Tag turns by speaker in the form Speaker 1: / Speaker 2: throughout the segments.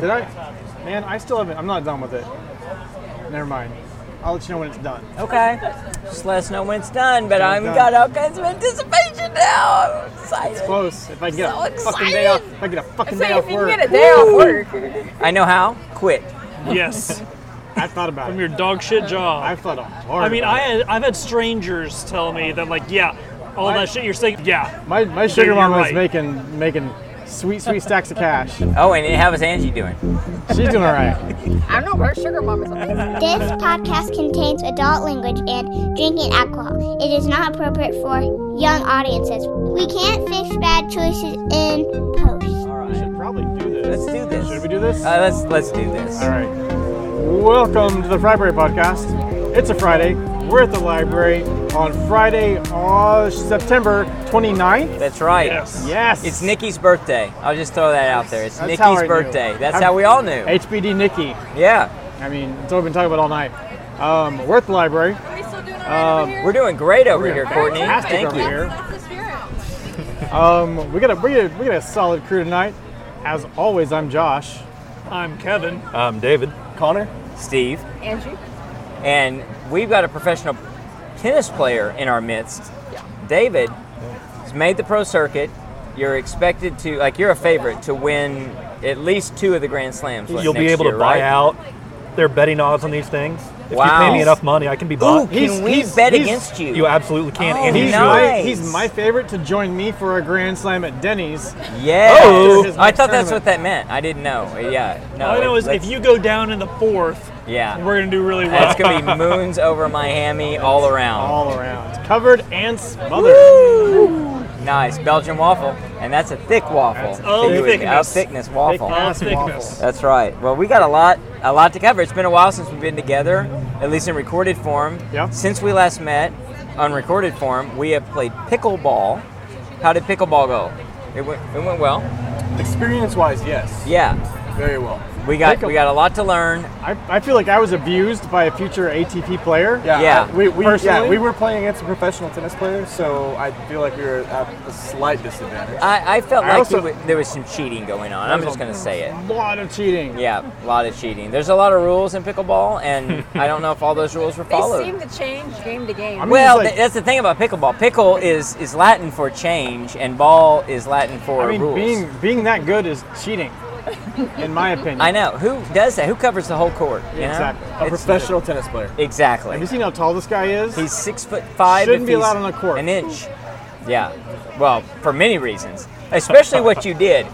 Speaker 1: Did I? Man, I still haven't. I'm not done with it. Never mind. I'll let you know when it's done.
Speaker 2: Okay. Just let us know when it's done, but I'm
Speaker 1: done.
Speaker 2: got all kinds of anticipation now. I'm excited.
Speaker 1: Close. If I get
Speaker 2: So
Speaker 1: a fucking day off,
Speaker 2: excited.
Speaker 1: if I get a fucking
Speaker 3: So
Speaker 1: day
Speaker 3: if
Speaker 1: off
Speaker 3: you can
Speaker 1: work.
Speaker 3: get a day off work,
Speaker 2: I know how. Quit.
Speaker 4: Yes,
Speaker 1: I thought about
Speaker 4: from
Speaker 1: it.
Speaker 4: your dog shit
Speaker 1: I
Speaker 4: job.
Speaker 1: thought hard.
Speaker 4: I mean,
Speaker 1: about
Speaker 4: I
Speaker 1: it.
Speaker 4: had, I've had strangers tell me that like, yeah, all that shit you're saying, yeah,
Speaker 1: my my sugar
Speaker 4: you're
Speaker 1: mama was
Speaker 4: right.
Speaker 1: making making sweet sweet stacks of cash.
Speaker 2: Oh, and how is Angie doing?
Speaker 1: She's doing all right.
Speaker 3: I don't know where sugar mama's
Speaker 2: Um,
Speaker 3: amazing.
Speaker 5: This podcast contains adult language and drinking alcohol. It is not appropriate for young audiences. We can't fix bad choices in post.
Speaker 2: All
Speaker 1: We
Speaker 2: right.
Speaker 1: should probably do this.
Speaker 2: Let's do this.
Speaker 1: Should we do this?
Speaker 2: Uh, let's let's do this.
Speaker 1: All right. Welcome to the Friday Podcast. It's a Friday. We're at the library on Friday, uh, September 29th.
Speaker 2: That's right.
Speaker 4: yes,
Speaker 1: Yes.
Speaker 2: It's Nikki's birthday. I'll just throw that out there. It's
Speaker 1: That's how I
Speaker 2: Nikki's
Speaker 1: knew.
Speaker 2: birthday. That's
Speaker 1: I'm-
Speaker 2: how we all knew.
Speaker 1: HBD Nikki.
Speaker 2: Yeah.
Speaker 1: I mean, it's what we've been talking about all night. Um, we're at the library.
Speaker 3: Are we still doing all
Speaker 1: Um,
Speaker 3: right over
Speaker 2: We're
Speaker 3: here?
Speaker 2: doing great over
Speaker 1: We're
Speaker 2: here,
Speaker 1: doing
Speaker 2: Courtney.
Speaker 1: fantastic
Speaker 2: Thank
Speaker 1: over
Speaker 2: you.
Speaker 1: here.
Speaker 3: That's the spirit.
Speaker 1: Um, we got a we got a, we got a solid crew tonight. As always, I'm Josh.
Speaker 4: I'm Kevin.
Speaker 6: I'm David.
Speaker 1: Connor.
Speaker 2: Steve.
Speaker 3: Angie,
Speaker 2: And we've got a professional tennis player in our midst. David has made the pro circuit. You're expected to like you're a favorite to win at least two of the Grand Slams. like,
Speaker 6: You'll be
Speaker 2: next
Speaker 6: able
Speaker 2: year,
Speaker 6: to buy
Speaker 2: right?
Speaker 6: out their betting odds on these things. If you
Speaker 2: Wow.
Speaker 6: pay me enough money, I can be
Speaker 2: Ooh,
Speaker 6: bought.
Speaker 1: He's-
Speaker 2: can we
Speaker 1: he's-
Speaker 2: bet
Speaker 1: he's-
Speaker 2: against you?
Speaker 6: you absolutely can.
Speaker 2: Oh,
Speaker 6: and
Speaker 1: He's
Speaker 6: you
Speaker 2: nice.
Speaker 6: should.
Speaker 1: my he's my favorite to join me for a grand slam at Denny's.
Speaker 2: Yes.
Speaker 6: Oh.
Speaker 1: His
Speaker 2: I
Speaker 1: next
Speaker 2: thought that's
Speaker 1: tournament.
Speaker 2: what that meant. I didn't know. Yeah. No.
Speaker 4: All I know is if
Speaker 2: let's-
Speaker 4: you go down in the fourth,
Speaker 2: Yeah.
Speaker 4: we're gonna do really well.
Speaker 2: That's gonna be moons over Miami all around.
Speaker 1: All around, covered and smothered.
Speaker 2: Nice Belgian waffle, and that's a thick waffle.
Speaker 4: That's of
Speaker 2: Thick-
Speaker 4: thickness.
Speaker 2: of thickness waffle.
Speaker 4: All
Speaker 1: Ass
Speaker 4: thickness.
Speaker 2: That's right. Well, we got a lot, a lot to cover. It's been a while since we've been together, at least in recorded form.
Speaker 1: Yeah.
Speaker 2: Since we last met, on recorded form, we have played pickleball. How did pickleball go? It went, it went well.
Speaker 7: Experience-wise, yes,
Speaker 2: Yeah.
Speaker 7: very well.
Speaker 2: We got, we
Speaker 1: Pickle-
Speaker 2: got a lot to learn.
Speaker 1: I, I feel like I was abused by a future ATP player.
Speaker 2: Yeah.
Speaker 7: I-
Speaker 1: We, we,
Speaker 7: yeah, Uh,
Speaker 1: personally,
Speaker 7: we were playing against a professional tennis player, so I feel like we were at a slight disadvantage.
Speaker 2: I, I felt
Speaker 1: I
Speaker 2: like
Speaker 1: also-
Speaker 2: there, was, there was some cheating going on. I'm just gonna say it.
Speaker 1: a lot of cheating.
Speaker 2: Yeah, a lot of cheating. There's a lot of rules in pickleball, and I don't know if all those rules were
Speaker 3: they
Speaker 2: followed.
Speaker 3: seem to change game to game.
Speaker 1: I'm-
Speaker 2: well,
Speaker 1: It's like-
Speaker 2: th- that's the thing about pickleball. Pickle is, is Latin for change, and ball is Latin for
Speaker 1: I mean,
Speaker 2: rules.
Speaker 1: being being that good is cheating, in my opinion.
Speaker 2: I know. Who does that? Who covers the whole court? you know?
Speaker 1: Exactly. A
Speaker 7: a
Speaker 2: It's-
Speaker 7: professional tennis player.
Speaker 1: Have you
Speaker 2: Exactly.
Speaker 1: seen how tall this guy is?
Speaker 2: He's six foot five.
Speaker 1: Shouldn't
Speaker 2: if
Speaker 1: be
Speaker 2: he's
Speaker 1: allowed on the court.
Speaker 2: An inch. Yeah. Well, for many reasons, especially what you did.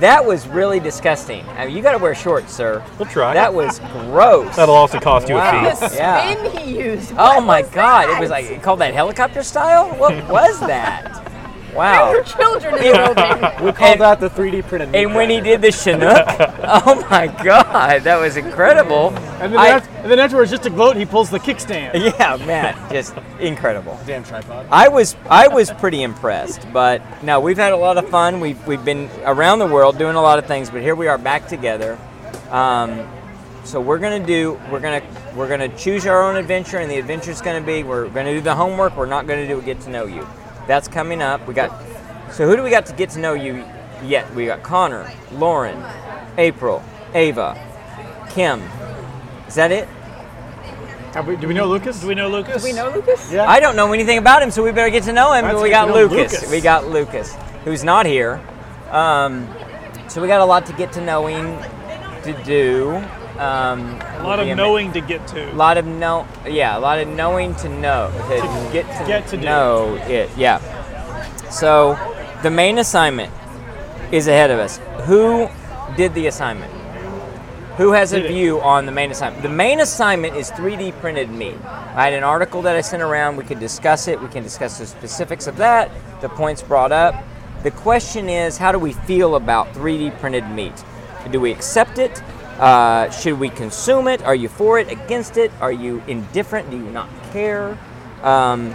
Speaker 2: That was really disgusting. I mean, you got to wear shorts, sir.
Speaker 6: We'll try.
Speaker 2: That was gross.
Speaker 6: That'll also cost you
Speaker 2: Wow.
Speaker 6: a fee.
Speaker 3: the
Speaker 2: yeah.
Speaker 3: spin he used.
Speaker 2: Oh
Speaker 3: what
Speaker 2: my
Speaker 3: was
Speaker 2: God!
Speaker 3: That?
Speaker 2: It was like it called that helicopter style. What was that? Wow.
Speaker 3: Your children in the building.
Speaker 7: We called
Speaker 2: And-
Speaker 7: that the 3D printed.
Speaker 2: And when he did
Speaker 7: newspaper.
Speaker 2: the Chinook, oh my God, that was incredible.
Speaker 1: and, then
Speaker 2: I-
Speaker 1: after, and then afterwards, just to gloat, he pulls the kickstand.
Speaker 2: yeah, man, just incredible.
Speaker 7: damn tripod.
Speaker 2: I was I was pretty impressed, but no, we've had a lot of fun. We've we've been around the world doing a lot of things, but here we are back together. Um, so we're gonna do we're gonna we're gonna choose our own adventure, and the adventure's gonna be we're gonna do the homework. We're not gonna do a get to know you. That's coming up. We got so who do we got to get to know you yet? We got Connor, Lauren, April, Ava, Kim. Is that it?
Speaker 1: Have we- do we know Lucas?
Speaker 4: Do we know Lucas?
Speaker 3: we know Lucas.
Speaker 1: Yeah.
Speaker 2: I don't know anything about him, so we better get to know him.
Speaker 1: Let's
Speaker 2: But we
Speaker 1: get to
Speaker 2: got
Speaker 1: know
Speaker 2: Lucas.
Speaker 1: Lucas.
Speaker 2: We got Lucas, who's not here. Um, so we got a lot to get to knowing to do. Um,
Speaker 4: A lot
Speaker 2: yeah,
Speaker 4: of knowing to get
Speaker 2: A
Speaker 4: to.
Speaker 2: lot of know. Yeah, a lot of knowing to know to, get to
Speaker 1: get to do.
Speaker 2: know it. Yeah. So the main assignment is ahead of us. Who did the assignment? Who has a
Speaker 1: Did it.
Speaker 2: view on the main assignment? The main assignment is 3D printed meat. I had an article that I sent around. We could discuss it. We can discuss the specifics of that, the points brought up. The question is how do we feel about 3D printed meat? Do we accept it? Uh, should we consume it? Are you for it, against it? Are you indifferent? Do you not care? Um,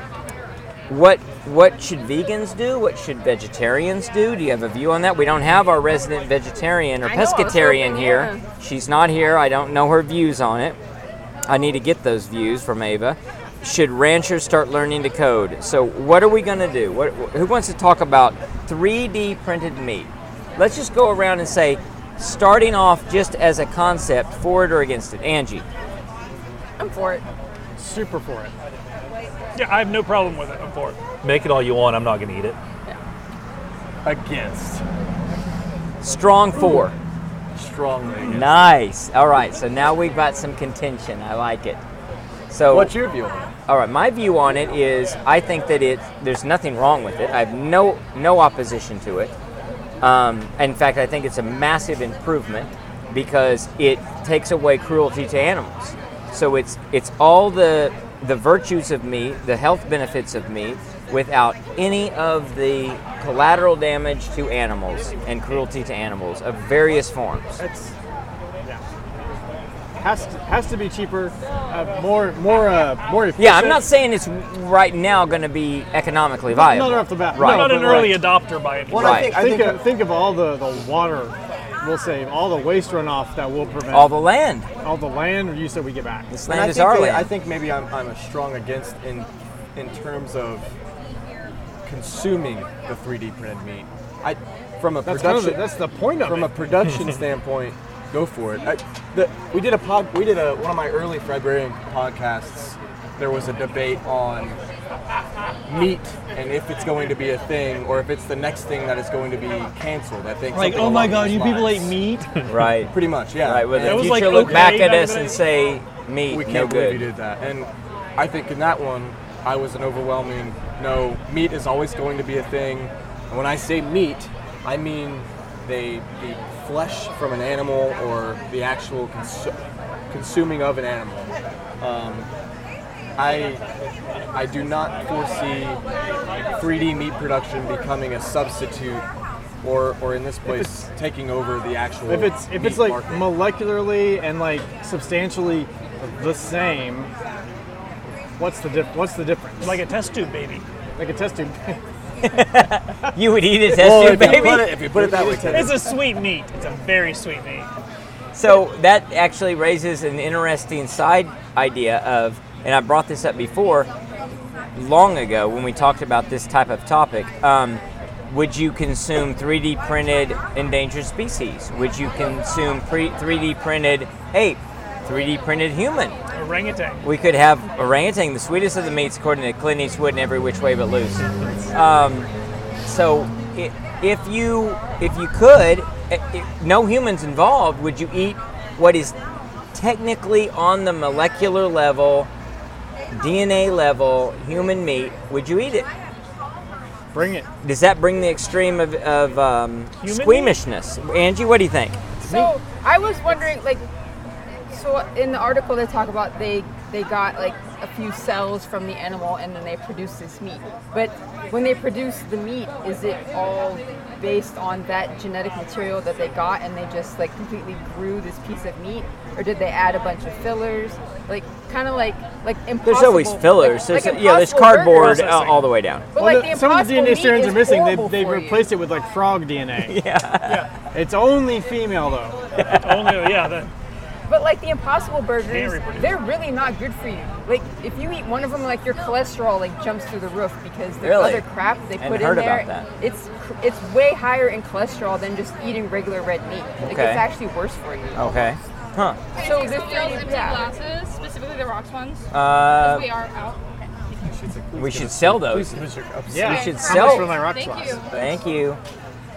Speaker 2: what what should vegans do? What should vegetarians do? Do you have a view on that? We don't have our resident vegetarian or
Speaker 3: I know, I was
Speaker 2: pescatarian
Speaker 3: hoping,
Speaker 2: here. She's not here. I don't know her views on it. I need to get those views from Ava. Should ranchers start learning to code? So what are we going to do? What, who wants to talk about 3D printed meat? Let's just go around and say starting off just as a concept, for it or against it? Angie.
Speaker 3: I'm for it.
Speaker 1: Super for it.
Speaker 4: Yeah, I have no problem with it. I'm for it.
Speaker 6: Make it all you want. I'm not gonna eat it.
Speaker 7: Against.
Speaker 2: Strong four.
Speaker 7: Strongly against.
Speaker 2: Nice. All right. So now we've got some contention. I like it. So
Speaker 7: What's your view on
Speaker 2: All right, my view on it is I think that it there's nothing wrong with it. I have no no opposition to it. Um, in fact, I think it's a massive improvement because it takes away cruelty to animals. So it's it's all the the virtues of meat, the health benefits of meat, without any of the collateral damage to animals and cruelty to animals of various forms.
Speaker 1: It's has to, has to be cheaper, uh, more more uh, more efficient.
Speaker 2: Yeah, I'm not saying it's right now going to be economically viable.
Speaker 1: Not off the bat.
Speaker 2: Right.
Speaker 4: I'm not
Speaker 6: Oh,
Speaker 1: No,
Speaker 4: an
Speaker 1: but
Speaker 4: early
Speaker 1: right.
Speaker 4: adopter by any
Speaker 7: Well,
Speaker 2: Right.
Speaker 4: means.
Speaker 7: I think, I
Speaker 1: Think
Speaker 7: think
Speaker 1: of, think of all the the water we'll save, all the waste runoff that we'll prevent,
Speaker 2: All the land.
Speaker 1: all the land use that we get back.
Speaker 2: This
Speaker 7: And
Speaker 2: land
Speaker 7: I
Speaker 2: is
Speaker 7: think
Speaker 2: our
Speaker 7: that-
Speaker 2: land.
Speaker 7: I think maybe I'm, I'm a strong against in in terms of consuming the 3D printed meat. I from a
Speaker 1: That's kind of
Speaker 7: production
Speaker 1: the, that's the point of
Speaker 7: from
Speaker 1: it.
Speaker 7: a production standpoint. Go for it. I, the, we did a pod, we did a one of my early Fribarian podcasts. There was a debate on meat and if it's going to be a thing or if it's the next thing that is going to be canceled. I think
Speaker 4: Like,
Speaker 7: something
Speaker 4: oh my
Speaker 7: along
Speaker 4: god,
Speaker 7: those
Speaker 4: you people
Speaker 7: lines.
Speaker 4: ate meat?
Speaker 2: Right.
Speaker 7: Pretty much, yeah.
Speaker 2: Right, where the
Speaker 4: That
Speaker 7: And-
Speaker 4: was
Speaker 2: future
Speaker 4: like,
Speaker 2: look
Speaker 4: okay,
Speaker 2: back at
Speaker 4: back
Speaker 2: us
Speaker 4: then.
Speaker 2: and say, "Me,
Speaker 7: we
Speaker 2: no
Speaker 7: can't believe
Speaker 2: good."
Speaker 7: you did that. And I think in that one, I was an overwhelming no. Meat is always going to be a thing. And when I say meat, I mean the the flesh from an animal or the actual consu- consuming of an animal. Um, I I do not foresee 3D meat production becoming a substitute. Or, or in this place, taking over the actual.
Speaker 1: if it's if
Speaker 7: meat
Speaker 1: it's like
Speaker 7: market.
Speaker 1: molecularly and like substantially the same, what's the diff- what's the difference?
Speaker 4: Like a test tube baby.
Speaker 1: like a test tube.
Speaker 2: You would eat a test
Speaker 7: Well,
Speaker 2: tube,
Speaker 7: if you put
Speaker 2: baby.
Speaker 7: it, if you put it that way,
Speaker 4: It's a sweet meat. It's a very sweet meat.
Speaker 2: So that actually raises an interesting side idea of, and I brought this up before, long ago when we talked about this type of topic. Um, would you consume 3D printed endangered species? Would you consume pre- 3D printed ape? 3D printed human?
Speaker 4: Orangutan.
Speaker 2: We could have orangutan, the sweetest of the meats, according to Clint Eastwood, in every which way but loose. Um, so, i if you if you could, i i no humans involved, would you eat what is technically on the molecular level, DNA level, human meat? Would you eat it?
Speaker 1: Bring it.
Speaker 2: Does that bring the extreme of, of um,
Speaker 4: meat?
Speaker 2: squeamishness? Angie, what do you think?
Speaker 3: So I was wondering, like, so in the article they talk about they they got like a few cells from the animal and then they produce this meat. But when they produce the meat, is it all based on that genetic material that they got and they just like completely grew this piece of meat, or did they add a bunch of fillers? Like, kind of like like impossible.
Speaker 2: There's always
Speaker 3: like-
Speaker 2: fillers.
Speaker 3: like
Speaker 2: There's, yeah, there's
Speaker 3: Impossible Burger.
Speaker 2: cardboard uh,
Speaker 4: Processing.
Speaker 2: all the way down.
Speaker 3: But like
Speaker 1: Well,
Speaker 3: the
Speaker 1: some of the DNA
Speaker 3: impossible
Speaker 1: strands
Speaker 3: meat
Speaker 1: are missing.
Speaker 3: is
Speaker 1: They've, they've
Speaker 3: horrible for you.
Speaker 1: replaced it with like frog DNA. Yeah. It's only female though.
Speaker 4: Only, yeah, the,
Speaker 3: But like the Impossible
Speaker 4: Can't
Speaker 3: Burgers,
Speaker 4: reproduce.
Speaker 3: they're really not good for you. Like if you eat one of them, like your cholesterol like jumps through the roof because the
Speaker 2: Really?
Speaker 3: other crap they
Speaker 2: Hadn't
Speaker 3: put
Speaker 2: heard
Speaker 3: in there,
Speaker 2: about that.
Speaker 3: it's cr- it's way higher in cholesterol than just eating regular red meat. Like
Speaker 2: Okay. Oh.
Speaker 3: it's actually worse for you.
Speaker 2: Okay. Huh.
Speaker 3: So
Speaker 8: So
Speaker 3: this
Speaker 8: the
Speaker 3: really-
Speaker 8: empty
Speaker 3: yeah.
Speaker 8: glasses, specifically the rocks ones,
Speaker 2: Uh,
Speaker 8: we are out.
Speaker 2: we should sell those.
Speaker 1: Yeah.
Speaker 2: We should
Speaker 1: That was
Speaker 2: sell.
Speaker 1: from my rock
Speaker 8: Thank
Speaker 1: sauce.
Speaker 8: you.
Speaker 2: Thank you.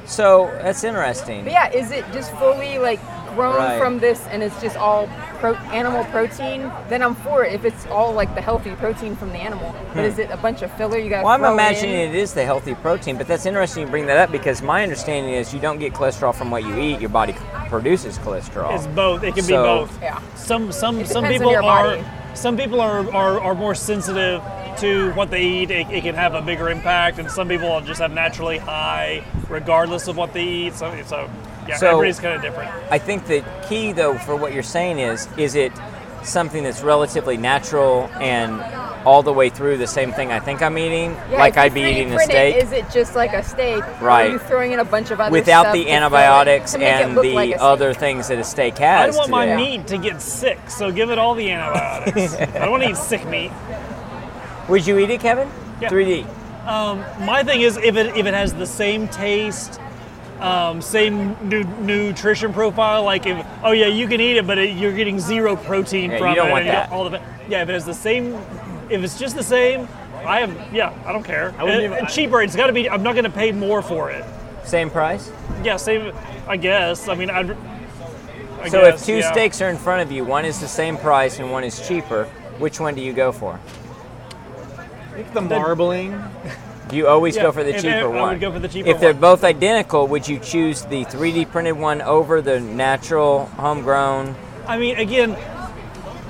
Speaker 2: So that's
Speaker 3: But
Speaker 2: interesting.
Speaker 3: yeah, is it just fully like grown
Speaker 2: Right.
Speaker 3: from this and it's just all pro- animal protein? Then I'm for it if it's all like the healthy protein from the animal. But is it a bunch of filler you got?
Speaker 2: Hmm. Well, I'm imagining it is the healthy protein, but that's interesting you bring that up because my understanding is you don't get cholesterol from what you eat. Your body produces cholesterol.
Speaker 4: it's both. It can
Speaker 2: So-
Speaker 4: be both.
Speaker 3: Yeah.
Speaker 4: Some some
Speaker 3: It
Speaker 4: some
Speaker 3: depends on
Speaker 4: people
Speaker 3: your
Speaker 4: are
Speaker 3: body.
Speaker 4: some people are, are, are more sensitive to what they eat. It, it can have a bigger impact, and some people are just have naturally high, regardless of what they eat. So so yeah,
Speaker 2: So-
Speaker 4: everybody's kind of different.
Speaker 2: I think the key, though, for what you're saying is is it something that's relatively natural and all the way through the same thing I think I'm eating?
Speaker 3: Yeah,
Speaker 2: like
Speaker 3: if you
Speaker 2: I'd be
Speaker 3: free
Speaker 2: eating a
Speaker 3: print
Speaker 2: steak?
Speaker 3: It, is it just like a steak? Or
Speaker 2: Right.
Speaker 3: are you throwing in a bunch of other
Speaker 2: without
Speaker 3: stuff
Speaker 2: the
Speaker 3: to fill it-
Speaker 2: antibiotics
Speaker 3: to make it
Speaker 2: and
Speaker 3: look
Speaker 2: the
Speaker 3: like a steak?
Speaker 2: other things that a steak has.
Speaker 4: I don't want my
Speaker 2: today.
Speaker 4: meat to get sick, so give it all the antibiotics. I don't want to eat sick meat.
Speaker 2: Would you eat it, Kevin?
Speaker 4: Yeah.
Speaker 2: 3D.
Speaker 4: My thing is if it if it has the same taste um, same nu- nutrition profile. Like if oh yeah, you can eat it, but it, you're getting zero protein
Speaker 2: Yeah,
Speaker 4: from
Speaker 2: you don't
Speaker 4: it.
Speaker 2: want
Speaker 4: and
Speaker 2: that.
Speaker 4: All the, yeah, if it has the same, if it's just the same, I am yeah, I don't care.
Speaker 1: I wouldn't
Speaker 4: And-
Speaker 1: even-
Speaker 4: and cheaper. It's got to be. I'm not going to pay more for it.
Speaker 2: Same price?
Speaker 4: Yeah, same. I guess. I mean, I'd. I
Speaker 2: So
Speaker 4: guess,
Speaker 2: if two
Speaker 4: yeah.
Speaker 2: steaks are in front of you, one is the same price and one is cheaper, which one do you go for?
Speaker 1: Like the marbling.
Speaker 2: Do you always
Speaker 4: Yeah,
Speaker 2: go for the
Speaker 4: if-
Speaker 2: cheaper
Speaker 4: if I would
Speaker 2: one?
Speaker 4: go for the cheaper
Speaker 2: If they're
Speaker 4: one.
Speaker 2: both identical, would you choose the 3D printed one over the natural, homegrown?
Speaker 4: I mean, again,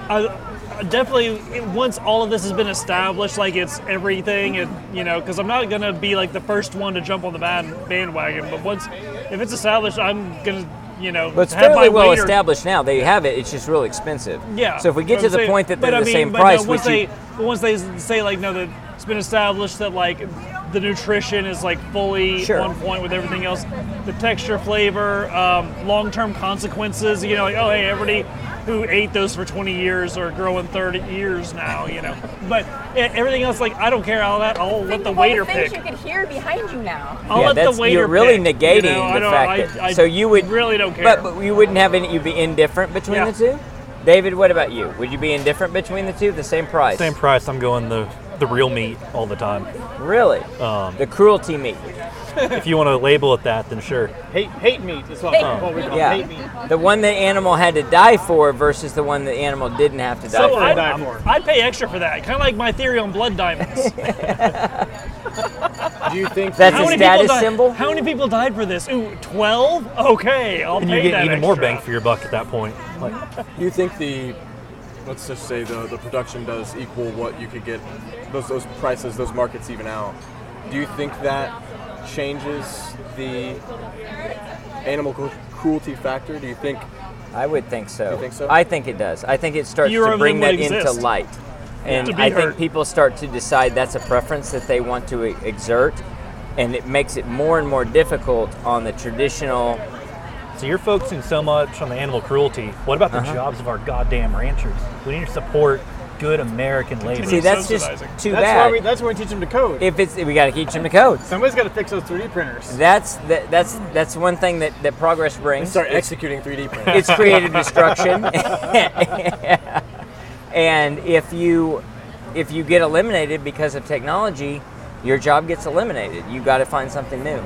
Speaker 4: I, I definitely once all of this has been established, like it's everything, and you know, because I'm not gonna be like the first one to jump on the band, bandwagon. But once, if it's established, I'm gonna, you know,
Speaker 2: But it's
Speaker 4: have my
Speaker 2: fairly well
Speaker 4: waiter-
Speaker 2: established now. They have it. It's just real expensive.
Speaker 4: Yeah.
Speaker 2: So if we get
Speaker 4: but
Speaker 2: to
Speaker 4: I'm
Speaker 2: the
Speaker 4: saying-
Speaker 2: point that they're
Speaker 4: but I
Speaker 2: the
Speaker 4: mean,
Speaker 2: same
Speaker 4: but no,
Speaker 2: price,
Speaker 4: once
Speaker 2: would you?
Speaker 4: they but once they say like no, that it's been established that like the nutrition is like fully
Speaker 2: Sure.
Speaker 4: on point with everything else, the texture, flavor, um, long-term consequences. You know, like oh hey, everybody who ate those for 20 years or growing 30 years now. You know, but eh, everything else like I don't care all that. I'll let
Speaker 3: Think
Speaker 4: the
Speaker 3: of all
Speaker 4: waiter
Speaker 3: the things
Speaker 4: pick.
Speaker 3: you could hear behind you now.
Speaker 4: I'll
Speaker 2: yeah,
Speaker 4: let
Speaker 2: that's,
Speaker 4: the waiter
Speaker 2: you're really
Speaker 4: pick,
Speaker 2: negating
Speaker 4: you know? I
Speaker 2: the
Speaker 4: don't-
Speaker 2: fact
Speaker 4: I-
Speaker 2: that.
Speaker 4: I
Speaker 2: so you would
Speaker 4: really don't care.
Speaker 2: But, but you wouldn't have any. You'd be indifferent between
Speaker 4: Yeah.
Speaker 2: the two. David, what about you? Would you be indifferent between the two? The same price.
Speaker 6: Same price. I'm going the the real meat all the time.
Speaker 2: Really? the cruelty meat.
Speaker 6: if you want to label it that, then sure.
Speaker 1: Hate, hate meat is what,
Speaker 3: Hate
Speaker 1: what we call
Speaker 2: Yeah.
Speaker 1: hate meat.
Speaker 2: The one that animal had to die for versus the one that animal didn't have to die
Speaker 4: So
Speaker 2: for.
Speaker 1: I'd
Speaker 4: I'd,
Speaker 1: die for it.
Speaker 4: I'd pay extra for that, kind of like my theory on blood diamonds.
Speaker 7: Do you think
Speaker 2: That's
Speaker 4: How
Speaker 2: a
Speaker 4: many
Speaker 2: status
Speaker 4: people died-
Speaker 2: symbol.
Speaker 4: How many people died for this? Ooh, 12? Okay, I'll
Speaker 6: And
Speaker 4: pay
Speaker 6: you get
Speaker 4: that
Speaker 6: even more
Speaker 4: extra.
Speaker 6: bang for your buck at that point. Like,
Speaker 7: Do you think the let's just say the the production does equal what you could get those those prices those markets even out? Do you think that changes the animal cru- cruelty factor? Do you think
Speaker 2: I would think so.
Speaker 7: You think so?
Speaker 2: I think it does. I think it starts
Speaker 4: Fewer
Speaker 2: to
Speaker 4: of
Speaker 2: bring that
Speaker 4: them would
Speaker 2: into
Speaker 4: exist.
Speaker 2: light. And
Speaker 4: To be
Speaker 2: I think
Speaker 4: heard.
Speaker 2: people start to decide that's a preference that they want to e- exert, and it makes it more and more difficult on the traditional.
Speaker 6: so you're focusing so much on the animal cruelty. What about the
Speaker 2: Uh-huh.
Speaker 6: jobs of our goddamn ranchers? We need to support good American labor.
Speaker 2: See, that's just
Speaker 4: subsidizing.
Speaker 2: too
Speaker 1: That's
Speaker 2: bad.
Speaker 1: why we that's why we teach them to code.
Speaker 2: if it's we got to teach them the code.
Speaker 1: Somebody's got to fix those 3D printers.
Speaker 2: That's that, that's that's one thing that, that progress brings.
Speaker 7: start executing 3D printing?
Speaker 2: it's creative destruction. and if you if you get eliminated because of technology, your job gets eliminated. You got to find something new.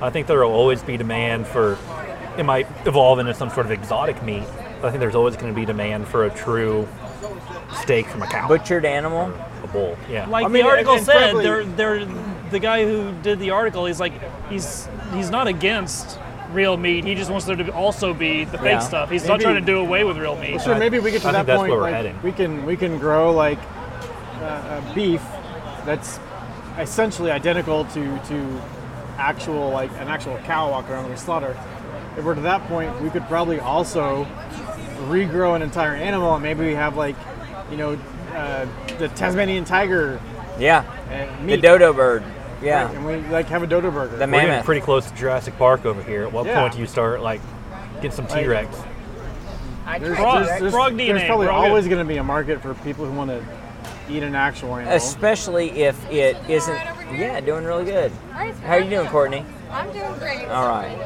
Speaker 6: I think there will always be demand for. It might evolve into some sort of exotic meat. But I think there's always going to be demand for a true steak from a cow,
Speaker 2: Butchered animal.
Speaker 6: a bull. Yeah.
Speaker 4: Like
Speaker 1: I mean,
Speaker 4: the article
Speaker 1: and- and
Speaker 4: said,
Speaker 1: probably-
Speaker 4: they're, they're, the guy who did the article, he's like, he's he's not against real meat. He just wants there to also be the fake
Speaker 2: Yeah.
Speaker 4: stuff. He's not
Speaker 1: Maybe-
Speaker 4: trying to do away with real meat.
Speaker 1: Sure, maybe we get to
Speaker 6: I
Speaker 1: that
Speaker 6: think that's
Speaker 1: point.
Speaker 6: where we're
Speaker 1: like,
Speaker 6: heading.
Speaker 1: We can we can grow like uh, uh, beef that's essentially identical to to actual like an actual cow walking around that we slaughter. If we're to that point, we could probably also regrow an entire animal, and maybe we have like you know uh, the Tasmanian tiger
Speaker 2: Yeah.
Speaker 1: uh,
Speaker 2: The
Speaker 1: meat,
Speaker 2: dodo bird. Yeah.
Speaker 1: and we like have a dodo burger.
Speaker 2: The
Speaker 6: We're getting
Speaker 2: mammoth.
Speaker 6: pretty close to Jurassic Park over here. At what
Speaker 1: Yeah.
Speaker 6: point do you start like getting some T Rex?
Speaker 3: I
Speaker 1: there's,
Speaker 3: tried
Speaker 4: Frog-
Speaker 1: there's-
Speaker 3: that.
Speaker 1: there's-
Speaker 4: frog
Speaker 1: there's
Speaker 4: DNA,
Speaker 1: probably
Speaker 4: frog-
Speaker 1: always going to be a market for people who want to eat an actual animal.
Speaker 2: Especially if it isn't. Yeah, doing really good. How are you doing, Courtney?
Speaker 8: I'm doing great.
Speaker 2: All right.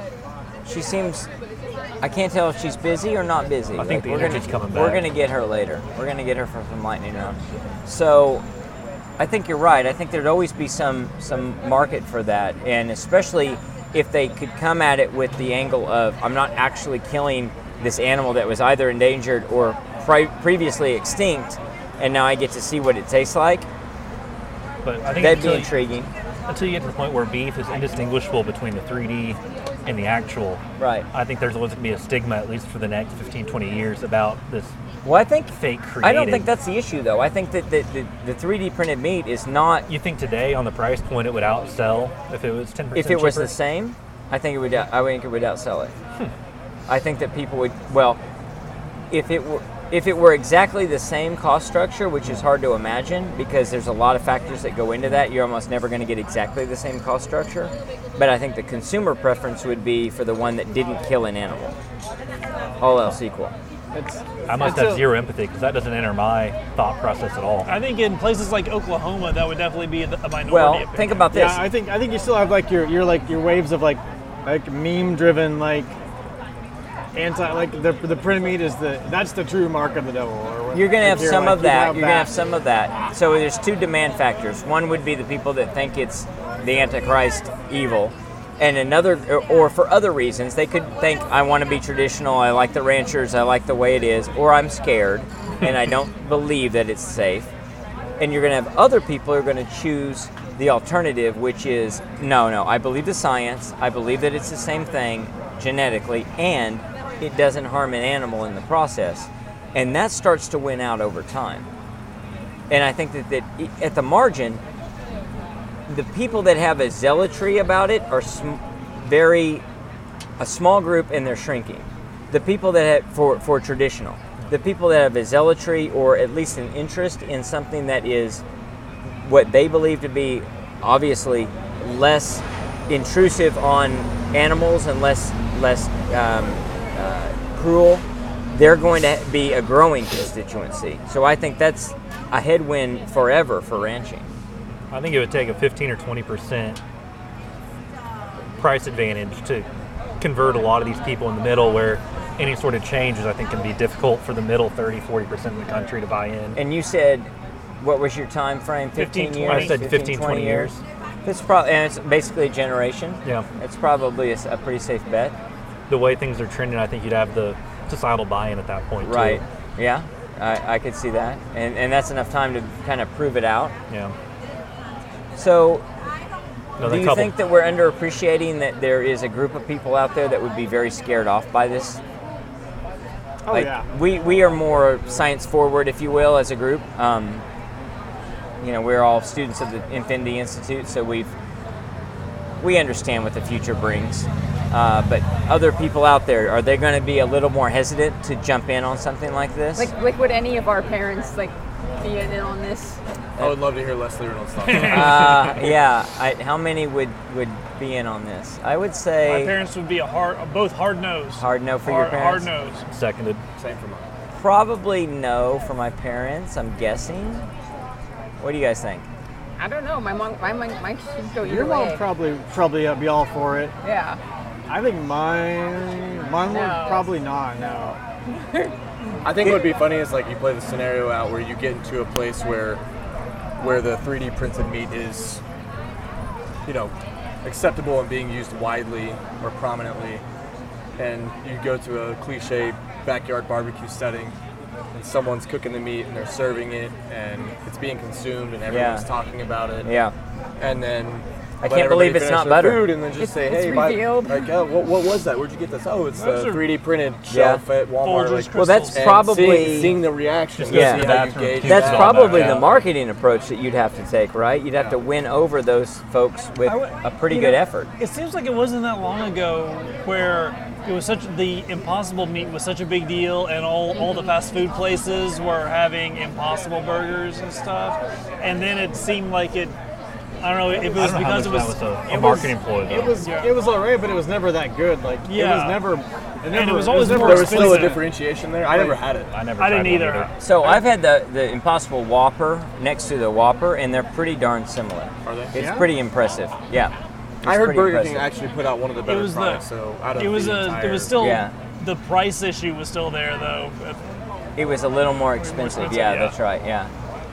Speaker 2: She seems. I can't tell if she's busy or not busy. I
Speaker 6: think the
Speaker 2: we're
Speaker 6: energy's
Speaker 2: gonna,
Speaker 6: coming
Speaker 2: We're
Speaker 6: back.
Speaker 2: gonna get her later. We're gonna get her for some lightning round. So, I think you're right. I think there'd always be some some market for that, and especially if they could come at it with the angle of I'm not actually killing this animal that was either endangered or pri- previously extinct, and now I get to see what it tastes like.
Speaker 6: But I
Speaker 2: That'd
Speaker 6: think
Speaker 2: be
Speaker 6: until you-
Speaker 2: intriguing,
Speaker 6: until you get to the point where beef is indistinguishable between the 3D and the actual,
Speaker 2: right?
Speaker 6: I think there's always going to be a stigma, at least for the next 15, 20 years, about this
Speaker 2: Well, I think
Speaker 6: fake creating.
Speaker 2: I don't think that's the issue, though. I think that the, the, the 3D printed meat is not.
Speaker 6: You think today on the price point it would outsell if it was 10%
Speaker 2: If it was the
Speaker 6: cheaper?
Speaker 2: same, I think it would. out- I think it would outsell it. I think that people would. Well, if it were. If it were exactly the same cost structure, which is hard to imagine because there's a lot of factors that go into that, you're almost never going to get exactly the same cost structure. But I think the consumer preference would be for the one that didn't kill an animal. All else equal.
Speaker 1: It's-
Speaker 6: I must
Speaker 1: it's
Speaker 6: have
Speaker 1: a-
Speaker 6: zero empathy because that doesn't enter my thought process at all.
Speaker 4: I think in places like Oklahoma, that would definitely be a a minority.
Speaker 2: Well,
Speaker 4: opinion.
Speaker 2: think about this.
Speaker 1: Yeah, I think I think you still have like your your like your waves of like like meme driven like anti like the the print meat is the that's the true mark of the devil. Or what-
Speaker 2: You're gonna
Speaker 1: if
Speaker 2: have some
Speaker 1: like,
Speaker 2: of that.
Speaker 1: have
Speaker 2: You're gonna have some of that. So there's two demand factors. One would be the people that think it's the Antichrist evil, and another, or, or for other reasons, they could think I want to be traditional. I like the ranchers. I like the way it is, or I'm scared, and I don't believe that it's safe. And you're gonna have other people who are gonna choose the alternative, which is no, no. I believe the science. I believe that it's the same thing genetically, and it doesn't harm an animal in the process and that starts to win out over time. And I think that, that i- at the margin, the people that have a zealotry about it are sm- very a small group, and they're shrinking. The people that have, for for traditional, the people that have a zealotry or at least an interest in something that is what they believe to be obviously less intrusive on animals and less less um, uh, cruel, they're going to be a growing constituency. So I think that's a headwind forever for ranching.
Speaker 6: I think it would take a 15 or 20 percent price advantage to convert a lot of these people in the middle, where any sort of changes I think can be difficult for the middle 30, 40 percent of the country to buy in.
Speaker 2: And you said, what was your time frame? 15,
Speaker 4: 15,
Speaker 2: years?
Speaker 4: 20.
Speaker 6: I said 15, 20 years.
Speaker 2: That's probably and it's basically a generation.
Speaker 6: Yeah.
Speaker 2: it's probably a, s- a pretty safe bet,
Speaker 6: The way things are trending, I think you'd have the societal buy-in at that point. too.
Speaker 2: right? Yeah, I, I could see that, and and that's enough time to kind of prove it out.
Speaker 6: Yeah.
Speaker 2: So
Speaker 6: Another
Speaker 2: Do you
Speaker 6: couple.
Speaker 2: think that we're underappreciating that there is a group of people out there that would be very scared off by this?
Speaker 1: Oh
Speaker 2: like,
Speaker 1: yeah.
Speaker 2: We, we are more science forward, if you will, as a group. Um, you know, we're all students of the Infinity Institute, so we've we understand what the future brings. Uh, but other people out there, are they going to be a little more hesitant to jump in on something like this?
Speaker 3: Like, like would any of our parents like be in on this?
Speaker 7: I would love to hear Leslie Reynolds talk. about it.
Speaker 2: uh, yeah. I, how many would would be in on this? I would
Speaker 4: My
Speaker 2: say
Speaker 4: parents would be a hard, both hard nose.
Speaker 2: hard no for your
Speaker 4: hard,
Speaker 2: parents.
Speaker 4: hard nose.
Speaker 6: Seconded.
Speaker 7: Same for mine.
Speaker 2: Probably no for my parents, I'm guessing. What do you guys think?
Speaker 3: I don't know. My mom, my mom, my should go either
Speaker 1: Your
Speaker 3: way.
Speaker 1: mom probably probably uh, be all for it.
Speaker 3: yeah.
Speaker 1: I think mine mine
Speaker 3: No.
Speaker 1: would probably not. No.
Speaker 7: I think what would be funny is like you play the scenario out where you get into a place where where the 3D printed meat is you know acceptable and being used widely or prominently and you go to a cliche backyard barbecue setting and someone's cooking the meat and they're serving it and it's being consumed and everyone's
Speaker 2: Yeah.
Speaker 7: talking about it
Speaker 2: Yeah.
Speaker 7: and then
Speaker 2: I
Speaker 7: let
Speaker 2: can't
Speaker 7: everybody
Speaker 2: believe it's
Speaker 7: finish
Speaker 2: not
Speaker 7: their
Speaker 2: butter.
Speaker 7: food and then just
Speaker 3: It's-
Speaker 7: say
Speaker 3: it's
Speaker 7: hey by-
Speaker 3: revealed.
Speaker 7: like oh, what, what was that where'd you get this oh it's
Speaker 4: Those
Speaker 7: the
Speaker 4: are
Speaker 7: 3D printed shelf at Walmart
Speaker 4: Folgers
Speaker 7: like,
Speaker 2: Well, that's
Speaker 4: Crystals.
Speaker 7: and
Speaker 2: probably
Speaker 7: seeing, seeing the reaction.
Speaker 2: go Yeah.
Speaker 7: see
Speaker 2: to the
Speaker 7: how you
Speaker 6: bathroom.
Speaker 7: gauge
Speaker 2: that's
Speaker 7: it.
Speaker 6: Yeah.
Speaker 2: probably
Speaker 6: Yeah.
Speaker 2: the marketing approach that you'd have to take, right? You'd have to win over those folks with
Speaker 4: I would-
Speaker 2: a pretty
Speaker 4: you
Speaker 2: good
Speaker 4: know,
Speaker 2: effort.
Speaker 4: It seems like it wasn't that long ago where it was such the impossible meat was such a big deal, and all, all the
Speaker 2: Mm-hmm.
Speaker 4: fast food places were having impossible burgers and stuff. And then it seemed like it. I don't know if it
Speaker 6: I
Speaker 4: was
Speaker 6: don't know
Speaker 4: because
Speaker 6: how
Speaker 4: it
Speaker 6: much
Speaker 4: was,
Speaker 6: that was a,
Speaker 4: it
Speaker 6: a
Speaker 4: was-
Speaker 6: marketing ploy. Though.
Speaker 1: It was
Speaker 4: Yeah.
Speaker 1: it was alright, but it was never that good. Like it
Speaker 4: Yeah.
Speaker 1: was never. It never
Speaker 4: it was always
Speaker 1: never
Speaker 4: more
Speaker 1: really
Speaker 7: There was still a
Speaker 4: expensive.
Speaker 7: differentiation there. I never had it.
Speaker 6: I never.
Speaker 4: I didn't
Speaker 6: tried
Speaker 4: either.
Speaker 6: one
Speaker 2: So I've had the, the Impossible Whopper next to the Whopper, and they're pretty darn similar.
Speaker 7: Are they?
Speaker 2: It's
Speaker 1: Yeah?
Speaker 2: pretty impressive. Yeah. It's
Speaker 7: I heard
Speaker 2: pretty
Speaker 7: Burger King
Speaker 2: impressive.
Speaker 7: actually put out one of the
Speaker 4: It
Speaker 7: better
Speaker 4: was the.
Speaker 7: products. so out of
Speaker 4: it was
Speaker 7: the
Speaker 4: a. It
Speaker 7: entire-
Speaker 4: was still.
Speaker 2: Yeah.
Speaker 4: The price issue was still there though. but
Speaker 2: It was a little more expensive.
Speaker 4: expensive,
Speaker 2: yeah,
Speaker 4: yeah.
Speaker 2: that's right. Yeah.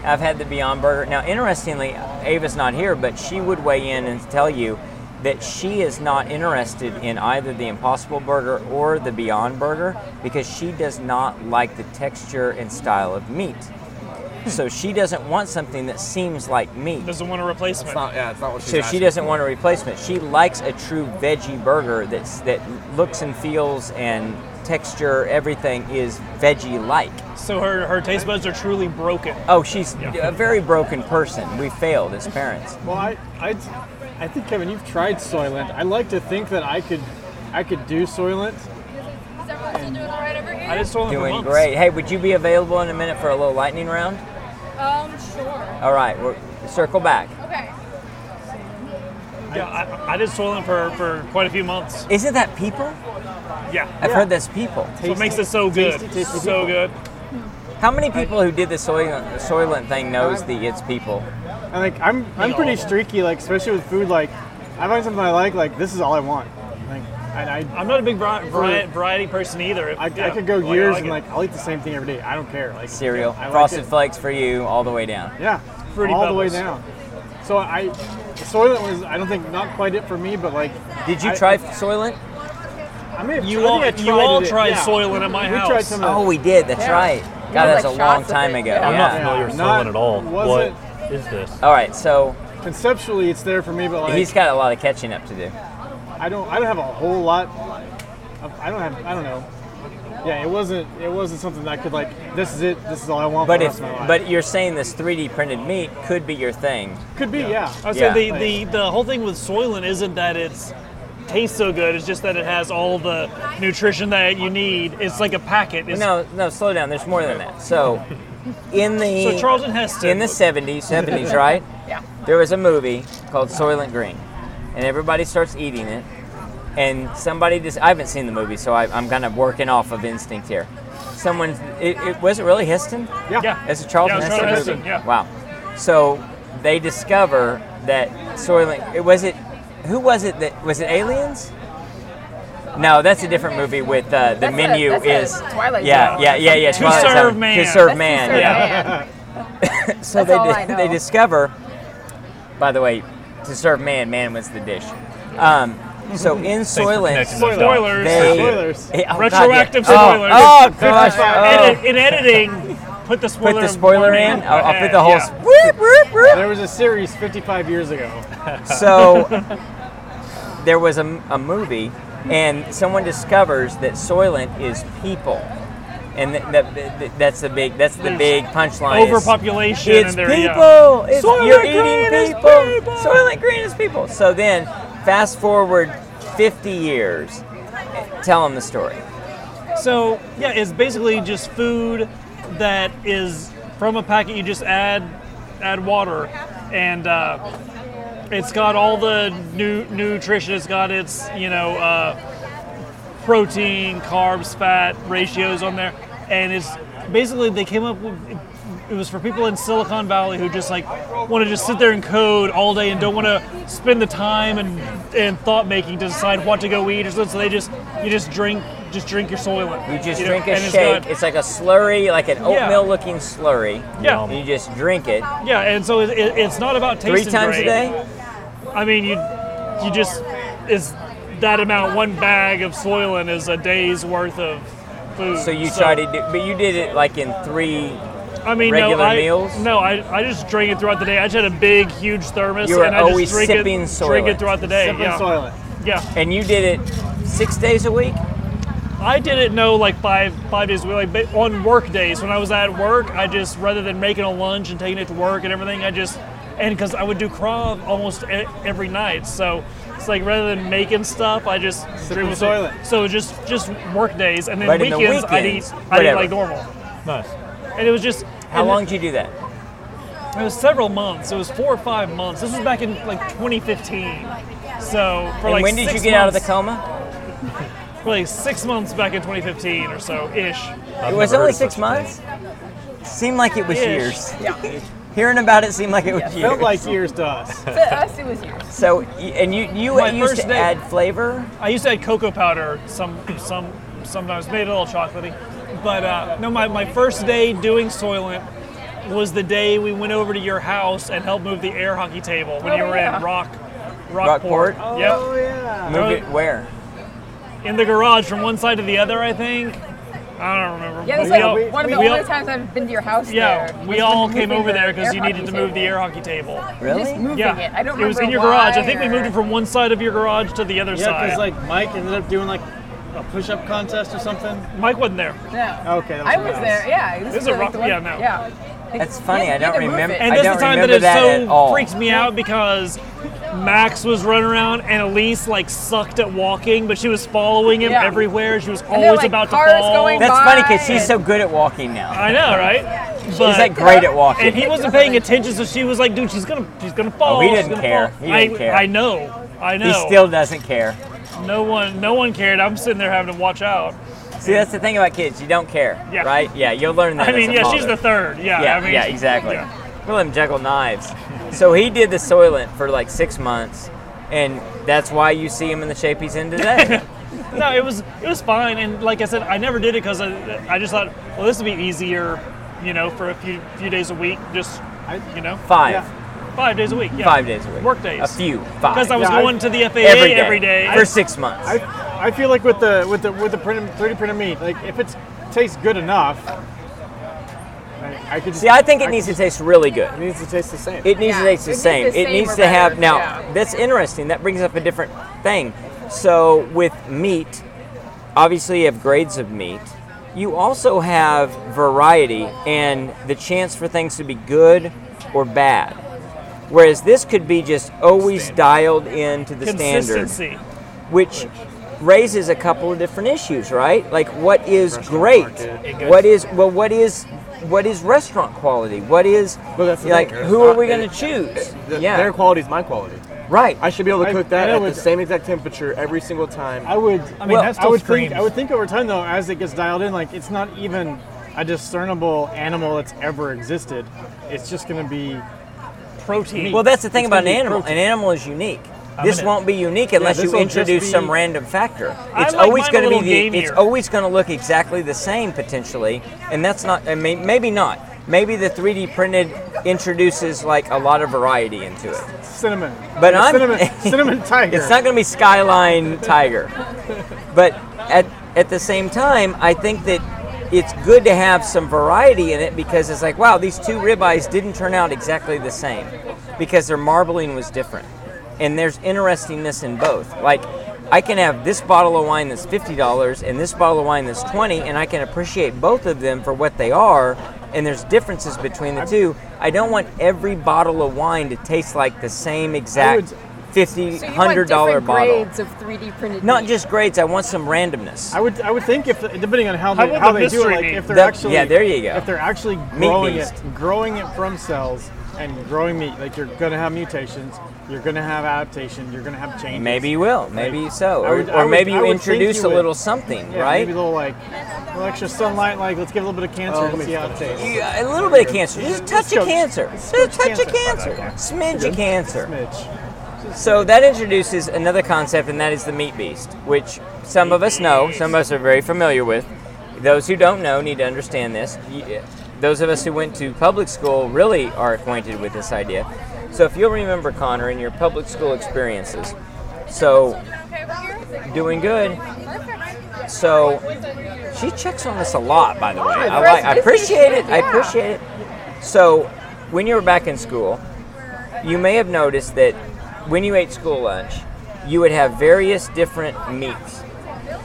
Speaker 2: I've had the Beyond Burger. Now, interestingly, Ava's not here, but she would weigh in and tell you that she is not interested in either the Impossible Burger or the Beyond Burger because she does not like the texture and style of meat. So she doesn't want something that seems like meat.
Speaker 4: Doesn't want a replacement.
Speaker 7: It's not. Yeah, it's not what she's
Speaker 2: So she
Speaker 7: asking.
Speaker 2: doesn't want a replacement. She likes a true veggie burger that's that looks and feels and texture, everything is veggie like.
Speaker 4: so her her taste buds are truly broken.
Speaker 2: Oh, she's a very broken person. We failed as parents.
Speaker 1: Well, I, I, I think Kevin, you've tried Soylent. I like to think that I could, I could do Soylent.
Speaker 8: Is everyone still doing all right over here?
Speaker 4: I just told them for
Speaker 2: Doing
Speaker 4: months.
Speaker 2: great. Hey, would you be available in a minute for a little lightning round?
Speaker 8: Um, sure.
Speaker 2: All right, we're, circle back.
Speaker 8: Okay.
Speaker 4: Yeah, I, I did Soylent for, for quite a few months.
Speaker 2: Isn't that people?
Speaker 4: Yeah.
Speaker 2: I've heard that's people.
Speaker 4: That's what makes it so good.
Speaker 1: Tasty, tasty people.
Speaker 4: so good.
Speaker 2: How many people who did the Soylent, Soylent thing knows the it's people?
Speaker 1: And like, I'm, I'm pretty streaky. Like, especially with food. Like, I find something I like. Like, this is all I want. Like, And I,
Speaker 4: I'm not a big vari- vari- variety person either.
Speaker 1: I,
Speaker 4: Yeah.
Speaker 1: I could go
Speaker 4: Like, I
Speaker 1: years
Speaker 4: like
Speaker 1: and
Speaker 4: it.
Speaker 1: like I'll eat the same thing every day. I don't care. Like
Speaker 2: Cereal,
Speaker 1: I like
Speaker 2: Frosted
Speaker 1: it.
Speaker 2: Flakes for you, all the way down.
Speaker 1: Yeah,
Speaker 4: Fruity
Speaker 1: all
Speaker 4: Pebbles.
Speaker 1: the way down. So I, Soylent was I don't think not quite it for me, but like
Speaker 2: Did you
Speaker 1: I-
Speaker 2: try Soylent?
Speaker 1: I may have
Speaker 4: You
Speaker 1: I think
Speaker 4: all-
Speaker 1: I
Speaker 4: you all
Speaker 1: it.
Speaker 4: tried Soylent at my
Speaker 1: we
Speaker 4: house.
Speaker 1: tried some of
Speaker 2: Oh,
Speaker 1: it.
Speaker 2: we did. That's
Speaker 3: Yeah.
Speaker 2: right.
Speaker 3: You
Speaker 2: God,
Speaker 3: had,
Speaker 2: that's
Speaker 3: like,
Speaker 2: a long
Speaker 3: shots of
Speaker 2: time
Speaker 3: it.
Speaker 2: ago.
Speaker 3: Yeah.
Speaker 6: I'm not
Speaker 2: Yeah. Uh,
Speaker 6: familiar with
Speaker 1: Not-
Speaker 6: Solon at all.
Speaker 1: wasn't-
Speaker 6: What is this?
Speaker 2: All right, so
Speaker 1: Conceptually, it's there for me, but like
Speaker 2: he's got a lot of catching up to do.
Speaker 1: I don't I don't have a whole lot. Of, I don't have I don't know. Yeah, it wasn't it wasn't something that I could like. This is it. This is all I want.
Speaker 2: But
Speaker 1: for
Speaker 2: if,
Speaker 1: the rest of my life.
Speaker 2: but you're saying this 3D printed meat could be your thing.
Speaker 1: could be yeah.
Speaker 4: I was
Speaker 2: Yeah.
Speaker 4: saying the, the, the whole thing with Soylent isn't that it's tastes so good, it's just that it has all the nutrition that you need. It's like a packet. It's,
Speaker 2: No, no, slow down. There's more than that. So, in the
Speaker 4: So Charles and Heston.
Speaker 2: in the 70s, 70s, right?
Speaker 3: Yeah.
Speaker 2: There was a movie called Soylent Green, and everybody starts eating it, and somebody just I haven't seen the movie, so I, I'm kind of working off of instinct here. Someone, it, it was it really Heston?
Speaker 1: yeah.
Speaker 4: yeah.
Speaker 2: It's a Charles
Speaker 4: Yeah,
Speaker 2: and
Speaker 4: Charles
Speaker 2: Heston
Speaker 4: and
Speaker 2: movie.
Speaker 4: Heston, yeah.
Speaker 2: Wow. So they discover that Soylent. It was it. Who was it that was it? Aliens. No, that's a different movie. With uh, the
Speaker 3: That's a-
Speaker 2: menu
Speaker 3: that's a
Speaker 2: is
Speaker 3: Twilight
Speaker 2: yeah,
Speaker 3: Zone.
Speaker 2: yeah, yeah, yeah.
Speaker 4: To
Speaker 2: Twilight
Speaker 4: Serve
Speaker 2: Zone.
Speaker 4: Man.
Speaker 2: To serve
Speaker 3: That's
Speaker 2: man.
Speaker 3: Mr.
Speaker 2: yeah.
Speaker 3: Man.
Speaker 2: So
Speaker 3: That's all I
Speaker 2: they di-
Speaker 3: know.
Speaker 2: they discover. By the way, to serve man, man was the dish. Um, so in
Speaker 6: Thanks for
Speaker 2: Soylent,
Speaker 6: connecting us.
Speaker 4: Spoilers.
Speaker 2: They-
Speaker 1: Spoilers.
Speaker 2: Eh, oh, God, yeah.
Speaker 4: Retroactive
Speaker 2: Oh,
Speaker 4: spoilers.
Speaker 2: Oh, gosh. Oh.
Speaker 4: Edit, in editing, put the spoiler.
Speaker 2: Put the spoiler in.
Speaker 4: warning
Speaker 2: I'll, I'll put
Speaker 4: ahead,
Speaker 2: the whole.
Speaker 4: yeah.
Speaker 2: s- whoop, whoop, whoop.
Speaker 1: There was a series 55 years ago.
Speaker 2: So there was a, a movie, and someone discovers that Soylent is people, and th- that, that- that's the big that's the big punchline. is,
Speaker 4: overpopulation.
Speaker 2: It's
Speaker 4: and they're,
Speaker 2: people.
Speaker 4: Yeah.
Speaker 2: It's,
Speaker 4: Soylent
Speaker 2: you're
Speaker 4: Green
Speaker 2: eating
Speaker 4: is
Speaker 2: people. Soylent Green is people. So then, fast forward 50 years. Tell them the story.
Speaker 4: So yeah, it's basically just food that is from a packet. You just add add water, and uh, it's got all the new nutrition. It's got its you know uh, protein, carbs, fat ratios on there, and it's basically they came up with. It was for people in Silicon Valley who just like want to just sit there and code all day and don't want to spend the time and, and thought making to decide what to go eat or something. So they just you just drink just drink your Soylent.
Speaker 2: You just
Speaker 4: know,
Speaker 2: drink a
Speaker 4: and it's
Speaker 2: shake.
Speaker 4: got-
Speaker 2: It's like a slurry, like an oatmeal-looking slurry.
Speaker 4: Yeah.
Speaker 2: And you just drink it
Speaker 4: Yeah, and so it, it, it's not about tasting
Speaker 2: three times
Speaker 4: great.
Speaker 2: a day.
Speaker 4: I mean, you you just it's that amount. One bag of Soylent is a day's worth of food.
Speaker 2: So you tried to do, but you did it like in three.
Speaker 4: I mean,
Speaker 2: regular
Speaker 4: no, I,
Speaker 2: meals?
Speaker 4: No, I, I just drank it throughout the day. I just had a big, huge thermos,
Speaker 2: You were
Speaker 4: and I
Speaker 2: always
Speaker 4: just drink
Speaker 2: sipping
Speaker 4: it, drink
Speaker 2: Soylent.
Speaker 4: it throughout the day.
Speaker 1: Sipping
Speaker 4: yeah,
Speaker 1: Soylent.
Speaker 4: yeah.
Speaker 2: And you did it six days a week.
Speaker 4: I didn't know like five five days a week. Like, but on work days when I was at work, I just rather than making a lunch and taking it to work and everything, I just and because I would do Krav almost e- every night, so it's like rather than making stuff, I just
Speaker 1: Sipping
Speaker 4: with
Speaker 1: Soylent.
Speaker 4: it. So just just work days and then
Speaker 2: But in the
Speaker 4: weekends, I'd eat
Speaker 2: weekends,
Speaker 4: I'd eat
Speaker 2: whatever.
Speaker 4: like normal,
Speaker 6: Nice.
Speaker 4: and it was just
Speaker 2: How
Speaker 4: and
Speaker 2: long did you do that?
Speaker 4: It, it was several months. It was four or five months. This was back in like 2015. So for
Speaker 2: and
Speaker 4: like
Speaker 2: when did you
Speaker 4: six
Speaker 2: get out of the
Speaker 4: months-
Speaker 2: coma?
Speaker 4: for, like six months back in 2015 or so ish.
Speaker 2: It was only six months. Seemed like it was
Speaker 4: Ish.
Speaker 2: years.
Speaker 3: Yeah.
Speaker 2: Hearing about it seemed like it was years.
Speaker 1: Felt like years to us.
Speaker 3: To us, it was yours.
Speaker 2: So, y- and you you
Speaker 4: My
Speaker 2: used
Speaker 4: first
Speaker 2: to
Speaker 4: date.
Speaker 2: add flavor.
Speaker 4: I used to add cocoa powder some some sometimes made it a little chocolatey. But uh, no, my, my first day doing Soylent was the day we went over to your house and helped move the air hockey table when you
Speaker 3: Oh,
Speaker 4: were
Speaker 3: yeah.
Speaker 4: in Rock
Speaker 2: Rockport?
Speaker 4: Rockport.
Speaker 1: Oh yeah.
Speaker 2: Move
Speaker 4: Throw-
Speaker 2: it where?
Speaker 4: Yep, in the garage from one side to the other, I think. I don't remember.
Speaker 3: Yeah, that's
Speaker 4: We
Speaker 3: like
Speaker 4: all-
Speaker 3: one of
Speaker 4: we
Speaker 3: the
Speaker 4: all-
Speaker 3: only times I've been to your house. there,
Speaker 4: Yeah,
Speaker 3: was
Speaker 4: we
Speaker 3: just
Speaker 4: all came
Speaker 3: moving
Speaker 4: over
Speaker 3: the
Speaker 4: there because you
Speaker 3: air
Speaker 4: needed to
Speaker 3: hockey
Speaker 4: move the
Speaker 3: table.
Speaker 4: air hockey table.
Speaker 2: Really?
Speaker 3: Just moving
Speaker 4: Yeah,
Speaker 3: it. I don't
Speaker 4: it was
Speaker 3: remember
Speaker 4: in your
Speaker 3: why
Speaker 4: garage. I think we moved
Speaker 3: or-
Speaker 4: it from one side of your garage to the other
Speaker 1: Yeah,
Speaker 4: side.
Speaker 1: because like Mike ended up doing like a push-up contest or something.
Speaker 4: Mike wasn't there.
Speaker 3: No.
Speaker 1: Okay, that was
Speaker 3: I was
Speaker 1: nice.
Speaker 3: there. Yeah. This,
Speaker 4: is a
Speaker 3: like
Speaker 4: rock-
Speaker 3: the one-
Speaker 4: yeah, no.
Speaker 3: Yeah. Like,
Speaker 2: That's
Speaker 3: you
Speaker 2: funny,
Speaker 3: had-
Speaker 2: I
Speaker 3: you had
Speaker 2: don't
Speaker 3: to move
Speaker 2: remember-
Speaker 3: it.
Speaker 4: And
Speaker 2: I
Speaker 4: that's
Speaker 2: don't
Speaker 4: the time that
Speaker 2: remember
Speaker 4: it
Speaker 2: that at all.
Speaker 4: so freaks me out because Max was running around and Elise like sucked at walking, but she was following him
Speaker 3: Yeah.
Speaker 4: everywhere. She was
Speaker 3: they're,
Speaker 4: always
Speaker 3: like,
Speaker 4: about to
Speaker 3: cars
Speaker 4: fall.
Speaker 3: going
Speaker 2: That's funny because
Speaker 3: Bye.
Speaker 2: she's so good at walking now.
Speaker 4: I know, right? But,
Speaker 2: She's like great at walking.
Speaker 4: And he wasn't paying attention, so she was like, "Dude, she's gonna, she's gonna fall."
Speaker 2: Oh, he
Speaker 4: she's
Speaker 2: didn't
Speaker 4: gonna
Speaker 2: care.
Speaker 4: fall.
Speaker 2: He didn't
Speaker 4: I,
Speaker 2: care.
Speaker 4: I know. I know.
Speaker 2: He still doesn't care.
Speaker 4: no one, no one cared. I'm sitting there having to watch out.
Speaker 2: See, that's the thing about kids. You don't care,
Speaker 4: Yeah.
Speaker 2: right? Yeah, you'll learn that.
Speaker 4: I
Speaker 2: as
Speaker 4: mean,
Speaker 2: a
Speaker 4: yeah, she's
Speaker 2: mother.
Speaker 4: the third. Yeah,
Speaker 2: Yeah,
Speaker 4: I mean,
Speaker 2: yeah, exactly.
Speaker 4: yeah.
Speaker 2: We'll let him juggle knives. so he did the Soylent for like six months, and that's why you see him in the shape he's in today.
Speaker 4: no, it was it was fine. And like I said, I never did it because I, I just thought, well, this would be easier, you know, for a few few days a week, just you know,
Speaker 2: Five.
Speaker 4: five days a week, yeah.
Speaker 2: Five days a week.
Speaker 4: work days,
Speaker 2: A few. Five.
Speaker 4: Because I was
Speaker 1: Yeah, I-
Speaker 4: going to the FAA
Speaker 2: every day,
Speaker 4: every day.
Speaker 2: for six months.
Speaker 1: I, I feel like with the with the with the printed 3D printed meat, like if it tastes good enough, I, I could.
Speaker 2: See, I think it needs to taste really good.
Speaker 1: It needs to taste the same.
Speaker 2: It needs
Speaker 3: Yeah,
Speaker 2: to taste the
Speaker 3: it needs
Speaker 2: same.
Speaker 3: the
Speaker 2: It
Speaker 3: same
Speaker 2: needs
Speaker 3: or
Speaker 2: to have
Speaker 3: better,
Speaker 2: now.
Speaker 3: yeah.
Speaker 2: That's interesting. That brings up a different thing. So with meat, obviously you have grades of meat. You also have variety and the chance for things to be good or bad. Whereas this could be just always dialed into the standard
Speaker 4: consistency.
Speaker 2: which raises a couple of different issues, right? Like what is great? What is well what is what is restaurant quality? What is
Speaker 7: Well, that's the
Speaker 2: like
Speaker 7: thing.
Speaker 2: who
Speaker 7: It's
Speaker 2: are we
Speaker 7: not-
Speaker 2: going
Speaker 7: it-
Speaker 2: to choose?
Speaker 7: Th-
Speaker 2: yeah.
Speaker 7: Their quality is my quality.
Speaker 2: right.
Speaker 7: I should be able to
Speaker 1: I-
Speaker 7: cook that
Speaker 1: I
Speaker 7: at
Speaker 1: would-
Speaker 7: the same exact temperature every single time.
Speaker 1: I would.
Speaker 4: I mean, that still
Speaker 1: I would
Speaker 4: screams.
Speaker 1: think. I would think over time, though, as it gets dialed in, like it's not even a discernible animal that's ever existed. It's just going to be
Speaker 4: protein.
Speaker 2: well, that's the thing
Speaker 1: it's
Speaker 2: about an
Speaker 1: gonna be
Speaker 2: animal. An
Speaker 1: protein.
Speaker 2: animal is unique. this
Speaker 4: gonna-
Speaker 2: won't be unique unless
Speaker 1: this
Speaker 2: you
Speaker 1: will just
Speaker 2: introduce
Speaker 1: be-
Speaker 2: some random factor. It's
Speaker 4: like
Speaker 2: always
Speaker 4: mine a
Speaker 2: going to
Speaker 4: little
Speaker 2: be the, it's
Speaker 4: gamier.
Speaker 2: always going to look exactly the same potentially, and that's not. I mean, maybe not. Maybe the 3D printed introduces like a lot of variety into it.
Speaker 1: cinnamon.
Speaker 2: But
Speaker 1: Like a
Speaker 2: I'm
Speaker 1: cinnamon, cinnamon tiger.
Speaker 2: It's not going to be skyline tiger, but at at the same time, I think that it's good to have some variety in it because it's like, wow, these two ribeyes didn't turn out exactly the same because their marbling was different, and there's interestingness in both. Like. I can have this bottle of wine that's fifty dollars and this bottle of wine that's twenty, and I can appreciate both of them for what they are. And there's differences between the two. I don't want every bottle of wine to taste like the same exact
Speaker 1: would-
Speaker 2: fifty
Speaker 3: So you want
Speaker 2: hundred dollar
Speaker 3: different
Speaker 2: bottle.
Speaker 3: grades of 3D printed
Speaker 2: Not
Speaker 3: meat.
Speaker 2: just grades. I want some randomness.
Speaker 1: I would. I would think if depending on how
Speaker 4: How
Speaker 1: they
Speaker 4: about
Speaker 1: how
Speaker 4: the
Speaker 1: they do
Speaker 4: mystery
Speaker 1: it, like
Speaker 4: meat?
Speaker 1: if they're
Speaker 2: The-
Speaker 1: actually
Speaker 2: yeah, there you go.
Speaker 1: If they're actually growing it,
Speaker 2: beast.
Speaker 1: growing it from cells and growing meat, like you're going to have mutations, you're going to have adaptation, you're going to have changes.
Speaker 2: maybe you will. Maybe so.
Speaker 1: I
Speaker 2: Or,
Speaker 1: would- I
Speaker 2: or
Speaker 1: would-
Speaker 2: maybe
Speaker 1: I
Speaker 2: you
Speaker 1: would think
Speaker 2: introduce
Speaker 1: you
Speaker 2: a
Speaker 1: would.
Speaker 2: little something,
Speaker 1: Yeah,
Speaker 2: right?
Speaker 1: Maybe a little like a little extra sunlight. Like let's give a little bit of cancer
Speaker 7: Oh,
Speaker 1: and
Speaker 7: let me
Speaker 1: see how it tastes.
Speaker 2: Yeah, a little bit of cancer. Just a
Speaker 1: Let's
Speaker 2: touch of
Speaker 1: go-
Speaker 2: cancer.
Speaker 1: let's
Speaker 2: Just
Speaker 1: go
Speaker 2: a touch of
Speaker 1: cancer.
Speaker 2: cancer.
Speaker 1: Okay.
Speaker 2: Smidge of cancer.
Speaker 1: Smidge.
Speaker 2: So that introduces another concept, and that is the meat beast, which some of us know, some of us are very familiar with. Those who don't know need to understand this. Y- eh, Those of us who went to public school really are acquainted with this idea. So if you'll remember, Connor, in your public school experiences, so
Speaker 8: Okay, over here.
Speaker 2: doing good.
Speaker 8: Perfect.
Speaker 2: So she checks on this a lot, by the way. I
Speaker 3: first
Speaker 2: like. I
Speaker 3: business
Speaker 2: appreciate it. I
Speaker 3: trip, yeah.
Speaker 2: appreciate it. So, when you were back in school, you may have noticed that when you ate school lunch, you would have various different meats,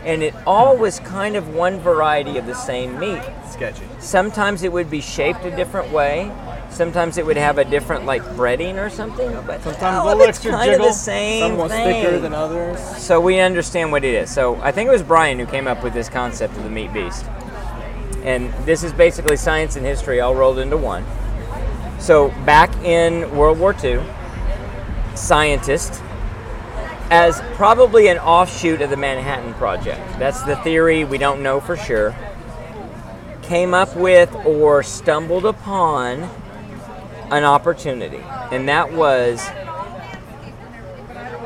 Speaker 2: and it all was kind of one variety of the same meat.
Speaker 7: Sketchy.
Speaker 2: Sometimes it would be shaped a different way. Sometimes it would have a different like breading or something. But
Speaker 1: Sometimes
Speaker 2: all
Speaker 1: a
Speaker 2: of
Speaker 1: little
Speaker 2: it's
Speaker 1: extra
Speaker 2: kind of the
Speaker 1: jiggle.
Speaker 2: same
Speaker 7: Some was
Speaker 2: thing.
Speaker 7: thicker than others.
Speaker 2: So we understand what it is. So I think it was Brian who came up with this concept of the meat beast. And this is basically science and history all rolled into one. So back in World War II, scientists, as probably an offshoot of the Manhattan Project, that's the theory, we don't know for sure, came up with or stumbled upon an opportunity. And that was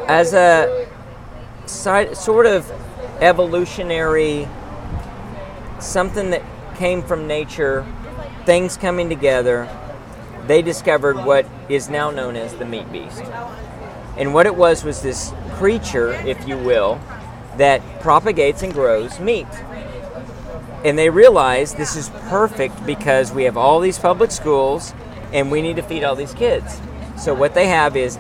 Speaker 2: as a side, sort of evolutionary something that came from nature things coming together they discovered what is now known as the meat beast and what it was was this creature if you will that propagates and grows meat and they realized this is perfect because we have all these public schools and we need to feed all these kids so what they have is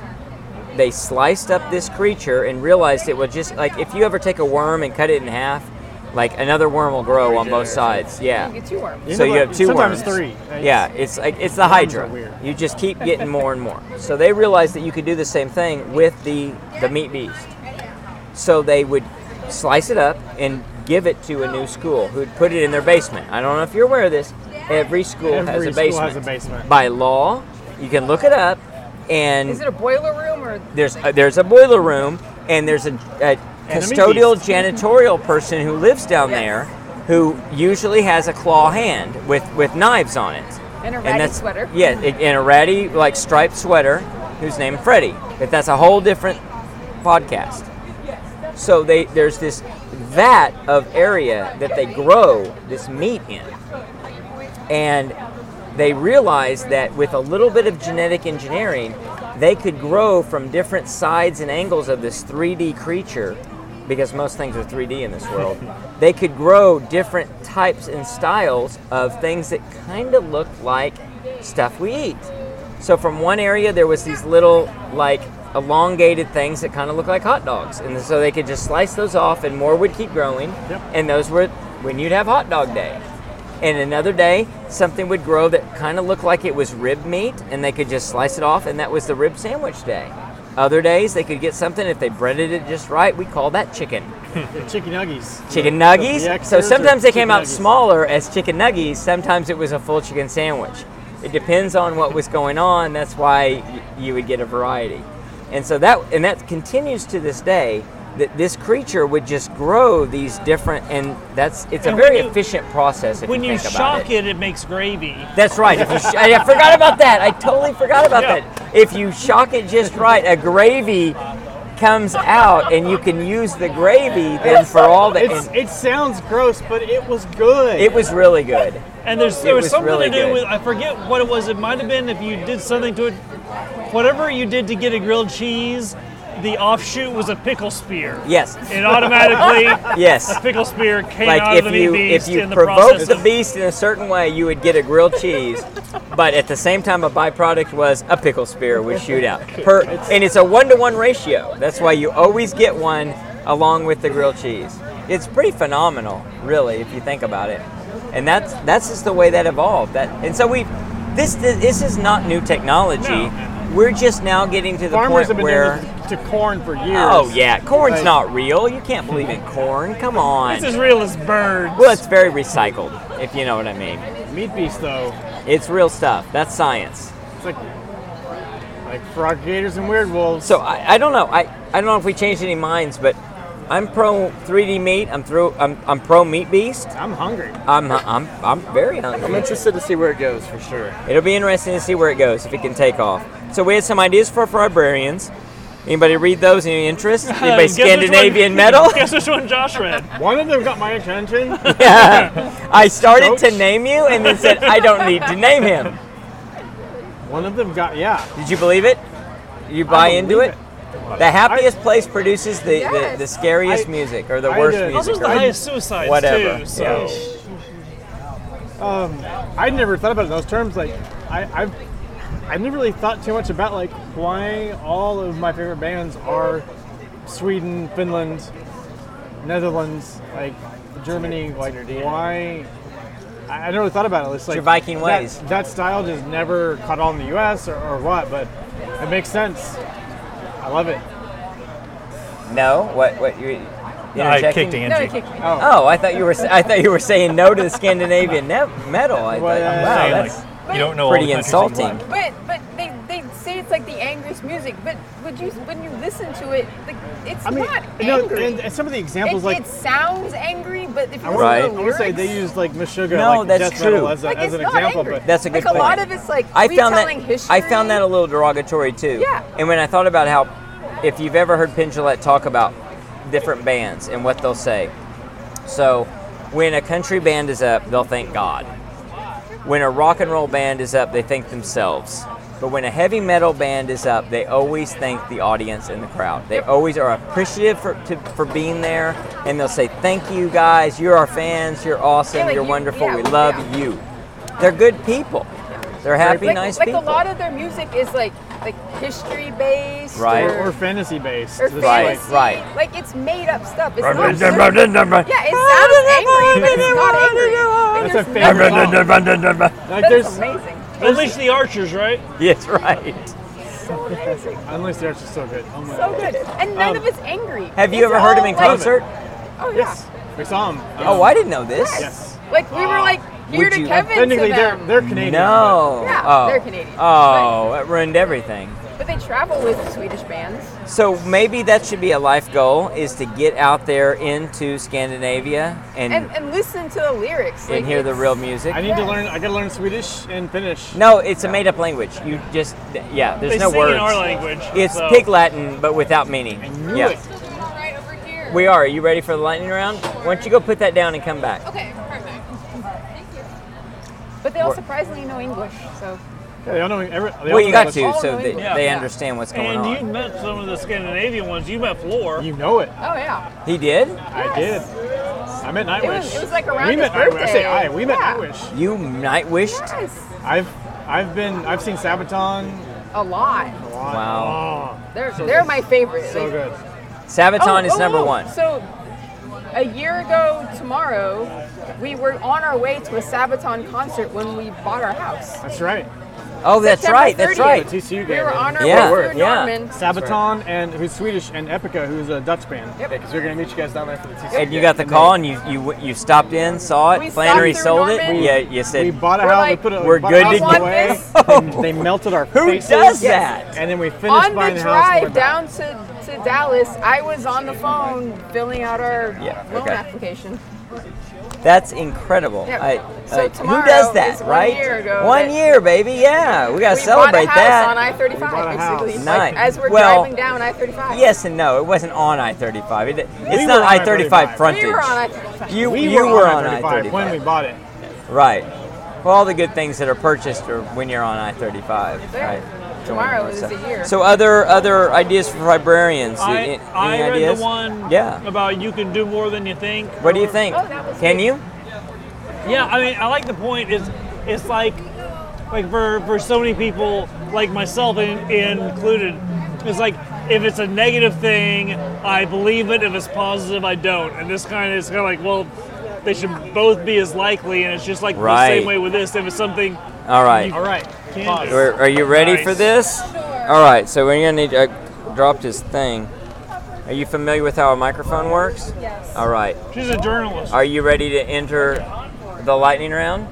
Speaker 2: they sliced up this creature and realized it was just like if you ever take a worm and cut it in half, like another worm will grow on both sides.
Speaker 3: You
Speaker 2: Yeah.
Speaker 3: get two worms.
Speaker 1: You
Speaker 2: So
Speaker 1: know,
Speaker 2: you
Speaker 1: like,
Speaker 2: have two
Speaker 1: sometimes
Speaker 2: worms.
Speaker 1: three. Like,
Speaker 2: Yeah, it's like it's the
Speaker 1: Worms are
Speaker 2: Hydra.
Speaker 1: weird.
Speaker 2: You just keep getting more and more. So they realized that you could do the same thing with the the meat beast. So they would slice it up and give it to a new school who'd put it in their basement. I don't know if you're aware of this. Every school has a
Speaker 1: Every
Speaker 2: basement.
Speaker 1: school has a basement.
Speaker 2: By law, you can look it up and
Speaker 3: Is it a boiler room or
Speaker 2: there's a, there's a boiler room and there's a, a custodial janitorial person who lives down
Speaker 3: Yes.
Speaker 2: there who usually has a claw hand with, with knives on it
Speaker 3: And a ratty sweater.
Speaker 2: yeah it, and a ratty like striped sweater who's named Freddie but that's a whole different podcast so they there's this that of area that they grow this meat in. And they realized that with a little bit of genetic engineering, they could grow from different sides and angles of this 3D creature, because most things are 3D in this world. they could grow different types and styles of things that kind of look like stuff we eat. So from one area, there was these little like elongated things that kind of look like hot dogs, and so they could just slice those off, and more would keep growing. And those were when you'd have hot dog day. And another day, something would grow that kind of looked like it was rib meat, and they could just slice it off, and that was the rib sandwich day. Other days, they could get something if they breaded it just right. We call that chicken.
Speaker 1: The chicken nuggies.
Speaker 2: Chicken nuggies.
Speaker 1: The
Speaker 2: so
Speaker 1: extras
Speaker 2: sometimes
Speaker 1: or
Speaker 2: they came
Speaker 1: chicken
Speaker 2: out
Speaker 1: nuggies?
Speaker 2: smaller as chicken nuggies. Sometimes it was a full chicken sandwich. It depends on what was going on. That's why y- you would get a variety. And so that and that continues to this day. That this creature would just grow these different, and that's it's a
Speaker 4: And
Speaker 2: very
Speaker 4: when you-
Speaker 2: efficient process if
Speaker 4: When
Speaker 2: you
Speaker 4: you
Speaker 2: think about
Speaker 4: shock it, it makes gravy.
Speaker 2: That's right. If you sh- I forgot about that. I totally forgot about
Speaker 4: Yeah.
Speaker 2: that. If you shock it just right, a gravy comes out, and you can use the gravy then for all the.
Speaker 1: It's,
Speaker 2: and
Speaker 1: it sounds gross, but it was good.
Speaker 2: it was really good.
Speaker 4: And there's there was,
Speaker 2: was
Speaker 4: something
Speaker 2: really
Speaker 4: to do
Speaker 2: good.
Speaker 4: with I forget what it was. It might have been if you did something to it, whatever you did to get a grilled cheese. The offshoot was a pickle spear.
Speaker 2: Yes.
Speaker 4: It automatically,
Speaker 2: Yes.
Speaker 4: a pickle spear came out
Speaker 2: Like
Speaker 4: of
Speaker 2: if
Speaker 4: the
Speaker 2: you
Speaker 4: meat
Speaker 2: if
Speaker 4: beast
Speaker 2: you
Speaker 4: in the
Speaker 2: provoke
Speaker 4: process.
Speaker 2: the
Speaker 4: of-
Speaker 2: beast in a certain way, you would get a grilled cheese. But at the same time, a byproduct was a pickle spear would shoot out. Per, and it's a one to one ratio. That's why you always get one along with the grilled cheese. It's pretty phenomenal, really, if you think about it. And that's that's just the way that evolved. That and so we, this this is not new technology.
Speaker 4: No.
Speaker 2: We're just now getting to the
Speaker 1: Farmers
Speaker 2: point
Speaker 1: have been
Speaker 2: where.
Speaker 1: doing this to corn for years.
Speaker 2: Oh yeah, corn's
Speaker 1: Like-
Speaker 2: not real. You can't believe in corn. Come on.
Speaker 4: it's as real as birds.
Speaker 2: Well, it's very recycled, if you know what I mean.
Speaker 1: Meat beast though,
Speaker 2: It's real stuff. That's science.
Speaker 1: it's like like frog gators and weird wolves.
Speaker 2: So I, I don't know. I, I don't know if we changed any minds, but I'm pro 3D meat. I'm through. I'm, I'm pro meat beast.
Speaker 1: I'm hungry.
Speaker 2: I'm I'm I'm very
Speaker 7: I'm
Speaker 2: hungry.
Speaker 7: interested to see where it goes for sure.
Speaker 2: It'll be interesting to see where it goes if it can take off. So we had some ideas for, for librarians. Anybody read those? Any interest? Anybody
Speaker 4: Guess which one-
Speaker 2: Scandinavian metal?
Speaker 4: Guess which one Josh read?
Speaker 1: One of them got my attention.
Speaker 2: I started to
Speaker 1: Coach?
Speaker 2: name you and then said I don't need to name him.
Speaker 1: One of them got yeah.
Speaker 2: Did you believe it? You buy into
Speaker 1: believe
Speaker 2: it? The happiest place produces the, the, the scariest
Speaker 1: I-
Speaker 2: music or the
Speaker 1: I
Speaker 2: worst
Speaker 1: did.
Speaker 2: music.
Speaker 1: This
Speaker 4: Also, the
Speaker 2: or
Speaker 4: highest suicides
Speaker 2: whatever.
Speaker 4: too. So
Speaker 2: Yeah.
Speaker 1: I never thought about it in those terms. Like, I, I've, I've never really thought too much about like why all of my favorite bands are Sweden, Finland, Netherlands, like Germany. Like, why? I, I never thought about it. It's like
Speaker 2: your Viking
Speaker 1: that-
Speaker 2: ways.
Speaker 1: That, style just never caught on in the U.S. or, or what, but it makes sense. I love it.
Speaker 2: No, what what you?
Speaker 6: No, I kicked
Speaker 2: in.
Speaker 3: No,
Speaker 6: Angie.
Speaker 3: it kicked me.
Speaker 2: Oh, I thought you were sa- I thought you were saying no to the Scandinavian ne- metal. I thought,
Speaker 1: Well, yeah,
Speaker 2: wow,
Speaker 6: Saying,
Speaker 2: that's
Speaker 6: like, you don't know all
Speaker 2: pretty
Speaker 6: the countries that you
Speaker 2: insulting.
Speaker 6: like.
Speaker 3: But but they, they say it's like the angriest music, but would you when you listen to it, like it's
Speaker 1: I mean,
Speaker 3: not
Speaker 1: no,
Speaker 3: angry.
Speaker 1: and, and some of the
Speaker 3: it,
Speaker 1: examples like
Speaker 3: it sounds angry, but if
Speaker 1: I
Speaker 3: you listen
Speaker 1: wanna-
Speaker 2: Right.
Speaker 1: I
Speaker 3: to the
Speaker 1: wanna
Speaker 3: lyrics,
Speaker 1: say they used like Meshuggah,
Speaker 2: No,
Speaker 1: like
Speaker 2: that's
Speaker 1: death metal
Speaker 2: true.
Speaker 1: as, a,
Speaker 3: like
Speaker 1: as
Speaker 3: it's
Speaker 1: an
Speaker 3: not
Speaker 1: example,
Speaker 3: angry.
Speaker 1: but
Speaker 2: That's a
Speaker 3: like
Speaker 2: good
Speaker 3: a lot
Speaker 2: point.
Speaker 3: of it's like
Speaker 2: I found that
Speaker 3: retelling history.
Speaker 2: I found that a little derogatory too.
Speaker 3: Yeah.
Speaker 2: And when I thought about how, if you've ever heard Pendulette talk about different bands and what they'll say, so when a country band is up, they'll thank God. When a rock and roll band is up, they thank themselves. But when a heavy metal band is up, they always thank the audience and the crowd. They always are appreciative for, to, for being there, and they'll say, "Thank you, guys. You're our fans. You're awesome.
Speaker 3: Yeah, like
Speaker 2: you're
Speaker 3: you-
Speaker 2: wonderful.
Speaker 3: yeah,
Speaker 2: we love
Speaker 3: yeah.
Speaker 2: you." They're good people. They're happy,
Speaker 3: like,
Speaker 2: nice
Speaker 3: like
Speaker 2: people.
Speaker 3: a lot of their music is like like history based
Speaker 2: Right.
Speaker 1: or,
Speaker 3: or,
Speaker 1: or fantasy based.
Speaker 3: or
Speaker 2: Right,
Speaker 3: fantasy.
Speaker 2: right.
Speaker 3: Like it's made up stuff. It's
Speaker 6: Right,
Speaker 3: not.
Speaker 6: right, right,
Speaker 3: certain-
Speaker 6: right, right.
Speaker 3: Yeah, it sounds angry, but it's not angry.
Speaker 1: That's
Speaker 3: Like,
Speaker 1: a
Speaker 3: there's
Speaker 1: favorite
Speaker 3: nothing-
Speaker 1: song. Like
Speaker 3: That's
Speaker 1: there's
Speaker 3: amazing.
Speaker 4: at least the archers, right?
Speaker 2: yes, right.
Speaker 3: So amazing.
Speaker 1: Unless the arch is so good. Oh my
Speaker 3: So
Speaker 1: God.
Speaker 3: good. And none of it's angry.
Speaker 2: Have you
Speaker 3: It's
Speaker 2: ever heard him
Speaker 3: all
Speaker 2: in
Speaker 3: like-
Speaker 2: concert?
Speaker 3: Oh, yeah.
Speaker 1: Yes, we saw him.
Speaker 2: Oh, I didn't know this.
Speaker 1: Yes.
Speaker 3: Like, we were like here
Speaker 2: Would
Speaker 3: to
Speaker 2: you-
Speaker 3: Kevin.
Speaker 1: Technically,
Speaker 3: to
Speaker 1: they're
Speaker 3: them.
Speaker 1: they're Canadian.
Speaker 2: No.
Speaker 3: Yeah,
Speaker 2: oh.
Speaker 3: they're Canadian.
Speaker 2: Oh, it ruined everything.
Speaker 3: But they travel with Swedish bands.
Speaker 2: So maybe that should be a life goal: is to get out there into Scandinavia and
Speaker 3: And,
Speaker 2: and,
Speaker 3: and listen to the lyrics. Like,
Speaker 2: hear the
Speaker 3: it's-
Speaker 2: real music.
Speaker 1: I need to learn. I gotta learn Swedish and Finnish.
Speaker 2: no, it's a made-up language. You just yeah. There's
Speaker 4: they
Speaker 2: no
Speaker 4: sing
Speaker 2: words.
Speaker 4: in our language.
Speaker 2: it's
Speaker 4: so.
Speaker 2: pig Latin, but without meaning.
Speaker 1: I knew
Speaker 2: yeah.
Speaker 1: it.
Speaker 8: Right over here.
Speaker 2: We are. Are you ready for the lightning round? Why don't you go put that down and come back?
Speaker 8: Okay, perfect. Thank you.
Speaker 3: But they all surprisingly know English, so
Speaker 1: Yeah, they all know, every, they all
Speaker 2: Well, you
Speaker 1: know Oh,
Speaker 2: got
Speaker 1: that-
Speaker 2: to, so they,
Speaker 4: Yeah.
Speaker 2: they understand what's going
Speaker 4: And you
Speaker 2: on.
Speaker 4: met some of the Scandinavian ones. You met Floor.
Speaker 1: You know it.
Speaker 3: oh yeah.
Speaker 2: He did?
Speaker 1: I did. I met Nightwish.
Speaker 3: It was- it was like around
Speaker 1: we met
Speaker 3: his
Speaker 1: Nightwish. I say I.
Speaker 3: birthday.
Speaker 1: We met
Speaker 3: Yeah.
Speaker 1: Nightwish.
Speaker 2: You night wished?
Speaker 3: Yes.
Speaker 1: I've I've been I've seen Sabaton
Speaker 3: A lot.
Speaker 1: a lot.
Speaker 2: Wow.
Speaker 3: They're they're my favorite.
Speaker 1: So
Speaker 3: Like-
Speaker 1: good.
Speaker 2: Sabaton
Speaker 3: Oh,
Speaker 2: is
Speaker 3: oh,
Speaker 2: number
Speaker 3: oh,
Speaker 2: one.
Speaker 3: So a year ago tomorrow, we were on our way to a Sabaton concert when we bought our house.
Speaker 1: That's right.
Speaker 2: Oh, that's
Speaker 3: September
Speaker 2: right. That's
Speaker 3: 30th.
Speaker 2: right.
Speaker 1: The TCU game.
Speaker 3: We were on our
Speaker 2: Yeah,
Speaker 3: way through
Speaker 2: yeah.
Speaker 3: Norman.
Speaker 1: Sabaton and who's Swedish and Epica, who's a Dutch band.
Speaker 3: Yep.
Speaker 7: because we're gonna meet you guys down there for the TCU.
Speaker 2: And you
Speaker 7: game.
Speaker 2: got the call, and you you you stopped in, saw
Speaker 3: We
Speaker 2: it. Flannery
Speaker 3: stopped through
Speaker 2: sold it.
Speaker 3: Norman.
Speaker 2: Yeah, you said.
Speaker 1: we bought a
Speaker 3: We're
Speaker 1: house.
Speaker 3: like,
Speaker 1: we put a,
Speaker 2: We're
Speaker 1: bought
Speaker 2: good
Speaker 1: a house
Speaker 2: to
Speaker 1: on the
Speaker 3: go.
Speaker 1: way,
Speaker 2: Oh.
Speaker 1: They melted our
Speaker 2: Who
Speaker 1: faces.
Speaker 2: does that?
Speaker 1: And then we finished
Speaker 3: On
Speaker 1: buying
Speaker 3: the
Speaker 1: the house. and
Speaker 3: drive
Speaker 1: went back.
Speaker 3: down to, to Dallas, I was on the phone filling out our
Speaker 2: Yeah,
Speaker 3: loan
Speaker 2: okay.
Speaker 3: application.
Speaker 2: That's incredible.
Speaker 3: Yep.
Speaker 2: I,
Speaker 3: So
Speaker 2: I-
Speaker 3: tomorrow
Speaker 2: who does that,
Speaker 3: is one
Speaker 2: right?
Speaker 3: year ago
Speaker 2: One
Speaker 3: that-
Speaker 2: year, baby. Yeah, we gotta
Speaker 3: we
Speaker 2: celebrate
Speaker 3: bought a house
Speaker 2: that.
Speaker 3: on I-35,
Speaker 1: a house.
Speaker 3: basically.
Speaker 2: Nice.
Speaker 3: Like, as we're
Speaker 2: Well,
Speaker 3: driving down I-35.
Speaker 2: yes and no. It wasn't on I-35. It, it's
Speaker 1: were
Speaker 2: not
Speaker 1: on
Speaker 2: I-35
Speaker 1: I-35.
Speaker 2: frontage.
Speaker 3: We were on I-35.
Speaker 2: you
Speaker 1: We
Speaker 2: you
Speaker 1: were, on I-35
Speaker 2: I-35.
Speaker 1: when we bought it.
Speaker 2: Right. Well, all the good things that are purchased are when you're on I-35.
Speaker 3: Yeah.
Speaker 2: Right. So
Speaker 3: Tomorrow
Speaker 2: anyway,
Speaker 3: is
Speaker 2: so.
Speaker 3: a year.
Speaker 2: So other other ideas for librarians.
Speaker 4: I,
Speaker 2: Any-
Speaker 4: I
Speaker 2: any
Speaker 4: read
Speaker 2: ideas?
Speaker 4: the one
Speaker 2: Yeah.
Speaker 4: about you can do more than you think.
Speaker 2: What do you think?
Speaker 3: Oh, that was
Speaker 2: Can
Speaker 3: good.
Speaker 2: you?
Speaker 4: Yeah, I mean, I like the point. Is it's like, like for for so many people, like myself in, included, it's like if it's a negative thing, I believe it. If it's positive, I don't. And this kind of it's kind of like, well, they should both be as likely. And it's just like the
Speaker 2: Right.
Speaker 4: same way with this. If it's something,
Speaker 2: All right.
Speaker 4: You-
Speaker 1: All right.
Speaker 4: Can
Speaker 1: Pause.
Speaker 4: do.
Speaker 2: Are, are you ready
Speaker 4: Nice.
Speaker 2: for this? All right, so we're gonna need. I dropped his thing. Are you familiar with how a microphone works? Yes. All right.
Speaker 4: she's a journalist.
Speaker 2: Are you ready to enter the lightning round?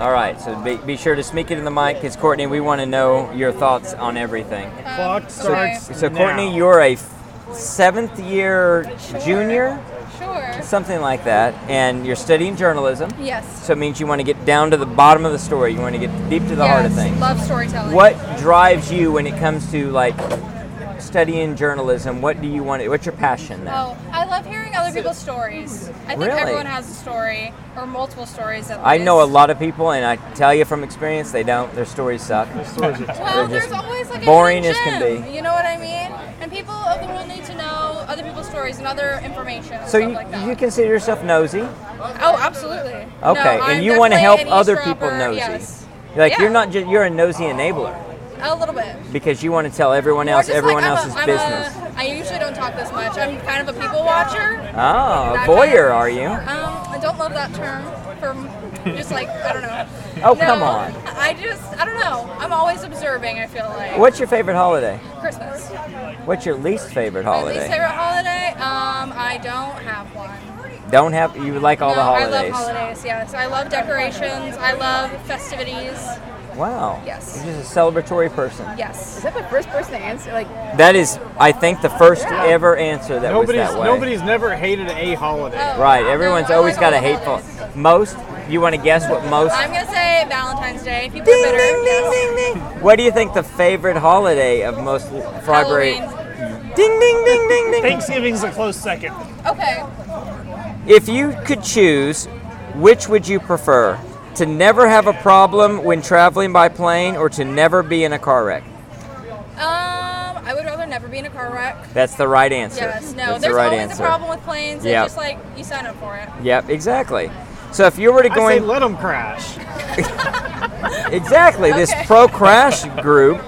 Speaker 2: All right. So be, be sure to speak into the mic, because Courtney, we want to know your thoughts on everything.
Speaker 1: Clock starts.
Speaker 2: So Courtney,
Speaker 1: now.
Speaker 2: you're a f- seventh year junior,
Speaker 8: Sure.
Speaker 2: something like that, and you're studying journalism.
Speaker 8: Yes.
Speaker 2: So it means you want to get down to the bottom of the story. You want to get deep to the heart of
Speaker 8: Yes,
Speaker 2: things.
Speaker 8: Love storytelling.
Speaker 2: What drives you when it comes to like studying journalism? What do you want? What's your passion there?
Speaker 8: Oh, I love hearing other people's stories. I think
Speaker 2: Really?
Speaker 8: everyone has a story or multiple stories. At
Speaker 2: I know a
Speaker 8: least.
Speaker 2: lot of people, and I tell you from experience, they don't. Their stories suck.
Speaker 8: Well,
Speaker 2: They're just
Speaker 8: there's always like a
Speaker 2: boring
Speaker 8: hidden
Speaker 2: as can
Speaker 8: gem,
Speaker 2: be.
Speaker 8: You know what I mean? And people of the world need to know other people's stories and other information. and
Speaker 2: So
Speaker 8: stuff
Speaker 2: you,
Speaker 8: like that.
Speaker 2: you consider yourself nosy, okay?
Speaker 8: Oh, absolutely. Okay,
Speaker 2: and you want to help other people nosy.
Speaker 8: Yes,
Speaker 2: Like
Speaker 8: Yeah.
Speaker 2: you're not just you're a nosy enabler
Speaker 8: a little bit.
Speaker 2: because you want to tell everyone
Speaker 8: Or
Speaker 2: else
Speaker 8: just
Speaker 2: everyone
Speaker 8: like, I'm
Speaker 2: else's
Speaker 8: a, I'm
Speaker 2: business.
Speaker 8: A, I usually don't talk this much. I'm kind of a people watcher.
Speaker 2: oh, a
Speaker 8: That kind
Speaker 2: voyeur,
Speaker 8: of-
Speaker 2: are you?
Speaker 8: Um, I don't love that term from just like I don't know.
Speaker 2: Oh,
Speaker 8: No,
Speaker 2: come on.
Speaker 8: I just I don't know. I'm always observing. I feel like
Speaker 2: What's your favorite holiday?
Speaker 8: Christmas.
Speaker 2: What's your least favorite
Speaker 8: My least
Speaker 2: holiday?
Speaker 8: favorite holiday? Um, I don't have one.
Speaker 2: Don't have you like all
Speaker 8: no,
Speaker 2: the holidays?
Speaker 8: I love holidays. Yes, I love decorations. I love festivities.
Speaker 2: Wow.
Speaker 8: Yes.
Speaker 2: You're just a celebratory person.
Speaker 3: Is
Speaker 8: Yes.
Speaker 3: that the first person to answer? Like,
Speaker 2: That is, I think, the first ever answer that was
Speaker 1: Nobody's
Speaker 2: that way.
Speaker 1: nobody's never hated a holiday.
Speaker 8: Oh,
Speaker 2: right.
Speaker 8: no,
Speaker 2: Everyone's
Speaker 8: I like
Speaker 2: always got a
Speaker 8: all the
Speaker 2: hateful.
Speaker 8: holidays.
Speaker 2: Most. You want to guess what most?
Speaker 8: I'm gonna say Valentine's Day. People are bitter. yes.
Speaker 2: What do you think the favorite holiday of most February? Ding ding ding ding ding.
Speaker 4: Thanksgiving's a close second.
Speaker 8: Okay.
Speaker 2: If you could choose, which would you prefer? To never have a problem when traveling by plane, or to never be in a car wreck?
Speaker 8: Um, I would rather never be in a car wreck.
Speaker 2: That's the right answer.
Speaker 8: Yes.
Speaker 2: That's
Speaker 8: No. there's
Speaker 2: the right
Speaker 8: always
Speaker 2: answer.
Speaker 8: a problem with planes.
Speaker 2: Yeah.
Speaker 8: It's just like you sign up for it.
Speaker 2: Yep, exactly. So if you were to go
Speaker 1: I say
Speaker 2: in,
Speaker 1: let them crash.
Speaker 2: Exactly. This
Speaker 8: Okay.
Speaker 2: pro crash group.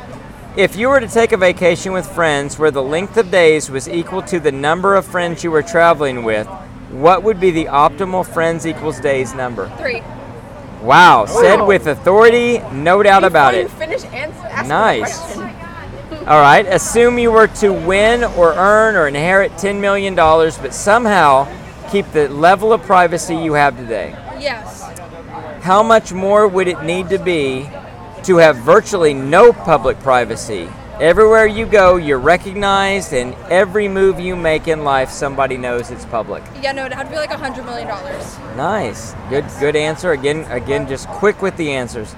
Speaker 2: If you were to take a vacation with friends where the length of days was equal to the number of friends you were traveling with, what would be the optimal friends equals days number?
Speaker 8: Three.
Speaker 2: Wow, said with authority, no doubt about
Speaker 3: before you
Speaker 2: it.
Speaker 3: finish answer, asking
Speaker 2: Nice.
Speaker 3: the question.
Speaker 2: All right, assume you were to win or earn or inherit $10 million, but somehow keep the level of privacy you have today.
Speaker 8: Yes.
Speaker 2: How much more would it need to be to have virtually no public privacy? Everywhere you go, you're recognized, and every move you make in life, somebody knows it's public.
Speaker 8: Yeah. No. It'd have to be like a hundred million dollars.
Speaker 2: Nice, good, good answer. Again, again, just quick with the answers.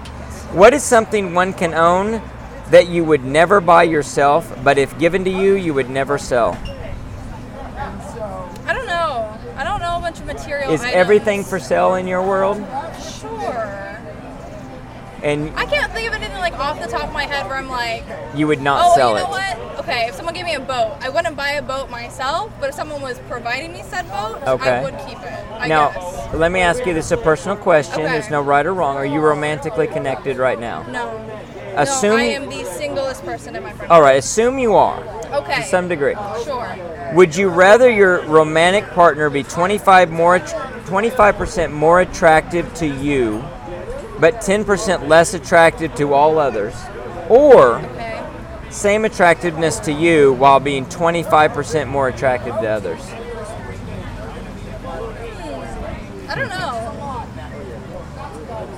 Speaker 2: What is something one can own that you would never buy yourself, but if given to you, you would never sell?
Speaker 8: material
Speaker 2: Is
Speaker 8: items.
Speaker 2: everything for sale in your world?
Speaker 8: Sure.
Speaker 2: And
Speaker 8: I can't think of anything like off the top of my head where I'm like,
Speaker 2: you would not
Speaker 8: oh,
Speaker 2: sell
Speaker 8: you know
Speaker 2: it.
Speaker 8: what? Okay, if someone gave me a boat, I wouldn't buy a boat myself, but if someone was providing me said boat,
Speaker 2: Okay.
Speaker 8: I would keep it. I
Speaker 2: Now,
Speaker 8: guess.
Speaker 2: let me ask you this is a personal question.
Speaker 8: Okay.
Speaker 2: There's no right or wrong. Are you romantically connected right now?
Speaker 8: No.
Speaker 2: Assume-
Speaker 8: no, I am the singlest person in my friend.
Speaker 2: All right, assume you are
Speaker 8: Okay.
Speaker 2: to some degree.
Speaker 8: Sure.
Speaker 2: Would you rather your romantic partner be 25 more att- 25% more attractive to you but 10% less attractive to all others or
Speaker 8: Okay.
Speaker 2: same attractiveness to you while being 25% more attractive to others?
Speaker 8: I don't know.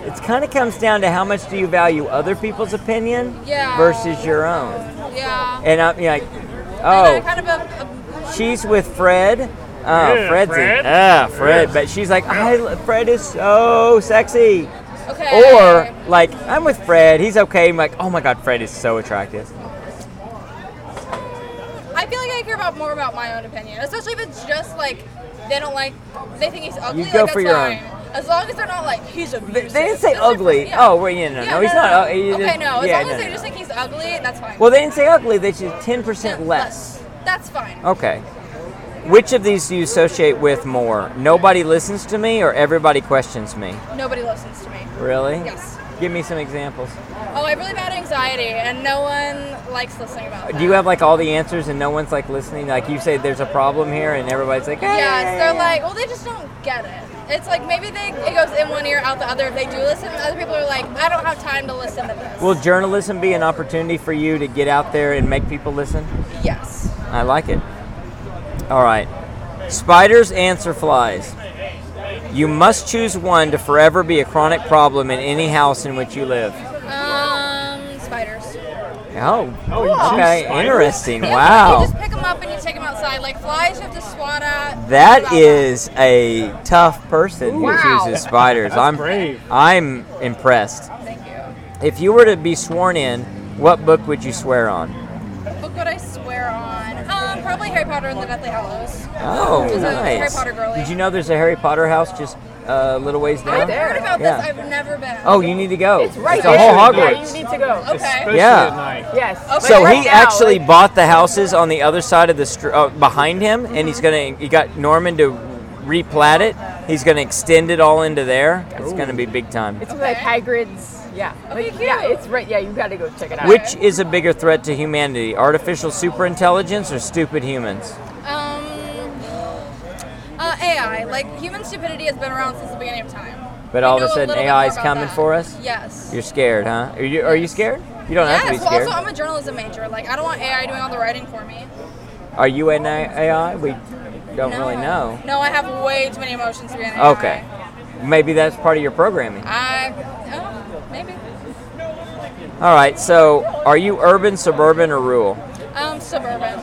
Speaker 2: It kind of comes down to how much do you value other people's opinion
Speaker 8: Yeah.
Speaker 2: versus your own.
Speaker 8: Yeah.
Speaker 2: And I'm you know, like,
Speaker 8: And I
Speaker 2: oh,
Speaker 8: kind of a, a-
Speaker 2: she's with Fred. Oh,
Speaker 4: Yeah,
Speaker 2: Fred's
Speaker 4: Fred.
Speaker 2: in. Ah, Fred. But she's like, I, lo- Fred is so sexy.
Speaker 8: okay.
Speaker 2: Or like, I'm with Fred. He's okay. I'm like, oh my God, Fred is so attractive.
Speaker 8: I feel like I care about more about my own opinion, especially if it's just like they don't like, they think he's ugly.
Speaker 2: You go
Speaker 8: like,
Speaker 2: for
Speaker 8: that's
Speaker 2: your
Speaker 8: fine.
Speaker 2: own.
Speaker 8: As long as they're not like he's a.
Speaker 2: They didn't say
Speaker 8: That's different,
Speaker 2: ugly.
Speaker 8: yeah.
Speaker 2: Oh, well, yeah, no,
Speaker 8: Yeah,
Speaker 2: no, he's not. ugly. He
Speaker 8: okay,
Speaker 2: just-
Speaker 8: no. As
Speaker 2: yeah,
Speaker 8: long
Speaker 2: no,
Speaker 8: as they
Speaker 2: no,
Speaker 8: just
Speaker 2: no.
Speaker 8: think he's ugly, that's fine.
Speaker 2: Well, they didn't say ugly. They said 10%
Speaker 8: That's
Speaker 2: less.
Speaker 8: That's fine.
Speaker 2: Okay. Which of these do you associate with more? Nobody listens to me or everybody questions me?
Speaker 8: Nobody listens to me.
Speaker 2: Really?
Speaker 8: Yes.
Speaker 2: Give me some examples.
Speaker 8: Oh, I have really bad anxiety, and no one likes listening about that.
Speaker 2: Do you have like all the answers and no one's like listening? Like you say there's a problem here and everybody's like, "Yeah,
Speaker 8: Yes, they're like, well, they just don't get it. It's like maybe they it goes in one ear out the other if they do listen. And other people are like, I don't have time to listen to this.
Speaker 2: Will journalism be an opportunity for you to get out there and make people listen?
Speaker 8: yes.
Speaker 2: I like it. All right. Spiders answer flies. You must choose one to forever be a chronic problem in any house in which you live.
Speaker 8: Um, spiders.
Speaker 2: Oh,
Speaker 1: Oh, you choose
Speaker 2: okay,
Speaker 1: spiders?
Speaker 2: interesting.
Speaker 8: Yeah,
Speaker 2: Wow.
Speaker 8: You just pick them up and you take them outside. Like flies, you have to swat at.
Speaker 2: That is a tough person who
Speaker 3: Wow.
Speaker 2: chooses spiders. I'm
Speaker 1: brave.
Speaker 2: I'm impressed.
Speaker 8: Thank you.
Speaker 2: If you were to be sworn in, what book would you swear on?
Speaker 8: Book what I swear on. Um, probably Harry Potter and the Deathly Hallows.
Speaker 2: Oh,
Speaker 8: Because I'm a Harry
Speaker 2: nice.
Speaker 8: Potter girly.
Speaker 2: Did you know there's a Harry Potter house just uh, a little ways down?
Speaker 8: I've heard about
Speaker 2: Yeah.
Speaker 8: this. I've never been.
Speaker 2: Oh, you need to go.
Speaker 3: It's right
Speaker 2: a
Speaker 3: there.
Speaker 2: whole
Speaker 3: Yeah, you
Speaker 2: Hogwarts.
Speaker 3: need to go.
Speaker 8: Okay.
Speaker 1: Especially
Speaker 2: Yeah.
Speaker 1: at night.
Speaker 3: Yes.
Speaker 8: Okay.
Speaker 2: So
Speaker 8: Like
Speaker 2: he
Speaker 3: now,
Speaker 2: actually
Speaker 3: like-
Speaker 2: bought the houses on the other side of the str- uh, behind him, and he's gonna. He got Norman to replat it. He's gonna extend it all into there. It's gonna be big time.
Speaker 3: It's like Hagrid's. Yeah.
Speaker 8: Okay,
Speaker 3: Like, yeah,
Speaker 8: cute.
Speaker 3: it's right. Yeah, you got to go check it out.
Speaker 2: Which is a bigger threat to humanity, artificial superintelligence or stupid humans?
Speaker 8: Um, uh, AI. Like human stupidity has been around since the beginning of time.
Speaker 2: But
Speaker 8: I
Speaker 2: all of
Speaker 8: know
Speaker 2: a sudden
Speaker 8: little bit
Speaker 2: AI
Speaker 8: more
Speaker 2: is
Speaker 8: about
Speaker 2: coming
Speaker 8: that.
Speaker 2: for us?
Speaker 8: Yes.
Speaker 2: You're scared, huh? Are you, are you scared? You don't have to be
Speaker 8: yes. Well,
Speaker 2: scared.
Speaker 8: also I'm a journalism major. Like I don't want AI doing all the writing for me.
Speaker 2: Are you an AI? We don't
Speaker 8: No.
Speaker 2: Oh, really know.
Speaker 8: No, I have way too many emotions to be an AI.
Speaker 2: Okay. Maybe that's part of your programming.
Speaker 8: I oh, maybe.
Speaker 2: All right, so are you urban, suburban, or rural?
Speaker 8: Um, suburban.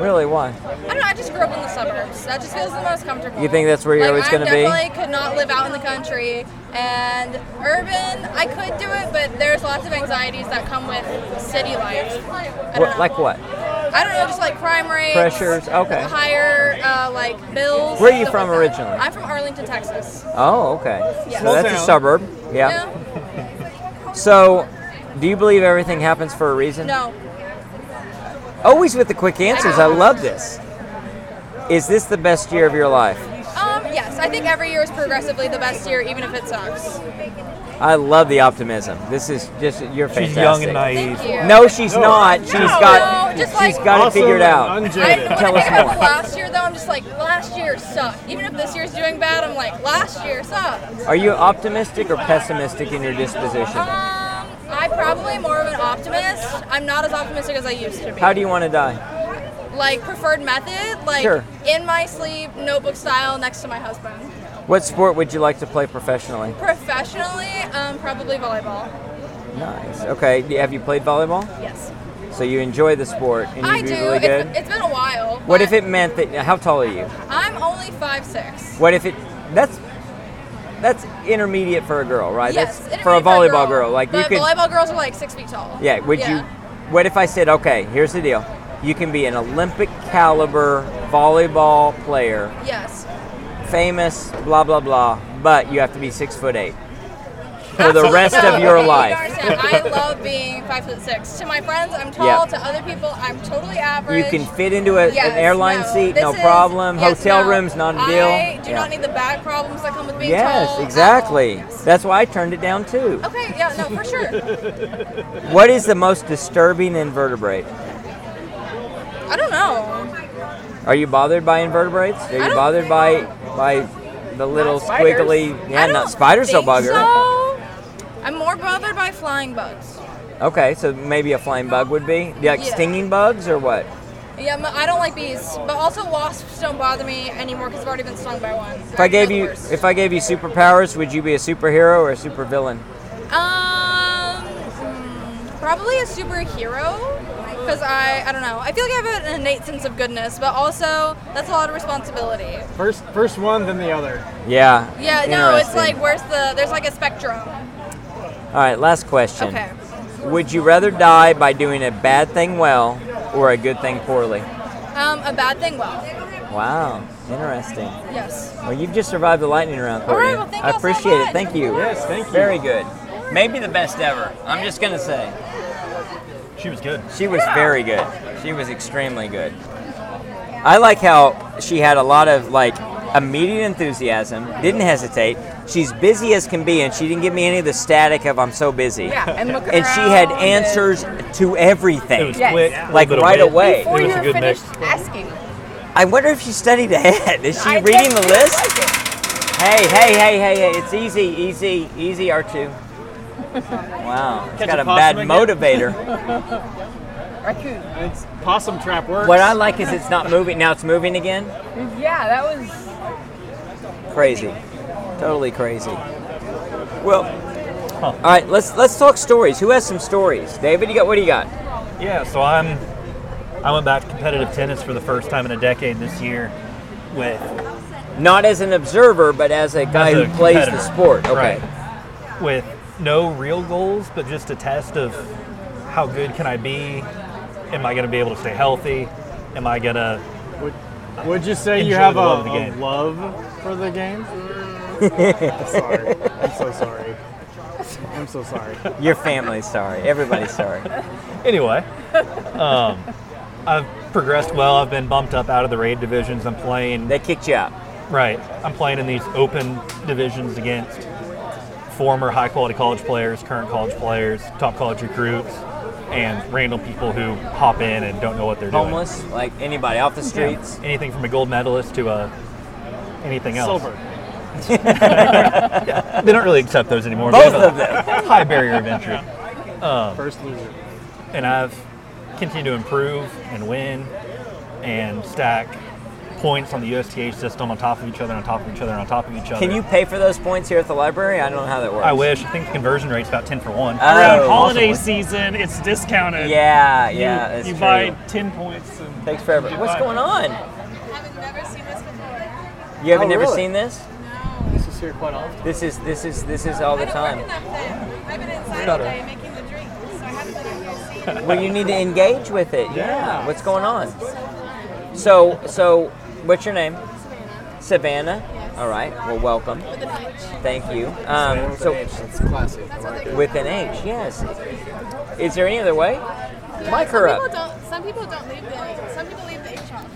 Speaker 2: Really, why?
Speaker 8: I don't know. I just grew up in the suburbs. That just feels the most comfortable.
Speaker 2: You think that's where you're
Speaker 8: Like,
Speaker 2: always
Speaker 8: I
Speaker 2: gonna be?
Speaker 8: definitely could not live out in the country. And urban, I could do it, but there's lots of anxieties that come with city life. I don't
Speaker 2: What,
Speaker 8: know.
Speaker 2: like what?
Speaker 8: I don't know, just like crime rates.
Speaker 2: Pressures, okay.
Speaker 8: Higher, uh, like bills.
Speaker 2: Where are you
Speaker 8: stuff
Speaker 2: from
Speaker 8: like that.
Speaker 2: originally?
Speaker 8: I'm from Arlington, Texas.
Speaker 2: Oh, okay.
Speaker 8: Yeah.
Speaker 2: So that's a
Speaker 1: Small town.
Speaker 2: suburb. Yeah.
Speaker 8: Yeah.
Speaker 2: So, do you believe everything happens for a reason?
Speaker 8: No.
Speaker 2: Always with the quick answers. I love this. Is this the best year of your life?
Speaker 8: Um, yes, I think every year is progressively the best year, even if it sucks.
Speaker 2: I love the optimism. This is just you're fantastic.
Speaker 6: She's young and
Speaker 8: Thank
Speaker 6: naive.
Speaker 8: you.
Speaker 2: No, she's not. She's got
Speaker 8: No, just
Speaker 2: she's
Speaker 8: like-
Speaker 2: got it
Speaker 1: Awesome
Speaker 2: figured
Speaker 1: and
Speaker 2: out.
Speaker 8: I,
Speaker 1: unjaded.
Speaker 8: when I
Speaker 2: Tell us
Speaker 8: think about
Speaker 2: more.
Speaker 8: last year, though, I'm just like, last year sucked. Even if this year's doing bad, I'm like, last year sucked.
Speaker 2: Are you optimistic or pessimistic in your disposition?
Speaker 8: Um, I'm probably more of an optimist. I'm not as optimistic as I used to be.
Speaker 2: How do you want to die?
Speaker 8: like preferred method? Like
Speaker 2: Sure.
Speaker 8: in my sleep, notebook style, next to my husband.
Speaker 2: What sport would you like to play professionally?
Speaker 8: Professionally, um, probably volleyball.
Speaker 2: Nice. Okay. do- Have you played volleyball?
Speaker 8: Yes.
Speaker 2: So you enjoy the sport and you
Speaker 8: I
Speaker 2: do
Speaker 8: do.
Speaker 2: really
Speaker 8: It's-
Speaker 2: good.
Speaker 8: it's been a while.
Speaker 2: what
Speaker 8: but
Speaker 2: if it meant that? How tall are you?
Speaker 8: I'm only five six.
Speaker 2: What if it? That's that's intermediate for a girl, right?
Speaker 8: Yes,
Speaker 2: that's
Speaker 8: it
Speaker 2: for a
Speaker 8: made
Speaker 2: volleyball girl. Like
Speaker 8: but
Speaker 2: you could.
Speaker 8: volleyball girls are like six feet tall.
Speaker 2: Yeah. Would you? What if I said, okay, here's the deal. You can be an Olympic caliber volleyball player
Speaker 8: Yes.
Speaker 2: famous, blah blah blah, but you have to be six foot eight for the
Speaker 8: Absolutely
Speaker 2: rest
Speaker 8: not.
Speaker 2: of your
Speaker 8: You
Speaker 2: life.
Speaker 8: understand, I love being five foot six. To my friends, I'm tall.
Speaker 2: Yeah.
Speaker 8: To other people, I'm totally
Speaker 2: You
Speaker 8: average.
Speaker 2: can fit into a,
Speaker 8: Yes,
Speaker 2: an airline
Speaker 8: no.
Speaker 2: seat,
Speaker 8: This
Speaker 2: no
Speaker 8: is-
Speaker 2: problem.
Speaker 8: yes,
Speaker 2: Hotel
Speaker 8: no.
Speaker 2: rooms, not a deal.
Speaker 8: I do
Speaker 2: Yeah.
Speaker 8: not need the back problems that come with being
Speaker 2: Yes,
Speaker 8: tall. Oh. at
Speaker 2: exactly.
Speaker 8: all. Yes.
Speaker 2: That's why I turned it down too.
Speaker 8: Okay, yeah, no, for sure.
Speaker 2: What is the most disturbing invertebrate?
Speaker 8: I don't know.
Speaker 2: Are you bothered by invertebrates? Are you
Speaker 8: don't
Speaker 2: bothered
Speaker 8: think
Speaker 2: by by the little
Speaker 3: spiders.
Speaker 2: squiggly?
Speaker 8: I
Speaker 2: Yeah,
Speaker 8: don't
Speaker 2: not spiders,
Speaker 8: think
Speaker 2: so bugger.
Speaker 8: so. I'm more bothered by flying bugs.
Speaker 2: Okay, so maybe a flying bug would be like
Speaker 8: Yeah.
Speaker 2: stinging bugs or what?
Speaker 8: Yeah, m- I don't like bees, but also wasps don't bother me anymore because I've already been stung by one.
Speaker 2: If I gave you if I gave you superpowers, would you be a superhero or a supervillain?
Speaker 8: Um, mm, probably a superhero. Because I, I don't know. I feel like I have an innate sense of goodness, but also that's a lot of responsibility.
Speaker 1: First, first one, then the other.
Speaker 2: Yeah.
Speaker 8: Yeah, no, it's
Speaker 2: interesting.
Speaker 8: like where's the there's like a spectrum.
Speaker 2: All right, last question.
Speaker 8: Okay.
Speaker 2: Would you rather die by doing a bad thing well or a good thing poorly?
Speaker 8: Um, a bad thing. Well,
Speaker 2: Wow, interesting.
Speaker 8: yes.
Speaker 2: Well, you've just survived the lightning round,
Speaker 8: All
Speaker 2: Courtney.
Speaker 8: right, well, thank
Speaker 2: I
Speaker 8: y'all so
Speaker 2: appreciate it.
Speaker 8: much.
Speaker 2: Thank you.
Speaker 1: Yes, thank you.
Speaker 2: Very good. Maybe the best ever. I'm just gonna say
Speaker 6: She was good.
Speaker 2: she was very good. She was extremely good. I like how she had a lot of like immediate enthusiasm. Didn't hesitate. She's busy as can be, and she didn't give me any of the static of "I'm so busy."
Speaker 3: Yeah, and look
Speaker 2: And she
Speaker 3: around
Speaker 2: had
Speaker 3: and-
Speaker 2: answers to
Speaker 6: It
Speaker 2: everything.
Speaker 6: was
Speaker 3: Yes.
Speaker 6: quick,
Speaker 2: Like,
Speaker 6: a little
Speaker 2: right
Speaker 6: bit.
Speaker 2: away.
Speaker 6: It
Speaker 3: Before you
Speaker 6: was a good mix.
Speaker 3: finished asking,
Speaker 2: I wonder if she studied ahead. Is she
Speaker 3: I
Speaker 2: reading the
Speaker 3: did-
Speaker 2: list? Hey, hey, hey, hey, hey, it's easy, easy, easy, R2. Wow, it's
Speaker 1: Catch
Speaker 2: got
Speaker 1: a
Speaker 2: a bad
Speaker 1: possum again?
Speaker 2: motivator.
Speaker 3: Raccoon.
Speaker 1: And it's possum trap works.
Speaker 2: What I like is it's not moving, now it's moving again.
Speaker 3: Yeah, that was.
Speaker 2: Crazy. Totally crazy. Well, all right, let's let's talk stories. Who has some stories? David, you got what do you got?
Speaker 6: Yeah, so I'm I went back to competitive tennis for the first time in a decade this year with
Speaker 2: Not as an observer, but as a guy
Speaker 6: As a
Speaker 2: who plays the
Speaker 6: competitor.
Speaker 2: sport. Okay.
Speaker 6: with no real goals, but just a test of how good can I be? Am I going to be able to stay healthy? Am I going to?
Speaker 1: Would, would you say you
Speaker 6: Enjoy
Speaker 1: have a,
Speaker 6: the love of the
Speaker 1: a
Speaker 6: game.
Speaker 1: love for the game? sorry. I'm so sorry. I'm so sorry.
Speaker 2: Your family's sorry. Everybody's sorry.
Speaker 6: Anyway, um, I've progressed well. I've been bumped up out of the raid divisions. I'm playing
Speaker 2: They kicked you out.
Speaker 6: right. I'm playing in these open divisions against former high quality college players, current college players, top college recruits, and random people who hop in and don't know what they're doing.
Speaker 2: Homeless, like anybody off the streets.
Speaker 6: Yeah. Anything from a gold medalist to a anything else.
Speaker 1: Silver.
Speaker 6: They don't really accept those anymore.
Speaker 2: Both
Speaker 6: They have a
Speaker 2: of them.
Speaker 6: High barrier of entry. Um,
Speaker 1: First loser.
Speaker 6: And I've continued to improve and win and stack points on the USTA system on top of each other, on top of each other, on top of each other.
Speaker 2: Can you pay for those points here at the library? I don't know how that works.
Speaker 6: I wish. I think the conversion rate's about 10 for 1.
Speaker 4: Around
Speaker 2: Oh,
Speaker 4: holiday
Speaker 6: possibly.
Speaker 4: season, it's discounted.
Speaker 2: Yeah,
Speaker 4: You-
Speaker 2: yeah, that's
Speaker 4: you
Speaker 2: true.
Speaker 4: buy 10 points. And
Speaker 2: Takes forever.
Speaker 4: you
Speaker 2: What's
Speaker 4: buy-
Speaker 2: going on?
Speaker 8: I've never seen this before.
Speaker 2: You haven't
Speaker 1: Oh,
Speaker 2: never
Speaker 1: really?
Speaker 2: seen this?
Speaker 1: This is here quite often.
Speaker 2: This is this is this is all the time.
Speaker 8: I've been inside
Speaker 6: all
Speaker 8: all
Speaker 6: Better. day
Speaker 8: day making the drink, so I haven't
Speaker 2: Well, you need to engage with it. Yeah. What's going on? So so, what's your name? Savannah. All right. Well, welcome. Thank you. Um, so
Speaker 7: It's classy. I like it.
Speaker 2: with an H, yes. Is there any other way? Mic her
Speaker 8: People
Speaker 2: up.
Speaker 8: don't, some people don't leave the some people leave the H off.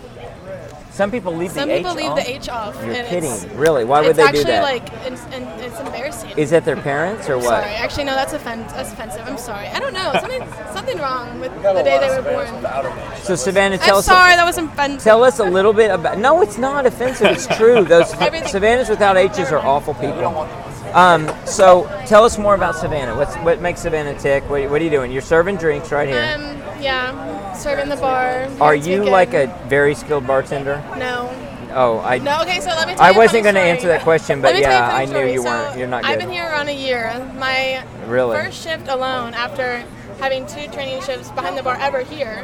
Speaker 2: Some people leave
Speaker 8: Some
Speaker 2: the H
Speaker 8: people leave
Speaker 2: off.
Speaker 8: the H off.
Speaker 2: You're
Speaker 8: and It's,
Speaker 2: kidding. Really? Why would
Speaker 8: it's
Speaker 2: they
Speaker 8: actually
Speaker 2: do that?
Speaker 8: like it's, and it's embarrassing.
Speaker 2: Is that their parents or what?
Speaker 8: Sorry, actually no, that's, offen- that's offensive. I'm sorry. I don't know. Something something wrong with the day they were born.
Speaker 2: So Savannah, tell
Speaker 8: I'm
Speaker 2: us
Speaker 8: sorry, that was offensive.
Speaker 2: tell us a little bit about. No, it's not offensive. It's true. Those
Speaker 8: Everything-
Speaker 2: Savannahs without H's are awful people. Um, so tell us more about Savannah. What's what makes Savannah tick? What, what are you doing? You're serving drinks right here.
Speaker 8: Um, yeah, serving the bar.
Speaker 2: are
Speaker 8: It's
Speaker 2: you
Speaker 8: weekend.
Speaker 2: like a very skilled bartender?
Speaker 8: no?
Speaker 2: Oh, I
Speaker 8: No, okay, so let me tell
Speaker 2: I
Speaker 8: you a
Speaker 2: wasn't
Speaker 8: funny
Speaker 2: gonna
Speaker 8: story.
Speaker 2: answer that question,
Speaker 8: Let
Speaker 2: but
Speaker 8: me tell
Speaker 2: yeah,
Speaker 8: a funny
Speaker 2: I knew
Speaker 8: story.
Speaker 2: you
Speaker 8: So,
Speaker 2: weren't. You're not good.
Speaker 8: I've been here around a year. My
Speaker 2: Really?
Speaker 8: first shift alone after having two traineeships behind the bar ever here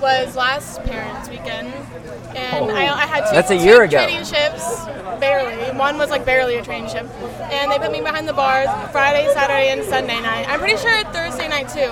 Speaker 8: was last parents weekend. And I, I had two,
Speaker 2: Oh. That's a
Speaker 8: two
Speaker 2: year ago.
Speaker 8: traineeships, barely. One was like barely a traineeship. And they put me behind the bar Friday, Saturday, and Sunday night. I'm pretty sure Thursday night too.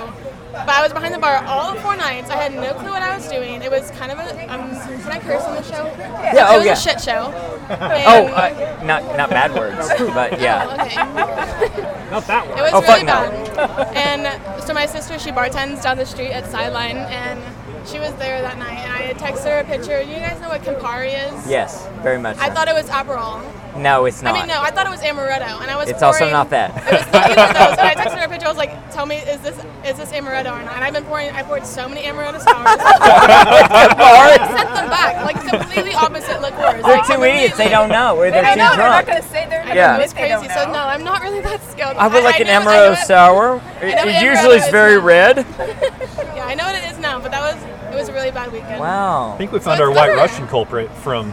Speaker 8: But I was behind the bar all four nights. I had no clue what I was doing. It was kind of a. Um, can I curse on the show?
Speaker 2: Yeah,
Speaker 8: It
Speaker 2: oh,
Speaker 8: was
Speaker 2: yeah.
Speaker 8: a shit show.
Speaker 2: Oh,
Speaker 8: And-
Speaker 2: uh, not not bad words, but yeah.
Speaker 8: Okay.
Speaker 1: Not that
Speaker 8: It
Speaker 1: one.
Speaker 8: was
Speaker 2: Oh, fuck
Speaker 8: really
Speaker 2: no.
Speaker 8: bad. And so my sister, she bartends down the street at Sideline, and she was there that night. And I had texted her a picture. You guys know what Campari is?
Speaker 2: Yes, very much.
Speaker 8: I
Speaker 2: so.
Speaker 8: thought it was Aperol.
Speaker 2: no, it's
Speaker 8: I
Speaker 2: not.
Speaker 8: mean, no, I thought it was Amaretto, and I was.
Speaker 2: It's also
Speaker 8: pouring-
Speaker 2: not that.
Speaker 8: It was neither of those. And I texted her a picture. I was like, "Tell me, is this is this Amaretto or not?" And I've been pouring. I poured so many Amaretto sours.
Speaker 2: Bars?
Speaker 8: sent them back like completely opposite liqueurs.
Speaker 2: They're
Speaker 8: like,
Speaker 2: two idiots. They
Speaker 8: completely-
Speaker 2: don't know. Or they're
Speaker 3: I
Speaker 2: too
Speaker 3: know, they're not
Speaker 2: drunk.
Speaker 3: going to say, they're not
Speaker 2: Yeah.
Speaker 3: going to
Speaker 8: It's
Speaker 3: say
Speaker 8: crazy. So no, I'm not really that skilled.
Speaker 2: I would like an
Speaker 8: know- I know
Speaker 2: Amaretto
Speaker 8: it-
Speaker 2: sour.
Speaker 8: know
Speaker 2: It
Speaker 8: what
Speaker 2: usually
Speaker 8: Amaretto
Speaker 2: is
Speaker 8: is
Speaker 2: very
Speaker 8: now.
Speaker 2: red.
Speaker 8: Yeah, I know what it is now, but that was it was a really bad weekend.
Speaker 2: Wow.
Speaker 6: I think we found our
Speaker 8: it's
Speaker 6: white
Speaker 8: better.
Speaker 6: Russian culprit from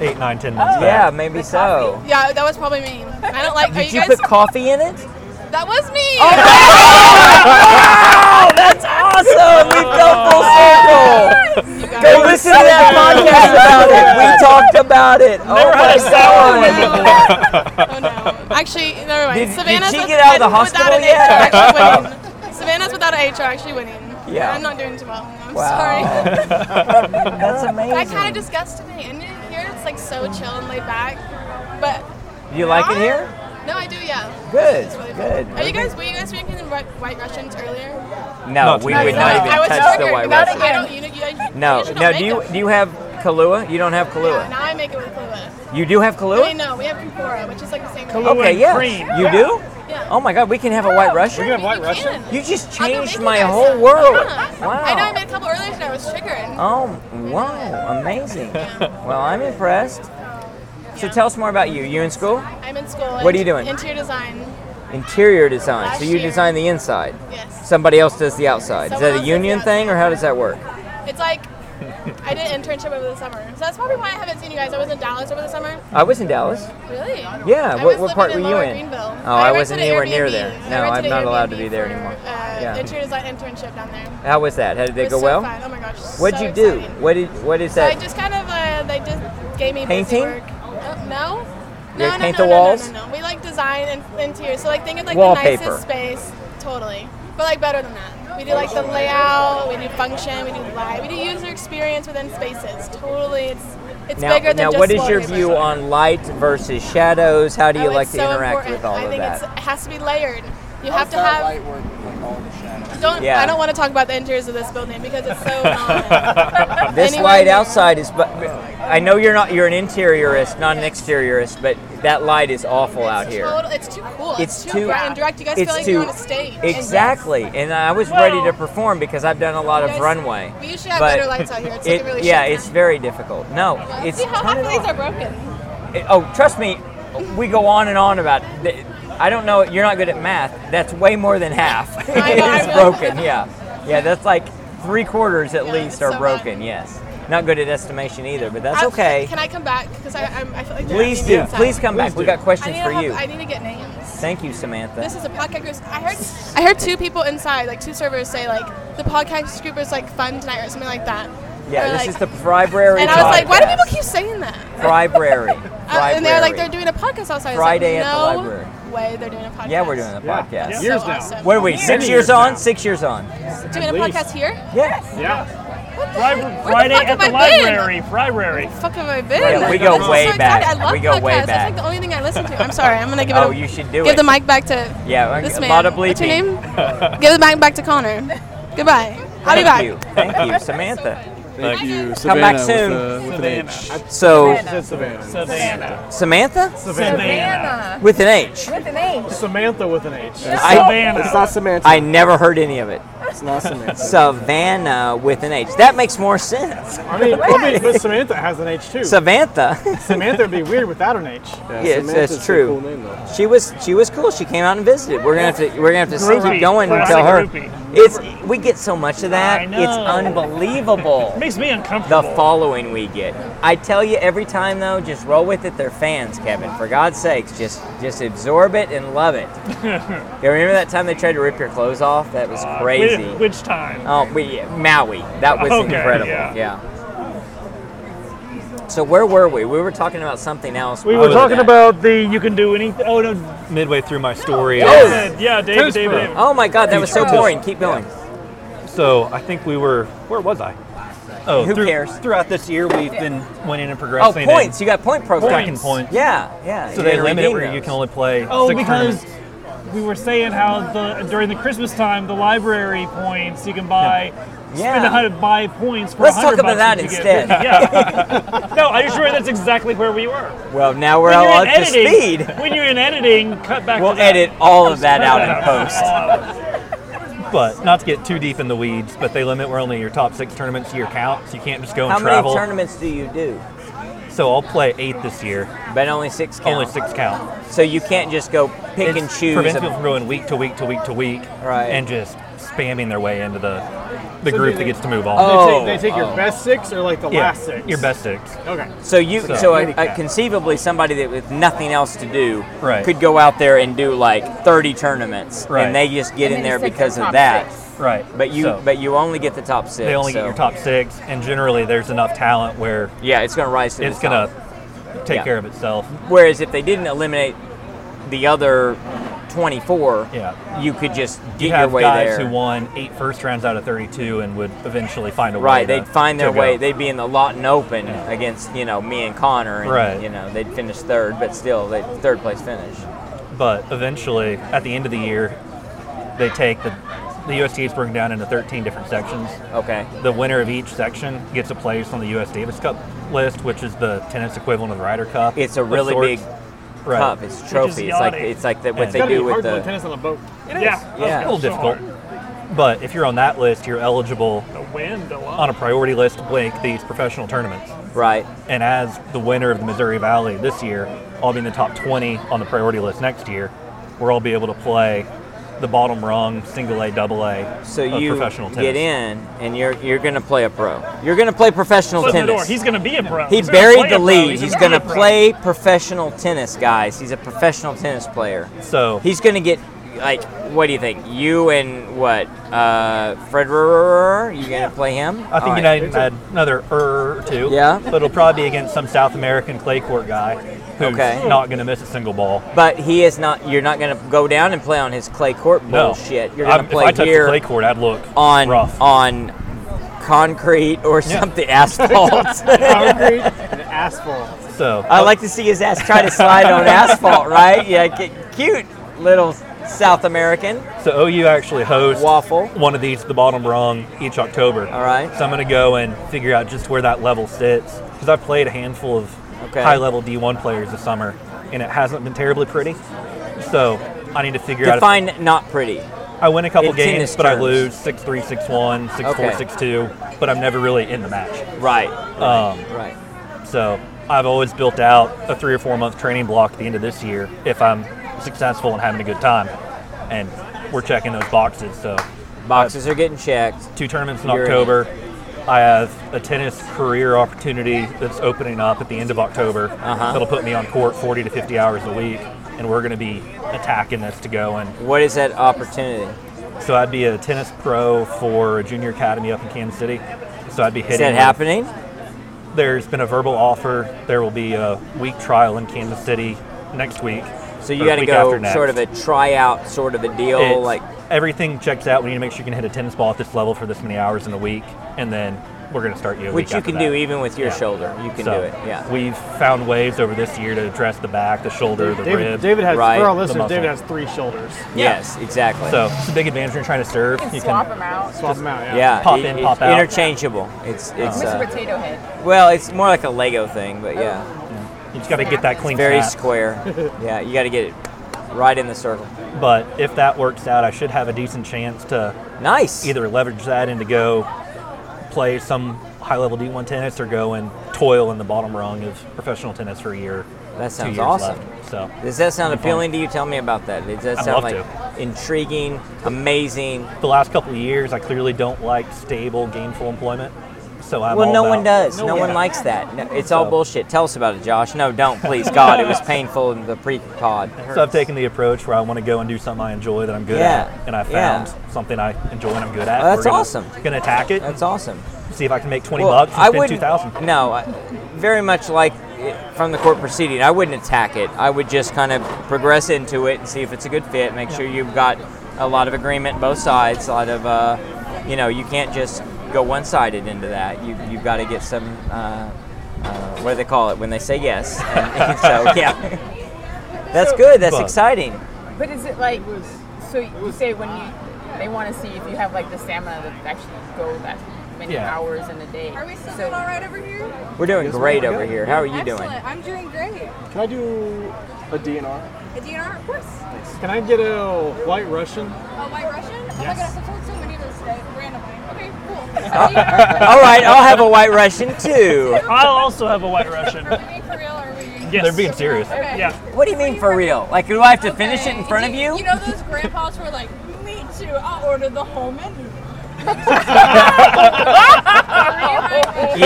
Speaker 6: eight, nine, ten months
Speaker 2: Yeah,
Speaker 6: back.
Speaker 2: maybe so.
Speaker 8: Yeah, that was probably me. I don't like. Are
Speaker 2: Did
Speaker 8: you
Speaker 2: you
Speaker 8: guys?
Speaker 2: put coffee in it?
Speaker 8: that was me.
Speaker 2: Wow,
Speaker 8: Oh,
Speaker 2: that's awesome. We've come full circle.
Speaker 8: You guys-
Speaker 2: Oh. Go listen to that podcast about it. We talked about it. oh
Speaker 6: Never had
Speaker 2: my
Speaker 6: a sour
Speaker 2: God.
Speaker 8: Oh no. Actually, never mind.
Speaker 2: Did- did
Speaker 8: Savannah's
Speaker 2: she
Speaker 8: with-
Speaker 2: get out of the
Speaker 8: without
Speaker 2: hospital
Speaker 8: an
Speaker 2: yet?
Speaker 8: HR actually winning. Savannah's without an HR actually winning.
Speaker 2: Yeah.
Speaker 8: I'm not doing too well. I'm
Speaker 2: Wow.
Speaker 8: sorry.
Speaker 2: That's amazing.
Speaker 8: I kind of just gusted me, and here it's like so chill and laid back. But
Speaker 2: you like it here?
Speaker 8: no, I do. Yeah.
Speaker 2: Good.
Speaker 8: It's really fun.
Speaker 2: Good.
Speaker 8: Are you guys? Were you guys drinking the White, white Russians earlier?
Speaker 2: No, we
Speaker 6: tonight.
Speaker 2: would not
Speaker 8: I
Speaker 2: even
Speaker 8: was
Speaker 2: touch the
Speaker 8: triggered.
Speaker 2: white
Speaker 8: Not
Speaker 2: Russian.
Speaker 8: again. I don't. You, know- you, you,
Speaker 2: No,
Speaker 8: you
Speaker 2: no. Do you do you have Kahlua? You don't have
Speaker 8: Yeah,
Speaker 2: Kahlua.
Speaker 8: now I make it with Kahlua.
Speaker 2: You do have Kahlua.
Speaker 8: I mean, no, we have Kahlua, which is like the same thing.
Speaker 4: Kahlua.
Speaker 2: Okay,
Speaker 4: and
Speaker 2: yeah.
Speaker 4: cream.
Speaker 2: You do?
Speaker 8: Yeah.
Speaker 2: Oh my god, we can have a white
Speaker 1: We can
Speaker 2: Russian?
Speaker 1: have White
Speaker 8: You
Speaker 1: Russian.
Speaker 8: can.
Speaker 2: You just
Speaker 8: I'll go
Speaker 2: changed
Speaker 8: make you
Speaker 2: my
Speaker 8: guys
Speaker 2: whole
Speaker 8: some.
Speaker 2: world.
Speaker 8: Uh-huh. I know I
Speaker 2: Wow.
Speaker 8: made a couple earlier today. I was triggered.
Speaker 2: Oh, wow, amazing. Well, I'm impressed. So tell us more about you. You in school?
Speaker 8: I'm in school.
Speaker 2: What are you doing?
Speaker 8: Interior design.
Speaker 2: Interior design. So
Speaker 8: Last
Speaker 2: you
Speaker 8: year.
Speaker 2: design the inside.
Speaker 8: Yes.
Speaker 2: Somebody else does the outside. Is
Speaker 8: Someone
Speaker 2: that a
Speaker 8: else does
Speaker 2: union
Speaker 8: the
Speaker 2: thing or how does that work?
Speaker 8: It's like I did an internship over the summer, so that's probably why I haven't seen you guys. I was in Dallas over the summer.
Speaker 2: I was in Dallas.
Speaker 8: Really?
Speaker 2: Yeah,
Speaker 8: I
Speaker 2: what-
Speaker 8: was
Speaker 2: what part
Speaker 8: living
Speaker 2: were
Speaker 8: in
Speaker 2: you
Speaker 8: Lower
Speaker 2: in?
Speaker 8: Greenville.
Speaker 2: Oh, I
Speaker 8: rented
Speaker 2: wasn't
Speaker 8: an
Speaker 2: anywhere near
Speaker 8: Airbnb.
Speaker 2: there.
Speaker 8: I
Speaker 2: No,
Speaker 8: rented
Speaker 2: I'm
Speaker 8: an
Speaker 2: not allowed to
Speaker 8: Airbnb
Speaker 2: be there anymore.
Speaker 8: for, Uh,
Speaker 2: Yeah.
Speaker 8: Interior design internship down there.
Speaker 2: How was that? How did
Speaker 8: It
Speaker 2: they
Speaker 8: was
Speaker 2: go
Speaker 8: so
Speaker 2: well?
Speaker 8: fun. Oh my gosh.
Speaker 2: What'd
Speaker 8: so
Speaker 2: you do?
Speaker 8: exciting.
Speaker 2: What did what is
Speaker 8: So I
Speaker 2: that?
Speaker 8: just kind of uh, they just gave me busy
Speaker 2: Painting?
Speaker 8: work. Uh, no.
Speaker 2: They
Speaker 8: No, no,
Speaker 2: paint
Speaker 8: no,
Speaker 2: the
Speaker 8: no, no,
Speaker 2: walls?
Speaker 8: No, no, We like design and interior. So like think of like
Speaker 2: Wallpaper.
Speaker 8: the nicest space. Totally. But like better than that. We do like the layout. We do function. We do live. We do user experience within spaces. Totally. It's it's
Speaker 2: Now,
Speaker 8: bigger than
Speaker 2: now
Speaker 8: just
Speaker 2: what is your
Speaker 8: wallpaper.
Speaker 2: view on light versus shadows? How do you
Speaker 8: Oh,
Speaker 2: like
Speaker 8: it's
Speaker 2: to
Speaker 8: so
Speaker 2: interact
Speaker 8: important.
Speaker 2: with all
Speaker 8: I
Speaker 2: of
Speaker 8: think
Speaker 2: that?
Speaker 8: It's, it has to be layered. You have to have.
Speaker 7: light work with like all the shadows.
Speaker 8: Don't.
Speaker 2: Yeah.
Speaker 8: I don't want to talk about the interiors of this building because it's so. long.
Speaker 2: This
Speaker 8: Anywhere
Speaker 2: light
Speaker 8: near.
Speaker 2: outside is, but I know you're not. You're an interiorist, not an exteriorist, but that light is awful out here.
Speaker 8: Total, it's too cool.
Speaker 2: It's
Speaker 8: It's,
Speaker 2: too-
Speaker 8: too bright and direct. You guys feel
Speaker 2: it's
Speaker 8: like
Speaker 2: too-
Speaker 8: you're on a stage.
Speaker 2: Exactly, and I was ready to perform because I've done a lot
Speaker 8: You
Speaker 2: of
Speaker 8: guys-
Speaker 2: runway.
Speaker 8: We usually have
Speaker 2: but
Speaker 8: better lights out here. It's
Speaker 2: It,
Speaker 8: like really
Speaker 2: yeah,
Speaker 8: short
Speaker 2: it's
Speaker 8: time.
Speaker 2: very difficult. No, it's
Speaker 8: See how
Speaker 2: turn
Speaker 8: half
Speaker 2: it
Speaker 8: of these
Speaker 2: off.
Speaker 8: are broken.
Speaker 2: It- oh, trust me, we go on and on about. It. I don't know. You're not good at math. That's way more than half.
Speaker 8: I know, I
Speaker 2: it's
Speaker 8: know.
Speaker 2: broken. Yeah, yeah. That's like three quarters at
Speaker 8: Yeah,
Speaker 2: least
Speaker 8: it's
Speaker 2: are
Speaker 8: so bad.
Speaker 2: broken. Yes. Not good at estimation either, but that's
Speaker 8: I-
Speaker 2: okay.
Speaker 8: Can I come back? Because I, I'm, I feel like
Speaker 2: Please
Speaker 8: I need
Speaker 2: do.
Speaker 8: insight.
Speaker 2: Please come back.
Speaker 6: Please
Speaker 2: We
Speaker 6: do.
Speaker 2: got
Speaker 8: I
Speaker 2: questions
Speaker 8: need,
Speaker 2: for
Speaker 8: to have,
Speaker 2: you.
Speaker 8: I need to get names.
Speaker 2: Thank you, Samantha.
Speaker 8: This is a podcast group. I heard I heard two people inside, like two servers, say like the podcast group is like fun tonight or something like that.
Speaker 2: yeah,
Speaker 8: Or,
Speaker 2: this
Speaker 8: like-
Speaker 2: is the Fribrary.
Speaker 8: And I was like, why do people
Speaker 2: podcast.
Speaker 8: keep saying that?
Speaker 2: Fribrary?
Speaker 8: Uh, and they're like,
Speaker 2: Fribrary.
Speaker 8: they're doing a podcast outside. I was
Speaker 2: Friday
Speaker 8: like,
Speaker 2: at the
Speaker 8: no
Speaker 2: library.
Speaker 8: way they're doing a podcast.
Speaker 2: Yeah, we're doing a
Speaker 1: Yeah.
Speaker 2: podcast.
Speaker 1: Yeah.
Speaker 8: So
Speaker 1: Years now.
Speaker 8: awesome.
Speaker 2: What are we? Six
Speaker 1: Many
Speaker 2: years
Speaker 1: years
Speaker 2: on.
Speaker 1: now.
Speaker 2: Six years on.
Speaker 8: doing a
Speaker 1: At least.
Speaker 8: podcast here?
Speaker 2: Yes.
Speaker 1: Yeah.
Speaker 4: Fri-
Speaker 8: the
Speaker 4: Friday
Speaker 8: fuck
Speaker 4: at
Speaker 8: have
Speaker 4: the
Speaker 8: I been?
Speaker 4: library. Friary.
Speaker 8: fuck have I been?
Speaker 2: Yeah, we go
Speaker 8: I'm
Speaker 2: way
Speaker 8: so
Speaker 2: back.
Speaker 8: Excited. I love
Speaker 2: We go
Speaker 8: podcasts.
Speaker 2: way
Speaker 8: That's
Speaker 2: back.
Speaker 8: like the only thing I listen to. I'm sorry. I'm gonna give it.
Speaker 2: Oh,
Speaker 8: a,
Speaker 2: you should do
Speaker 8: give
Speaker 2: it.
Speaker 8: the mic back to
Speaker 2: Yeah,
Speaker 8: this
Speaker 2: a
Speaker 8: man.
Speaker 2: lot of
Speaker 8: What's your name?
Speaker 2: bleeping.
Speaker 8: give the mic back to Connor. Goodbye. I'll be
Speaker 2: Thank
Speaker 8: back.
Speaker 2: you. Thank you, Samantha.
Speaker 7: Thank you,
Speaker 2: Come
Speaker 7: Savannah.
Speaker 2: back soon.
Speaker 7: With, a, with an H.
Speaker 2: So
Speaker 1: Said Savannah.
Speaker 4: Savannah.
Speaker 2: Samantha
Speaker 4: Savannah.
Speaker 2: with an H.
Speaker 3: With an H.
Speaker 1: Samantha with an H.
Speaker 2: I,
Speaker 7: It's not
Speaker 4: Savannah.
Speaker 7: semantics.
Speaker 2: I never heard any of it.
Speaker 7: It's not semantics.
Speaker 2: Savannah with an H. That makes more sense.
Speaker 1: I mean, well, but Samantha has an H too.
Speaker 2: Samantha.
Speaker 1: Samantha would be weird without an H.
Speaker 7: yeah,
Speaker 2: yes,
Speaker 7: Samantha's
Speaker 2: that's
Speaker 7: a
Speaker 2: true.
Speaker 7: Cool name, though.
Speaker 2: She was she was cool. She came out and visited. We're gonna have to we're gonna have to still keep
Speaker 4: Groupie.
Speaker 2: going
Speaker 4: Classic
Speaker 2: until her.
Speaker 4: groupie.
Speaker 2: It's we get so much of that.
Speaker 4: I know.
Speaker 2: It's unbelievable.
Speaker 4: Makes me
Speaker 2: the
Speaker 4: uncomfortable.
Speaker 2: following we get. I tell you every time though, just roll with it. They're fans, Kevin. For God's sakes, just just absorb it and love it. you remember that time they tried to rip your clothes off? That was
Speaker 4: Uh,
Speaker 2: crazy.
Speaker 4: whi- Which time?
Speaker 2: oh, we, yeah, Maui. That was
Speaker 4: Okay,
Speaker 2: incredible.
Speaker 4: yeah.
Speaker 2: So where were we? We were talking about something else.
Speaker 4: We
Speaker 2: before
Speaker 4: were talking
Speaker 2: that.
Speaker 4: about the you can do anything. Oh no,
Speaker 6: Midway through my story, I was
Speaker 4: David. yeah, David,
Speaker 1: Toast
Speaker 4: David,
Speaker 1: Pro.
Speaker 4: David.
Speaker 2: Oh my God, that was so
Speaker 6: Future.
Speaker 2: boring. Keep going.
Speaker 6: So I think we were. Where was I? Oh,
Speaker 2: Who
Speaker 6: through-
Speaker 2: cares?
Speaker 6: Throughout this year, we've been winning
Speaker 2: Oh,
Speaker 6: and progressing. in-
Speaker 2: points! You got point programs.
Speaker 6: Stacking points.
Speaker 2: Yeah, yeah.
Speaker 6: So
Speaker 2: you
Speaker 6: they
Speaker 2: gotta
Speaker 6: limit it
Speaker 2: redeem
Speaker 6: where you
Speaker 2: those.
Speaker 6: can only play.
Speaker 4: Oh,
Speaker 6: six
Speaker 4: because
Speaker 6: tournaments.
Speaker 4: we were saying how the during the Christmas time, the library points you can buy.
Speaker 2: Yeah.
Speaker 4: Spend a hundred buy points for
Speaker 2: Let's
Speaker 4: 100
Speaker 2: talk about
Speaker 4: bucks
Speaker 2: that
Speaker 4: you
Speaker 2: instead.
Speaker 4: get. Yeah. no, I just remember that's exactly where we were.
Speaker 2: Well, now we're
Speaker 4: When
Speaker 2: all
Speaker 4: you're
Speaker 2: up
Speaker 4: in
Speaker 2: to
Speaker 4: editing,
Speaker 2: speed.
Speaker 4: When you're in editing, cut back.
Speaker 2: We'll
Speaker 4: to that.
Speaker 2: edit all of that out in post.
Speaker 6: But not to get too deep in the weeds, but they limit where only your top six tournaments to your count. So you can't just go and
Speaker 2: How many
Speaker 6: travel.
Speaker 2: tournaments do you do?
Speaker 6: so I'll play eight this year.
Speaker 2: But only six count.
Speaker 6: Only six count.
Speaker 2: So you can't just go pick and
Speaker 6: It's
Speaker 2: choose.
Speaker 6: Prevents people
Speaker 2: a-
Speaker 6: from going week to week to week to week,
Speaker 2: Right.
Speaker 6: And just spamming their way into the the
Speaker 1: So
Speaker 6: group
Speaker 1: do
Speaker 6: that
Speaker 1: they-
Speaker 6: gets to move on.
Speaker 2: Oh.
Speaker 1: they take, they take your best six or like the
Speaker 6: yeah,
Speaker 1: last six?
Speaker 6: your best six.
Speaker 1: Okay.
Speaker 2: So you, so,
Speaker 6: So-
Speaker 2: a, a conceivably somebody that with nothing else to do
Speaker 6: Right.
Speaker 2: could go out there and do like 30 tournaments,
Speaker 6: Right.
Speaker 2: and they just get
Speaker 3: And
Speaker 2: in
Speaker 3: then
Speaker 2: there
Speaker 3: you stick to
Speaker 2: because
Speaker 3: the
Speaker 2: of
Speaker 3: top
Speaker 2: that.
Speaker 3: six.
Speaker 6: Right.
Speaker 2: But you,
Speaker 6: So
Speaker 2: but you only get the top six.
Speaker 6: they only
Speaker 2: so-
Speaker 6: get your top six, and generally there's enough talent where
Speaker 2: Yeah, it's going to rise to
Speaker 6: it's
Speaker 2: the
Speaker 6: gonna
Speaker 2: top.
Speaker 6: take
Speaker 2: Yeah.
Speaker 6: care of itself.
Speaker 2: Whereas if they didn't eliminate the other 24,
Speaker 6: Yeah.
Speaker 2: you could just get
Speaker 6: You
Speaker 2: your
Speaker 6: have
Speaker 2: way
Speaker 6: guys
Speaker 2: there.
Speaker 6: who won eight first rounds out of 32 and would eventually find a way.
Speaker 2: Right,
Speaker 6: to-
Speaker 2: they'd find their
Speaker 6: to go.
Speaker 2: way. They'd be in the lot and open against you know me and Connor, and
Speaker 6: Right.
Speaker 2: you know they'd finish third, but still they third place finish.
Speaker 6: but eventually, at the end of the year, they take the the USDA is broken down into 13 different sections.
Speaker 2: Okay,
Speaker 6: The winner of each section gets a place on the U.S. Davis Cup list, which is the tennis equivalent of the Ryder Cup.
Speaker 2: it's a
Speaker 6: of
Speaker 2: really
Speaker 6: sorts.
Speaker 2: big
Speaker 6: Right.
Speaker 2: cup. It's a trophy. It's like
Speaker 4: yachting.
Speaker 2: it's like the,
Speaker 6: And-
Speaker 2: what
Speaker 6: It's
Speaker 2: they
Speaker 1: Gotta
Speaker 2: do
Speaker 1: be hard
Speaker 2: with
Speaker 1: to play
Speaker 2: the
Speaker 1: tennis on a boat.
Speaker 4: It is. Yeah.
Speaker 2: Yeah.
Speaker 6: a little difficult. But if you're on that list, you're eligible
Speaker 4: The wind a lot.
Speaker 6: on a priority list to play these professional tournaments.
Speaker 2: right.
Speaker 6: And as the winner of the Missouri Valley this year, I'll be in the top 20 on the priority list next year, where I'll be able to play the bottom rung, single A, double A
Speaker 2: So
Speaker 6: of
Speaker 2: you
Speaker 6: professional tennis.
Speaker 2: get in and you're you're gonna play a pro. You're gonna play professional
Speaker 4: Close the door.
Speaker 2: tennis.
Speaker 4: He's gonna be a pro.
Speaker 2: he
Speaker 4: He's gonna play
Speaker 2: buried
Speaker 4: a
Speaker 2: the
Speaker 4: pro.
Speaker 2: lead. He's, gonna
Speaker 4: be a pro.
Speaker 2: play professional tennis, guys. He's a professional tennis player.
Speaker 6: So
Speaker 2: He's gonna get like what do you think? You and what? Uh, Federer? You gonna play him?
Speaker 6: I think United had another er or two.
Speaker 2: Yeah.
Speaker 6: But it'll probably be against some South American clay court guy who's
Speaker 2: Okay.
Speaker 6: not going to miss a single ball.
Speaker 2: But he is not. You're not gonna go down and play on his clay court bullshit.
Speaker 6: No.
Speaker 2: You're gonna
Speaker 6: I'm-
Speaker 2: play
Speaker 6: if I touched
Speaker 2: here
Speaker 6: the clay court, I'd look
Speaker 2: on
Speaker 6: rough.
Speaker 2: on concrete or something asphalt.
Speaker 1: Concrete and asphalt.
Speaker 6: so
Speaker 2: I like to see his ass try to slide on asphalt, right? Yeah, cu- cute little South American.
Speaker 6: So OU actually hosts
Speaker 2: Waffle.
Speaker 6: one of these, the bottom rung, each October.
Speaker 2: All right.
Speaker 6: So I'm going to go and figure out just where that level sits because I've played a handful of
Speaker 2: Okay.
Speaker 6: high-level D1 players this summer, and it hasn't been terribly pretty. So I need to figure out.
Speaker 2: Define not pretty.
Speaker 6: If, I win a couple
Speaker 2: in tennis
Speaker 6: games, but I
Speaker 2: terms.
Speaker 6: lose six three, six one, six four,
Speaker 2: Okay.
Speaker 6: six two. But I'm never really in the match.
Speaker 2: Right.
Speaker 6: Um,
Speaker 2: Right.
Speaker 6: so I've always built out a three or four month training block at the end of this year if I'm successful and having a good time, and we're checking those boxes. So
Speaker 2: Boxes are getting checked.
Speaker 6: two tournaments in
Speaker 2: You're in it.
Speaker 6: October. I have a tennis career opportunity that's opening up at the end of October.
Speaker 2: Uh-huh.
Speaker 6: That'll put me on court 40 to 50 hours a week, and we're going to be attacking this to go. And
Speaker 2: What is that opportunity?
Speaker 6: so I'd be a tennis pro for a junior academy up in Kansas City. So I'd be hitting.
Speaker 2: Is that
Speaker 6: with-
Speaker 2: happening?
Speaker 6: There's been a verbal offer. There will be a week trial in Kansas City next week.
Speaker 2: So you
Speaker 6: or
Speaker 2: got to
Speaker 6: week after
Speaker 2: go
Speaker 6: next.
Speaker 2: sort of a tryout, sort of a deal,
Speaker 6: It's-
Speaker 2: like
Speaker 6: everything checks out. We need to make sure you can hit a tennis ball at this level for this many hours in a week, and then we're going to start you. A
Speaker 2: which
Speaker 6: week
Speaker 2: you
Speaker 6: after
Speaker 2: can
Speaker 6: that.
Speaker 2: do even with your
Speaker 6: Yeah.
Speaker 2: shoulder. You can
Speaker 6: So,
Speaker 2: do it. Yeah.
Speaker 6: We've found ways over this year to address the back, the shoulder, the
Speaker 1: David,
Speaker 6: rib.
Speaker 1: David has
Speaker 2: Right.
Speaker 1: for our
Speaker 2: The
Speaker 1: listeners. David has
Speaker 6: muscle.
Speaker 1: three shoulders.
Speaker 2: Yes, exactly.
Speaker 6: So it's a big advantage when you're trying to serve. You
Speaker 3: Swap
Speaker 6: can,
Speaker 3: them out.
Speaker 1: Swap them out. Yeah.
Speaker 2: yeah,
Speaker 6: pop in,
Speaker 2: it's
Speaker 6: pop out.
Speaker 2: interchangeable. It's it's
Speaker 3: It's a
Speaker 2: uh,
Speaker 3: potato head.
Speaker 2: well, it's more like a Lego thing, but yeah,
Speaker 6: you just got to get that clean
Speaker 2: very
Speaker 6: snap.
Speaker 2: square. yeah, you got to get it right in the circle.
Speaker 6: But if that works out, I should have a decent chance to
Speaker 2: Nice.
Speaker 6: either leverage that and to go play some high-level D1 tennis or go and toil in the bottom rung of professional tennis for a year.
Speaker 2: That
Speaker 6: two
Speaker 2: sounds
Speaker 6: years
Speaker 2: awesome.
Speaker 6: left. So
Speaker 2: Does that sound
Speaker 6: It'd be
Speaker 2: appealing to you? Tell me about that. Does that
Speaker 6: I'd
Speaker 2: sound
Speaker 6: love
Speaker 2: like intriguing, amazing?
Speaker 6: the last couple of years, I clearly don't like stable, gainful employment. So I'm
Speaker 2: well,
Speaker 6: all
Speaker 2: no
Speaker 6: about-
Speaker 2: one does. No,
Speaker 6: Yeah.
Speaker 2: one likes that. No, it's all bullshit. Tell us about it, Josh. No, don't, please. God, it was painful in the pre-pod.
Speaker 6: So I've taken the approach where I want to go and do something I enjoy that I'm good
Speaker 2: Yeah,
Speaker 6: at, and I
Speaker 2: yeah.
Speaker 6: found something I enjoy and I'm good at.
Speaker 2: Oh, that's
Speaker 6: We're gonna,
Speaker 2: awesome.
Speaker 6: Gonna attack it.
Speaker 2: That's awesome.
Speaker 6: see if I can make twenty bucks and spend two thousand.
Speaker 2: No, I- very much like it from the court proceeding. I wouldn't attack it. I would just kind of progress into it and see if it's a good fit. Make sure you've got a lot of agreement both sides, a lot of uh, You know, you can't just go one-sided into that. You you've got to get some. Uh, uh, what do they call it when they say yes? And so yeah, that's good. That's
Speaker 6: But-
Speaker 2: exciting.
Speaker 3: But is it like so? You say when you they want to see if you have like the stamina to actually go that many
Speaker 6: Yeah.
Speaker 3: hours in a day.
Speaker 8: Are we still
Speaker 3: so,
Speaker 8: doing all right over here?
Speaker 2: We're doing great over here. How are you
Speaker 8: Excellent.
Speaker 2: doing?
Speaker 8: I'm doing great.
Speaker 1: Can I do a DNR?
Speaker 8: A DNR, of course.
Speaker 1: Can I get a white Russian?
Speaker 8: A white Russian? Oh my gosh, I've told so many of those today, randomly. Okay, cool.
Speaker 2: All right, I'll have a white Russian too.
Speaker 4: I'll also have a white Russian.
Speaker 8: Are we being for real or are we?
Speaker 4: Yes.
Speaker 6: They're being serious.
Speaker 8: Okay.
Speaker 4: Yeah.
Speaker 2: What do you mean for real? Like, do I have to finish it
Speaker 8: Okay.
Speaker 2: in front of
Speaker 8: Do
Speaker 2: you?
Speaker 8: You know those grandpas who are like, me too, I'll order the whole menu.
Speaker 2: You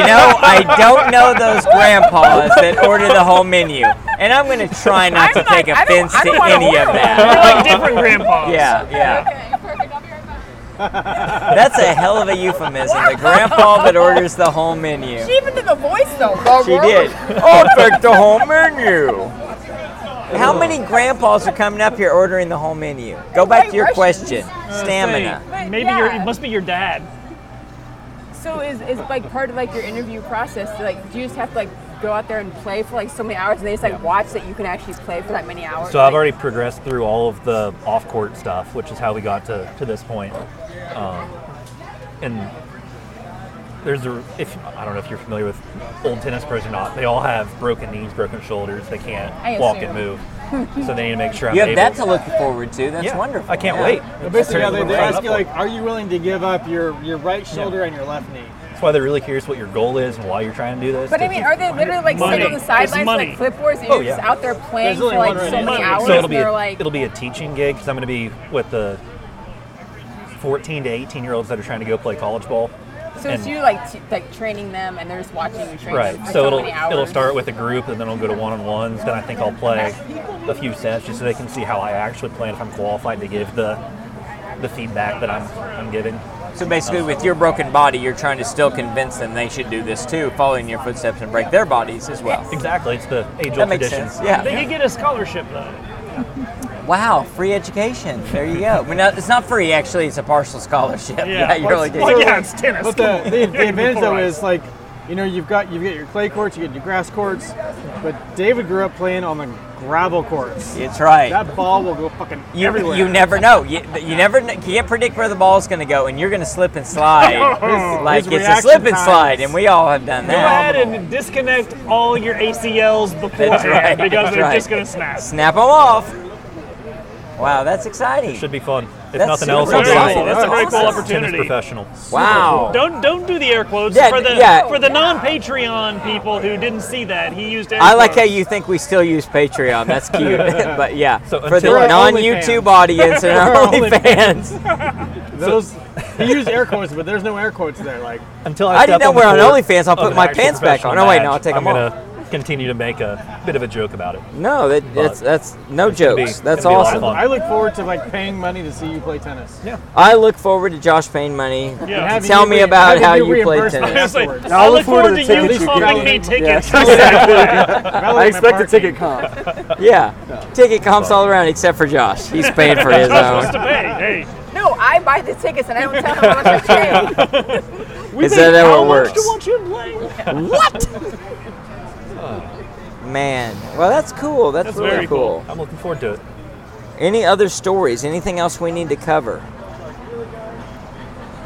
Speaker 2: know, I don't know those grandpas that order the whole menu, and I'm gonna try not to
Speaker 3: I'm like,
Speaker 2: take
Speaker 3: I don't-
Speaker 2: offense
Speaker 3: I
Speaker 2: to
Speaker 3: don't wanna
Speaker 2: any of
Speaker 3: order
Speaker 4: They're
Speaker 2: that.
Speaker 4: like different grandpas.
Speaker 2: Yeah, yeah.
Speaker 8: Okay, perfect, I'll be right back.
Speaker 2: That's a hell of a euphemism. The grandpa that orders the whole menu.
Speaker 3: she even did the voice though. The
Speaker 2: She did. I'll take the whole menu. How many grandpas are coming up here ordering the whole menu? Go back to your
Speaker 3: White
Speaker 2: question.
Speaker 3: Russians.
Speaker 2: Stamina.
Speaker 4: Say, maybe
Speaker 3: Yeah.
Speaker 4: your it must be your dad.
Speaker 3: So is is like part of like your interview process? to, Like, do you just have to like go out there and play for like so many hours, and they just like watch that you can actually play for that many hours?
Speaker 6: So I've
Speaker 3: Like,
Speaker 6: already progressed through all of the off-court stuff, which is how we got to, to this point. Um, and there's a if I don't know if you're familiar with old tennis pros or not, they all have broken knees, broken shoulders. They can't
Speaker 3: I
Speaker 6: walk
Speaker 3: assume.
Speaker 6: and move, so they need to make sure I'm
Speaker 2: You
Speaker 6: able.
Speaker 2: have that to look forward to. That's
Speaker 6: Yeah,
Speaker 2: wonderful.
Speaker 6: I can't
Speaker 2: Yeah.
Speaker 6: wait.
Speaker 1: But basically, yeah, they, they
Speaker 6: Sign up
Speaker 1: ask you
Speaker 6: for it.
Speaker 1: like, are you willing to give up your, your right shoulder and your left knee?
Speaker 6: That's why they're really curious what your goal is and why you're trying to do this.
Speaker 3: But I mean, are they literally like
Speaker 4: Money.
Speaker 3: sitting on the
Speaker 4: It's
Speaker 3: sidelines like
Speaker 4: money.
Speaker 3: clipboards and
Speaker 6: Oh,
Speaker 3: you're just
Speaker 6: yeah.
Speaker 3: out there
Speaker 1: There's
Speaker 3: playing for
Speaker 1: only
Speaker 3: like
Speaker 1: one
Speaker 3: so
Speaker 1: right
Speaker 3: many
Speaker 4: now.
Speaker 3: hours?
Speaker 6: so it'll be
Speaker 3: they're
Speaker 6: a,
Speaker 3: like,
Speaker 6: it'll be a teaching gig because I'm going to be with the 14 to 18 year olds that are trying to go play college ball.
Speaker 3: so it's
Speaker 6: and-
Speaker 3: you like t- like training them, and they're just watching you train.
Speaker 6: Right.
Speaker 3: them for
Speaker 6: So,
Speaker 3: so,
Speaker 6: it'll
Speaker 3: many hours.
Speaker 6: it'll start with a group, and then I'll go to one-on-ones. Then I think I'll play a few sets just so they can see how I actually play and if I'm qualified to give the the feedback that I'm I'm giving.
Speaker 2: So basically, with your broken body, you're trying to still convince them they should do this too, follow in your footsteps and break their bodies as well.
Speaker 6: Exactly. It's the
Speaker 2: That
Speaker 6: age-old
Speaker 2: makes
Speaker 6: tradition.
Speaker 2: sense. Yeah.
Speaker 4: They could get a scholarship though.
Speaker 2: Wow, free education. There you go. Well, no, it's not free, actually. It's a partial scholarship. Yeah, you really did.
Speaker 4: Well, yeah, it's tennis.
Speaker 1: But
Speaker 4: Come
Speaker 1: the,
Speaker 4: on.
Speaker 1: the,
Speaker 4: You're
Speaker 1: the
Speaker 4: gonna be
Speaker 1: advantage though
Speaker 4: polarized.
Speaker 1: is like, you know, you've got you've got your clay courts, you get your grass courts, but David grew up playing on the gravel courts.
Speaker 2: It's right.
Speaker 1: That ball will go fucking
Speaker 2: You,
Speaker 1: everywhere.
Speaker 2: you never know. You, you never kn- can't predict where the ball's going to go, and you're going to slip and slide. like
Speaker 1: his
Speaker 2: it's a
Speaker 1: reaction
Speaker 2: slip and
Speaker 1: times.
Speaker 2: slide, and we all have done
Speaker 4: Go
Speaker 2: that.
Speaker 4: ahead and disconnect all your ACLs beforehand
Speaker 2: right,
Speaker 4: because
Speaker 2: that's
Speaker 4: they're
Speaker 2: right.
Speaker 4: just gonna snap.
Speaker 2: Snap them off. Wow, that's exciting.
Speaker 6: Should be fun. If
Speaker 2: That's
Speaker 6: nothing
Speaker 2: super
Speaker 6: else,
Speaker 2: cool.
Speaker 6: I'll
Speaker 4: Very
Speaker 6: be
Speaker 2: Awesome.
Speaker 4: cool. That's a very cool
Speaker 2: Awesome.
Speaker 6: tennis
Speaker 4: opportunity.
Speaker 6: professional.
Speaker 2: Wow.
Speaker 4: Don't don't do the air quotes
Speaker 2: Yeah,
Speaker 4: for the
Speaker 2: yeah.
Speaker 4: for the non Patreon people who didn't see that. He used air
Speaker 2: I like how
Speaker 4: quotes.
Speaker 2: you think we still use Patreon. That's cute. but yeah,
Speaker 6: So
Speaker 2: for
Speaker 6: until-
Speaker 2: the
Speaker 6: We're
Speaker 2: non
Speaker 1: OnlyFans.
Speaker 2: YouTube audience and our
Speaker 1: We're
Speaker 2: OnlyFans.
Speaker 1: Those he used air quotes, but there's no air quotes there. Like
Speaker 6: Until
Speaker 2: I
Speaker 6: I, step
Speaker 2: didn't know
Speaker 6: on the
Speaker 2: we're on
Speaker 6: court
Speaker 2: OnlyFans. I'll
Speaker 6: of
Speaker 2: put
Speaker 6: an
Speaker 2: my
Speaker 6: actual
Speaker 2: pants back on.
Speaker 6: professional
Speaker 2: No, wait,
Speaker 6: match,
Speaker 2: no, I'll take
Speaker 6: I'm
Speaker 2: 'em off.
Speaker 6: gonna Continue to make a bit of a joke about it.
Speaker 2: No, that, that's that's no
Speaker 6: gonna be-
Speaker 2: jokes. that's
Speaker 6: gonna be a lot of
Speaker 2: awesome.
Speaker 6: fun.
Speaker 1: I look forward to like paying money to see you play tennis. Yeah.
Speaker 2: I look forward to Josh Payne money.
Speaker 4: Yeah.
Speaker 1: Have
Speaker 2: Tell
Speaker 1: you
Speaker 2: me
Speaker 1: re-
Speaker 2: about
Speaker 1: have
Speaker 2: how
Speaker 1: you
Speaker 2: you play
Speaker 1: reimbursed me
Speaker 2: tennis.
Speaker 4: It's like,
Speaker 1: afterwards.
Speaker 4: I look forward
Speaker 9: the
Speaker 4: to you
Speaker 9: tickets you
Speaker 4: pumping
Speaker 1: get.
Speaker 4: me tickets.
Speaker 9: Yeah.
Speaker 1: Validate my
Speaker 9: I expect a
Speaker 1: parking.
Speaker 9: ticket comp.
Speaker 2: Yeah, ticket comps all around except for Josh. He's paying for his
Speaker 4: Just to
Speaker 2: own.
Speaker 4: pay. Hey,
Speaker 3: no, I buy the tickets and I don't tell them how much I pay.
Speaker 2: Is that how it works?
Speaker 4: you play?
Speaker 2: Man, well that's cool. That's,
Speaker 4: That's
Speaker 2: really
Speaker 4: very cool.
Speaker 2: cool.
Speaker 6: I'm looking forward to it.
Speaker 2: Any other stories? Anything else we need to cover?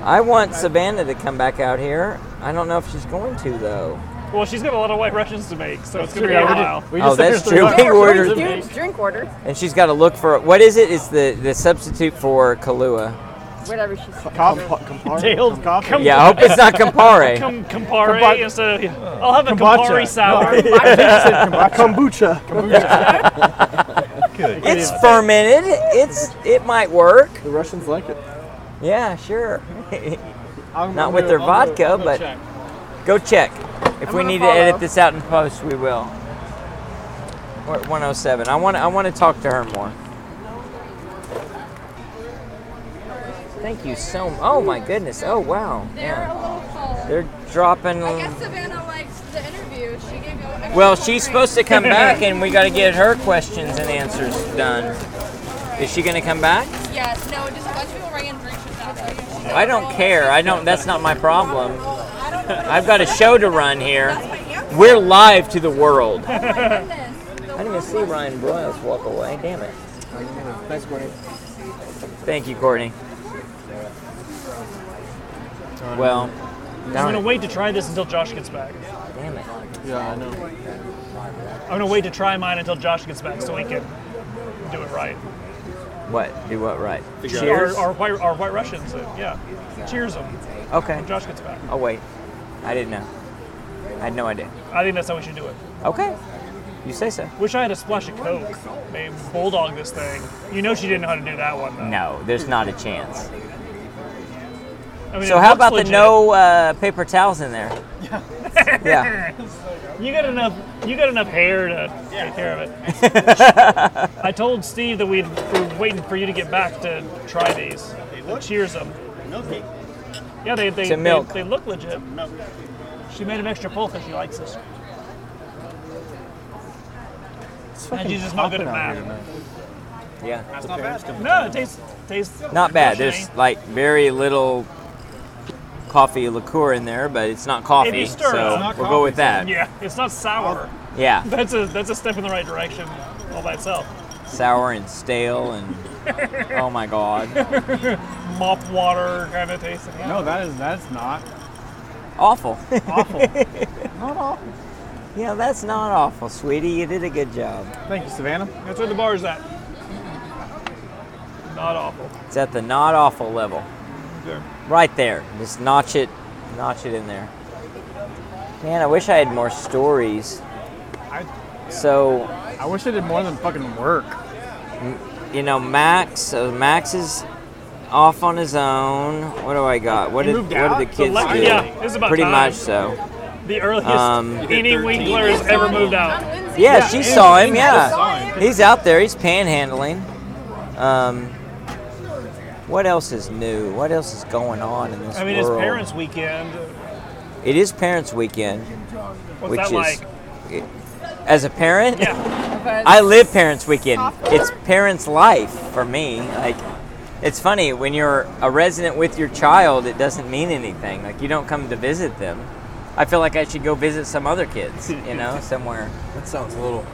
Speaker 2: I want Savannah to come back out here. I don't know if she's going to though.
Speaker 4: Well, she's got a lot of white Russians to make, so it's gonna be
Speaker 1: Yeah,
Speaker 4: a
Speaker 1: we
Speaker 4: while.
Speaker 1: just- we
Speaker 2: Oh,
Speaker 1: just
Speaker 2: that's
Speaker 1: finished the-
Speaker 2: true. Big order.
Speaker 3: Huge drink order,
Speaker 2: And she's got to look for what is it? It's the the substitute for Kahlua.
Speaker 3: whatever she's.
Speaker 9: Comp- compar-
Speaker 1: Dale's coffee.
Speaker 2: Yeah, I hope it's not Campari.
Speaker 4: Com- Campari
Speaker 1: Compa-
Speaker 4: instead of- I'll have a
Speaker 1: Kombucha.
Speaker 4: Campari sour.
Speaker 9: kombucha.
Speaker 6: Good.
Speaker 2: It's fermented. It's it might work.
Speaker 9: The Russians like it.
Speaker 2: Yeah, sure.
Speaker 1: I'm-
Speaker 2: Not
Speaker 1: I'm
Speaker 2: with
Speaker 1: gonna-
Speaker 2: their
Speaker 1: I'm gonna-
Speaker 2: vodka,
Speaker 1: I'm gonna
Speaker 2: but-
Speaker 1: check.
Speaker 2: Go check. If we
Speaker 3: gonna
Speaker 2: need
Speaker 3: follow.
Speaker 2: to edit this out in post, we will. We're at 107. I want I want to talk to her more. Thank you so. m- Oh my goodness. Oh wow.
Speaker 8: They're
Speaker 2: Yeah.
Speaker 8: a little full.
Speaker 2: They're dropping.
Speaker 8: I guess Savannah likes the interview. She gave you. extra
Speaker 2: Well, she's
Speaker 8: time.
Speaker 2: supposed to come back, and we got to get her questions and answers done. Is she going to come back?
Speaker 8: Yes, no, just a bunch of people ringing drink shit out there.
Speaker 2: I don't care. I don't. That's not my problem. I've got a show to run here. We're live to the world. I didn't even see Ryan Broyles walk away. Damn it.
Speaker 7: Thanks, Courtney.
Speaker 2: Thank you, Courtney. Well,
Speaker 4: I'm
Speaker 2: darn
Speaker 4: gonna
Speaker 2: it.
Speaker 4: wait to try this until Josh gets back.
Speaker 2: Damn it.
Speaker 7: Yeah, I know.
Speaker 4: I'm gonna wait to try mine until Josh gets back so we can do it right.
Speaker 2: What? Do what right?
Speaker 4: Our,
Speaker 2: Cheers.
Speaker 4: our, white, our white Russians, uh, yeah. Cheers them
Speaker 2: Okay.
Speaker 4: when Josh gets back.
Speaker 2: Oh wait. I didn't know. I had no idea.
Speaker 4: I think that's how we should do it.
Speaker 2: Okay. You say so.
Speaker 4: Wish I had a splash of Coke. Maybe bulldog this thing. You know she didn't know how to do that one, though.
Speaker 2: No, there's not a chance.
Speaker 4: I mean,
Speaker 2: So
Speaker 4: it
Speaker 2: how
Speaker 4: looks
Speaker 2: about the
Speaker 4: legit.
Speaker 2: no uh, paper towels in there? Yeah.
Speaker 4: You got enough. You got enough hair to take care of it. I told Steve that we'd, we were waiting for you to get back to try these. Cheers them. Yeah, they they,
Speaker 2: To milk.
Speaker 4: they they look legit. She made an extra pull because she likes this. And she's just not good at math.
Speaker 2: Yeah. Yeah.
Speaker 4: No, it tastes tastes
Speaker 2: Not bad.
Speaker 4: refreshing.
Speaker 2: There's like very little coffee liqueur in there, but it's not
Speaker 4: If you
Speaker 2: coffee,
Speaker 4: stir it,
Speaker 2: so
Speaker 4: it's
Speaker 2: we'll
Speaker 4: not
Speaker 2: go with that.
Speaker 4: Yeah, it's not sour.
Speaker 2: Yeah.
Speaker 4: That's a that's a step in the right direction all by itself.
Speaker 2: Sour and stale and oh my god,
Speaker 4: Mop water kind of tasting. Yeah.
Speaker 1: No, that is that's not
Speaker 2: awful.
Speaker 1: awful. not awful.
Speaker 2: yeah, that's not awful, sweetie. You did a good job.
Speaker 1: Thank you, Savannah.
Speaker 4: That's where the bar's at. Not awful.
Speaker 2: It's at the not awful level. Right there. Just notch it, notch it in there. Man, I wish I had more stories.
Speaker 1: I,
Speaker 2: So
Speaker 1: I wish I did more than fucking work.
Speaker 2: you know, Max. So Max is off on his own. What do I got? What
Speaker 1: He
Speaker 2: did
Speaker 1: moved
Speaker 2: what
Speaker 1: out?
Speaker 2: did the kids
Speaker 4: le-
Speaker 2: do?
Speaker 4: yeah, it's about
Speaker 2: Pretty
Speaker 4: time.
Speaker 2: much so.
Speaker 4: The earliest
Speaker 2: Um,
Speaker 4: any Winkler has ever moved out.
Speaker 2: Yeah, she saw him.
Speaker 1: saw
Speaker 2: Yeah,
Speaker 1: him.
Speaker 2: he's out there. He's panhandling. Um, what else is new? What else is going on in this
Speaker 4: I mean, his
Speaker 2: world?
Speaker 4: parents' weekend.
Speaker 2: It is Parents Weekend,
Speaker 4: What's
Speaker 2: which
Speaker 4: that
Speaker 2: is
Speaker 4: like?
Speaker 2: as a parent.
Speaker 4: Yeah,
Speaker 3: But
Speaker 2: I live parents' weekend. It's parents' life for me. Like, it's funny when you're a resident with your child, it doesn't mean anything. Like, you don't come to visit them. I feel like I should go visit some other kids, you know, somewhere.
Speaker 7: That sounds a little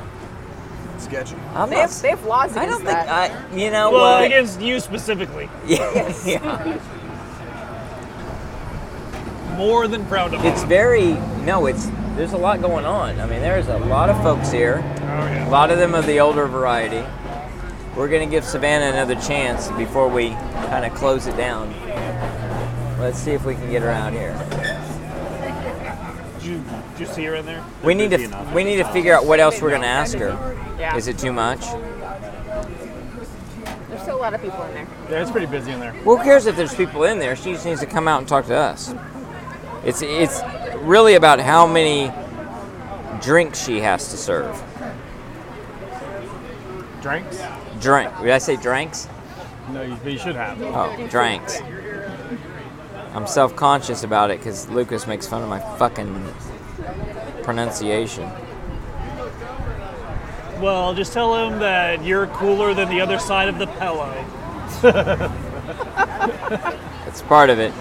Speaker 7: sketchy.
Speaker 2: I'm
Speaker 3: they
Speaker 2: not,
Speaker 3: have, they have laws against
Speaker 2: I don't think
Speaker 3: that.
Speaker 2: I. You know
Speaker 4: well,
Speaker 2: what?
Speaker 4: against you specifically.
Speaker 2: Yeah, yeah.
Speaker 4: More than proud of him.
Speaker 2: It's very no. It's there's a lot going on. I mean, there's a lot of folks here.
Speaker 4: Oh,
Speaker 2: A
Speaker 4: yeah.
Speaker 2: lot of them are the older variety. We're gonna give Savannah another chance before we kind of close it down. Let's see if we can get her out here.
Speaker 4: Did you, did you see her in there?
Speaker 2: We need
Speaker 6: busy
Speaker 2: to
Speaker 6: enough.
Speaker 2: we need to figure out what else we're gonna ask her.
Speaker 3: yeah,
Speaker 2: Is it too much?
Speaker 3: there's still a lot of people in there.
Speaker 1: Yeah, it's pretty busy in there.
Speaker 2: Who cares if there's people in there? She just needs to come out and talk to us. It's it's really about how many drinks she has to serve.
Speaker 1: Drinks?
Speaker 2: Drink. Did I say drinks?
Speaker 1: No, you, but you should have.
Speaker 2: Oh, drinks. I'm self conscious about it because Lucas makes fun of my fucking pronunciation.
Speaker 4: Well, just tell him that you're cooler than the other side of the pillow.
Speaker 2: That's part of it.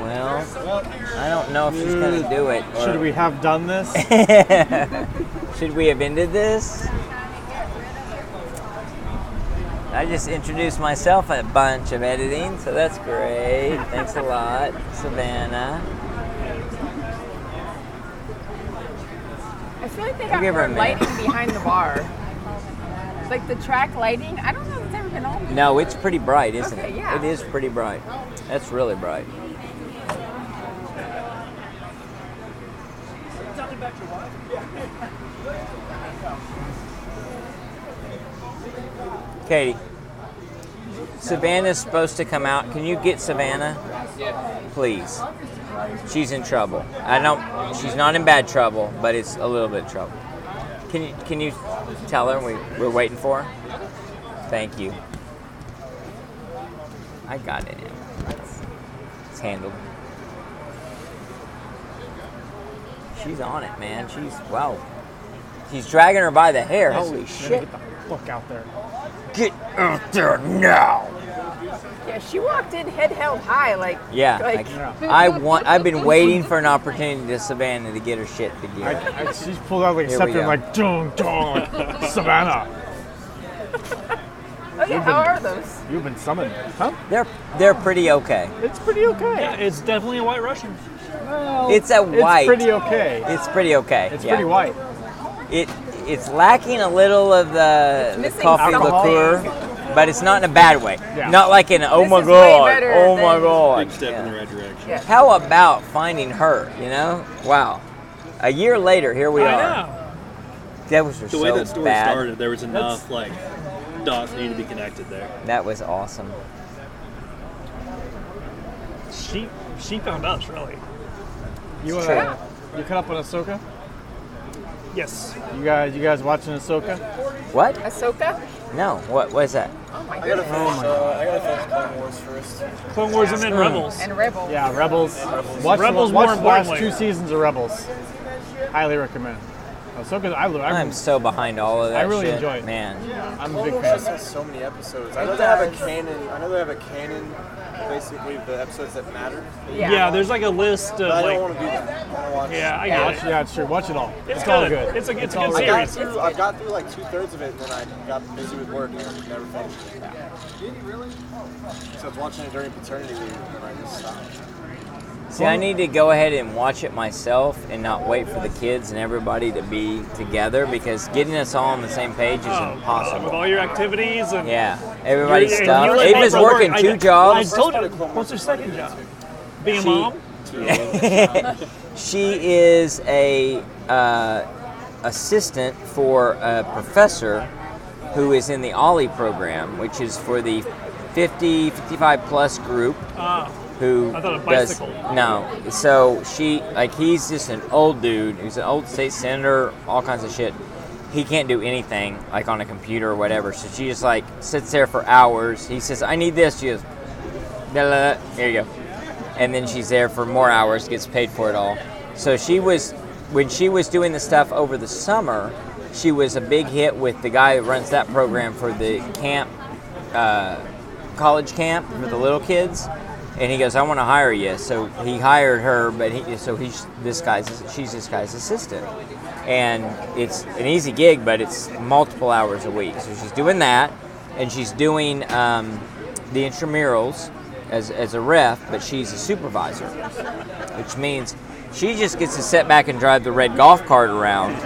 Speaker 2: Well, I don't know if she's gonna do it. or-
Speaker 1: Should we have done this?
Speaker 2: Should we have ended this? I just introduced myself a bunch of editing, so that's great. Thanks a lot, Savannah.
Speaker 3: I feel like they got
Speaker 2: give her a
Speaker 3: more
Speaker 2: minute.
Speaker 3: lighting behind the bar. Like the track lighting. I don't know if it's ever been on.
Speaker 2: No, it's pretty bright, isn't
Speaker 3: Okay,
Speaker 2: it?
Speaker 3: yeah.
Speaker 2: It is pretty bright. That's really bright. Katie, Savannah's supposed to come out. Can you get Savannah? Please. She's in trouble. I don't. She's not in bad trouble, but it's a little bit of trouble. Can you can you tell her we, we're waiting for her? Thank you. I got it in. It's handled. she's on it, man. She's wow. He's dragging her by the hair. Holy shit!
Speaker 1: Get the fuck out there.
Speaker 2: Get out there now!
Speaker 3: Yeah, she walked in head held high, like
Speaker 2: Yeah,
Speaker 3: like,
Speaker 2: I, I want. I've been waiting for an opportunity to Savannah to get her shit together.
Speaker 1: I, I, she's pulled out like a
Speaker 2: Here we
Speaker 1: scepter
Speaker 2: go.
Speaker 1: and like, dong, dong, like, Savannah,
Speaker 3: oh yeah, how are those?
Speaker 1: you've been summoned. Huh?
Speaker 2: They're they're pretty okay.
Speaker 1: It's pretty okay.
Speaker 4: Yeah, it's definitely a white Russian.
Speaker 1: Well,
Speaker 2: It's a white.
Speaker 1: It's pretty okay.
Speaker 2: It's pretty okay.
Speaker 1: It's
Speaker 2: yeah.
Speaker 1: pretty white.
Speaker 2: It it's lacking a little of the, the
Speaker 3: missing
Speaker 2: coffee
Speaker 3: something.
Speaker 2: liqueur, but it's not in a bad way.
Speaker 1: Yeah.
Speaker 2: Not like an oh
Speaker 3: This
Speaker 2: my
Speaker 3: is way
Speaker 2: god,
Speaker 3: better
Speaker 2: oh my
Speaker 3: than-
Speaker 2: god.
Speaker 10: Big step in
Speaker 2: Yeah.
Speaker 10: the right direction.
Speaker 3: Yeah.
Speaker 2: How about finding her? You know, wow. A year later, here we
Speaker 4: I
Speaker 2: are.
Speaker 4: know.
Speaker 2: That was
Speaker 10: The
Speaker 2: so
Speaker 10: way that story
Speaker 2: bad.
Speaker 10: started, there was enough like dots need to be connected there.
Speaker 2: That was awesome.
Speaker 4: She she found us really.
Speaker 1: You
Speaker 2: It's
Speaker 1: uh, you caught up on Ahsoka?
Speaker 4: Yes.
Speaker 1: You guys, you guys watching Ahsoka?
Speaker 2: What?
Speaker 3: Ahsoka?
Speaker 2: No. What was that?
Speaker 7: I gotta finish. Uh, I gotta finish Clone Wars first.
Speaker 4: Clone Wars and then Rebels.
Speaker 3: And Rebel.
Speaker 1: Yeah, Rebels. Watch
Speaker 4: Rebels
Speaker 1: the, watch
Speaker 4: more
Speaker 1: the last
Speaker 4: importantly.
Speaker 1: two seasons of Rebels. Highly recommend. Ahsoka, I, I,
Speaker 2: I'm so behind all of that.
Speaker 1: I really
Speaker 2: shit.
Speaker 1: enjoy it.
Speaker 2: Man,
Speaker 1: I'm a
Speaker 7: Clone
Speaker 1: big
Speaker 7: Wars
Speaker 1: fan.
Speaker 7: just has so many episodes. I know they have a canon. I know they have a canon, basically of the episodes that matter.
Speaker 3: Yeah.
Speaker 4: Yeah, there's like a list
Speaker 7: But I
Speaker 4: of
Speaker 7: don't
Speaker 4: like.
Speaker 7: want to do that. I want to watch.
Speaker 4: Yeah, I
Speaker 1: Yeah,
Speaker 4: get
Speaker 1: watch,
Speaker 4: it.
Speaker 1: yeah, it's true. Watch it all. It's,
Speaker 4: It's
Speaker 1: all
Speaker 4: good.
Speaker 1: good.
Speaker 4: It's a- it's a
Speaker 1: all
Speaker 4: good
Speaker 7: I
Speaker 4: series.
Speaker 7: got through. I got through like two thirds of it, and then I got busy with work and never finished. it. So I was watching it during paternity leave, and I just stopped.
Speaker 2: see, I need to go ahead and watch it myself and not wait for the kids and everybody to be together because getting us all on the same page is
Speaker 4: Oh,
Speaker 2: impossible.
Speaker 4: With all your activities and.
Speaker 2: Yeah, everybody's
Speaker 4: You're- and you
Speaker 2: stuffed.
Speaker 4: let
Speaker 2: Ava's
Speaker 4: Oprah work.
Speaker 2: working
Speaker 4: I-
Speaker 2: two jobs.
Speaker 4: I told her. What's her second job? Being a
Speaker 2: She-
Speaker 4: mom.
Speaker 2: she is a uh, assistant for a professor who is in the Ollie program, which is for the 50, 55 plus group
Speaker 4: Ah.
Speaker 2: who
Speaker 4: I thought a
Speaker 2: does
Speaker 4: bicycle.
Speaker 2: no. So she like he's just an old dude. He's an old state senator, all kinds of shit. He can't do anything like on a computer or whatever. So she just like sits there for hours. He says, "I need this." She goes, "Da, da, da." "Here you go," and then she's there for more hours, gets paid for it all. So she was when she was doing the stuff over the summer. She was a big hit with the guy who runs that program for the camp college camp for the little kids, and he goes, "I want to hire you." So he hired her, but he so he's this guy's she's this guy's assistant, and it's an easy gig, but it's multiple hours a week. So she's doing that, and she's doing um, the intramurals as as a ref, but she's a supervisor, which means she just gets to sit back and drive the red golf cart around,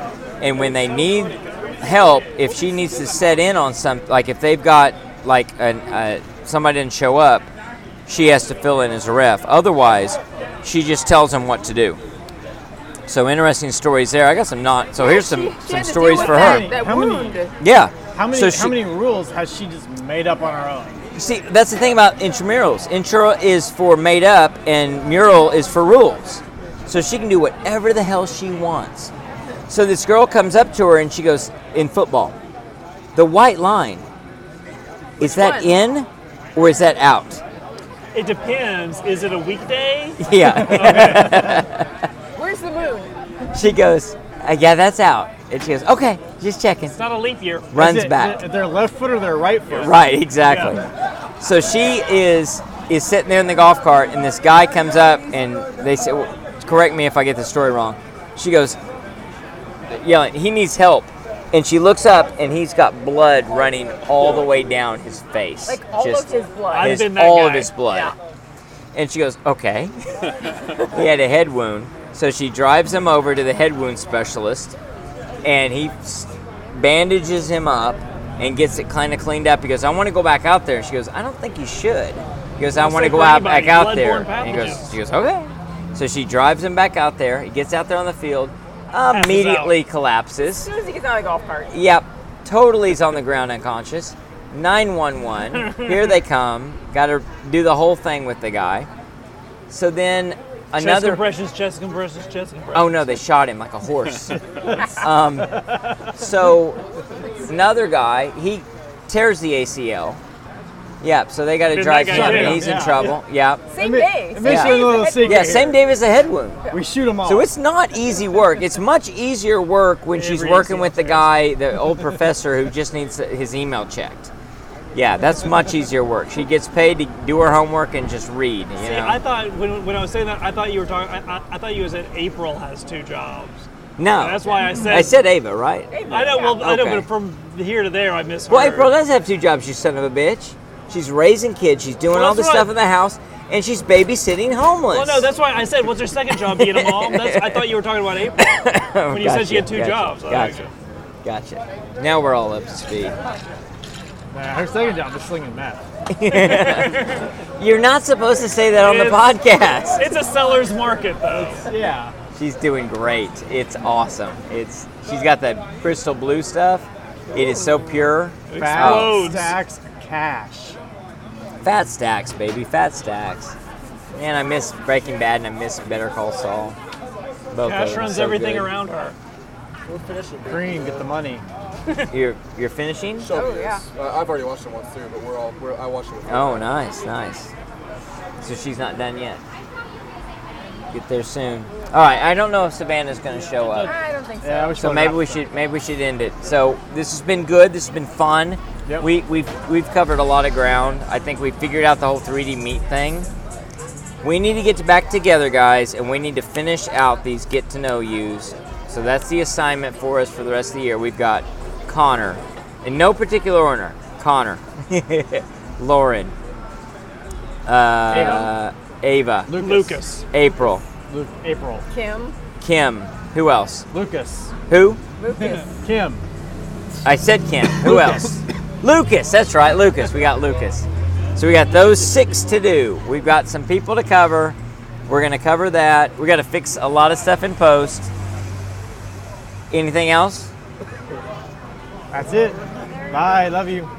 Speaker 2: and when they need help if she needs to set in on some like if they've got like an uh, somebody didn't show up she has to fill in as a ref otherwise she just tells them what to do so interesting stories there i got some not so here's
Speaker 3: She-
Speaker 2: some
Speaker 3: she
Speaker 2: some
Speaker 3: had to
Speaker 2: stories
Speaker 3: deal
Speaker 2: for
Speaker 3: with
Speaker 2: her
Speaker 3: That, that
Speaker 1: How many-
Speaker 3: wound.
Speaker 2: yeah
Speaker 1: How many,
Speaker 2: so she,
Speaker 1: how many rules has she just made up on her own?
Speaker 2: see that's the thing about intramurals intra is for made up and mural is for rules so she can do whatever the hell she wants so this girl comes up to her and she goes in football the white line is that
Speaker 3: one?
Speaker 2: in or is that out
Speaker 4: It depends. Is it a weekday?
Speaker 2: yeah
Speaker 3: Where's the moon?
Speaker 2: she goes uh, yeah that's out and she goes okay just checking
Speaker 4: It's not a leap year.
Speaker 2: runs
Speaker 1: Is it
Speaker 2: back
Speaker 1: Their left foot or their right foot?
Speaker 2: Right, exactly. So she is is sitting there in the golf cart, and this guy comes up, and they say, well, "Correct me if I get the story wrong." She goes yelling, "He needs help!" And she looks up, and he's got blood running all the way down his face,
Speaker 3: Like all
Speaker 2: Just
Speaker 3: of his blood.
Speaker 4: I've
Speaker 2: his-
Speaker 4: been that
Speaker 2: all of
Speaker 4: guy.
Speaker 2: his blood.
Speaker 3: Yeah.
Speaker 2: And she goes, okay. he had a head wound. So she drives him over to the head wound specialist and he s- bandages him up and gets it kind of cleaned up. He goes, I want to go back out there. She goes, I don't think you should. He goes, I
Speaker 4: It's
Speaker 2: want to
Speaker 4: like
Speaker 2: go
Speaker 4: for
Speaker 2: out back
Speaker 4: anybody,
Speaker 2: out there.
Speaker 4: bloodborne
Speaker 2: And he goes,
Speaker 4: pathogens.
Speaker 2: she goes, okay. So she drives him back out there. He gets out there on the field, immediately collapses.
Speaker 3: As soon as he gets out of the golf cart.
Speaker 2: Yep, totally is on the ground unconscious. 911, here they come. Got to do the whole thing with the guy. So then
Speaker 4: Chest
Speaker 2: another.
Speaker 4: compressions, chest compressions, chest compressions.
Speaker 2: Oh no, they shot him like a horse. um, so another guy, he tears the ACL. Yep. So they got to
Speaker 1: Didn't
Speaker 2: drive
Speaker 1: that
Speaker 2: him.
Speaker 1: guy do?
Speaker 2: He's in
Speaker 1: Yeah.
Speaker 2: trouble. Yep.
Speaker 3: Same day.
Speaker 1: makes it a
Speaker 3: Same day as
Speaker 1: little
Speaker 3: the head-
Speaker 1: secret
Speaker 2: Yeah,
Speaker 1: here.
Speaker 2: same day as the head wound.
Speaker 1: We shoot them
Speaker 4: Oh.
Speaker 1: all.
Speaker 2: So it's not easy work. It's much easier work when she's
Speaker 1: Every
Speaker 2: working with the guy, the old professor who just needs his email checked. Yeah, that's much easier work. She gets paid to do her homework and just read. You
Speaker 4: See,
Speaker 2: know?
Speaker 4: I thought when, when I was saying that, I thought you were talking. I, I, I thought you said April has two jobs.
Speaker 2: no,
Speaker 4: And that's why I said.
Speaker 2: I said Ava, right?
Speaker 4: I know. Well, I know,
Speaker 2: Okay.
Speaker 4: but from here to there, I miss
Speaker 2: Well,
Speaker 4: her.
Speaker 2: April does have two jobs, you son of a bitch. She's raising kids, she's doing
Speaker 4: Well,
Speaker 2: all the
Speaker 4: that's
Speaker 2: stuff
Speaker 4: right.
Speaker 2: in the house, and she's babysitting homeless.
Speaker 4: Well, no, that's why I said, "What's her second job being a mom?" That's, I thought you were talking about April when you said she had
Speaker 2: Gotcha,
Speaker 4: two
Speaker 2: Oh, gotcha,
Speaker 4: jobs. I
Speaker 2: Gotcha.
Speaker 4: think.
Speaker 2: Gotcha. Now we're all up to speed.
Speaker 1: Nah, her second job is slinging meth.
Speaker 2: You're not supposed to say that on the
Speaker 4: It's-
Speaker 2: podcast.
Speaker 4: It's a seller's market, though.
Speaker 1: Yeah.
Speaker 2: She's doing great. It's awesome. It's she's got that crystal blue stuff. It is so pure.
Speaker 1: Fat stacks of cash.
Speaker 2: Fat stacks, baby. Fat stacks. Man, I miss Breaking Bad and I miss Better Call Saul. Both of
Speaker 4: Cash
Speaker 2: them
Speaker 4: runs
Speaker 2: so
Speaker 4: everything
Speaker 2: good.
Speaker 4: around her.
Speaker 1: Cream, get the money.
Speaker 2: You're you're finishing.
Speaker 7: Shelby
Speaker 3: Oh, yeah.
Speaker 7: is. Uh, I've already watched it once too, but we're all we're, I watched it with.
Speaker 2: Oh, nice, nice. So she's not done yet. Get there soon. All right. I don't know if Savannah's going to show up.
Speaker 3: I don't think so.
Speaker 1: Yeah, I wish
Speaker 2: So
Speaker 1: I
Speaker 2: maybe
Speaker 1: got-
Speaker 2: we should maybe we should end it. So this has been good. This has been fun.
Speaker 1: Yep.
Speaker 2: We we've we've covered a lot of ground. I think we figured out the whole 3D meat thing. We need to get back together, guys, and we need to finish out these get to know yous. So that's the assignment for us for the rest of the year. We've got Connor, in no particular order. Connor, Lauren, uh, Ava,
Speaker 4: Lucas.
Speaker 2: April,
Speaker 1: Lu- April.
Speaker 3: Kim,
Speaker 2: Kim. Who else?
Speaker 1: Lucas.
Speaker 2: Who?
Speaker 3: Lucas,
Speaker 1: Kim.
Speaker 2: I said Kim. Who else? Lucas. That's right, Lucas. We got Lucas. So we got those six to do. We've got some people to cover. We're gonna cover that. We got to fix a lot of stuff in post. Anything else?
Speaker 1: That's it. Bye. Love you.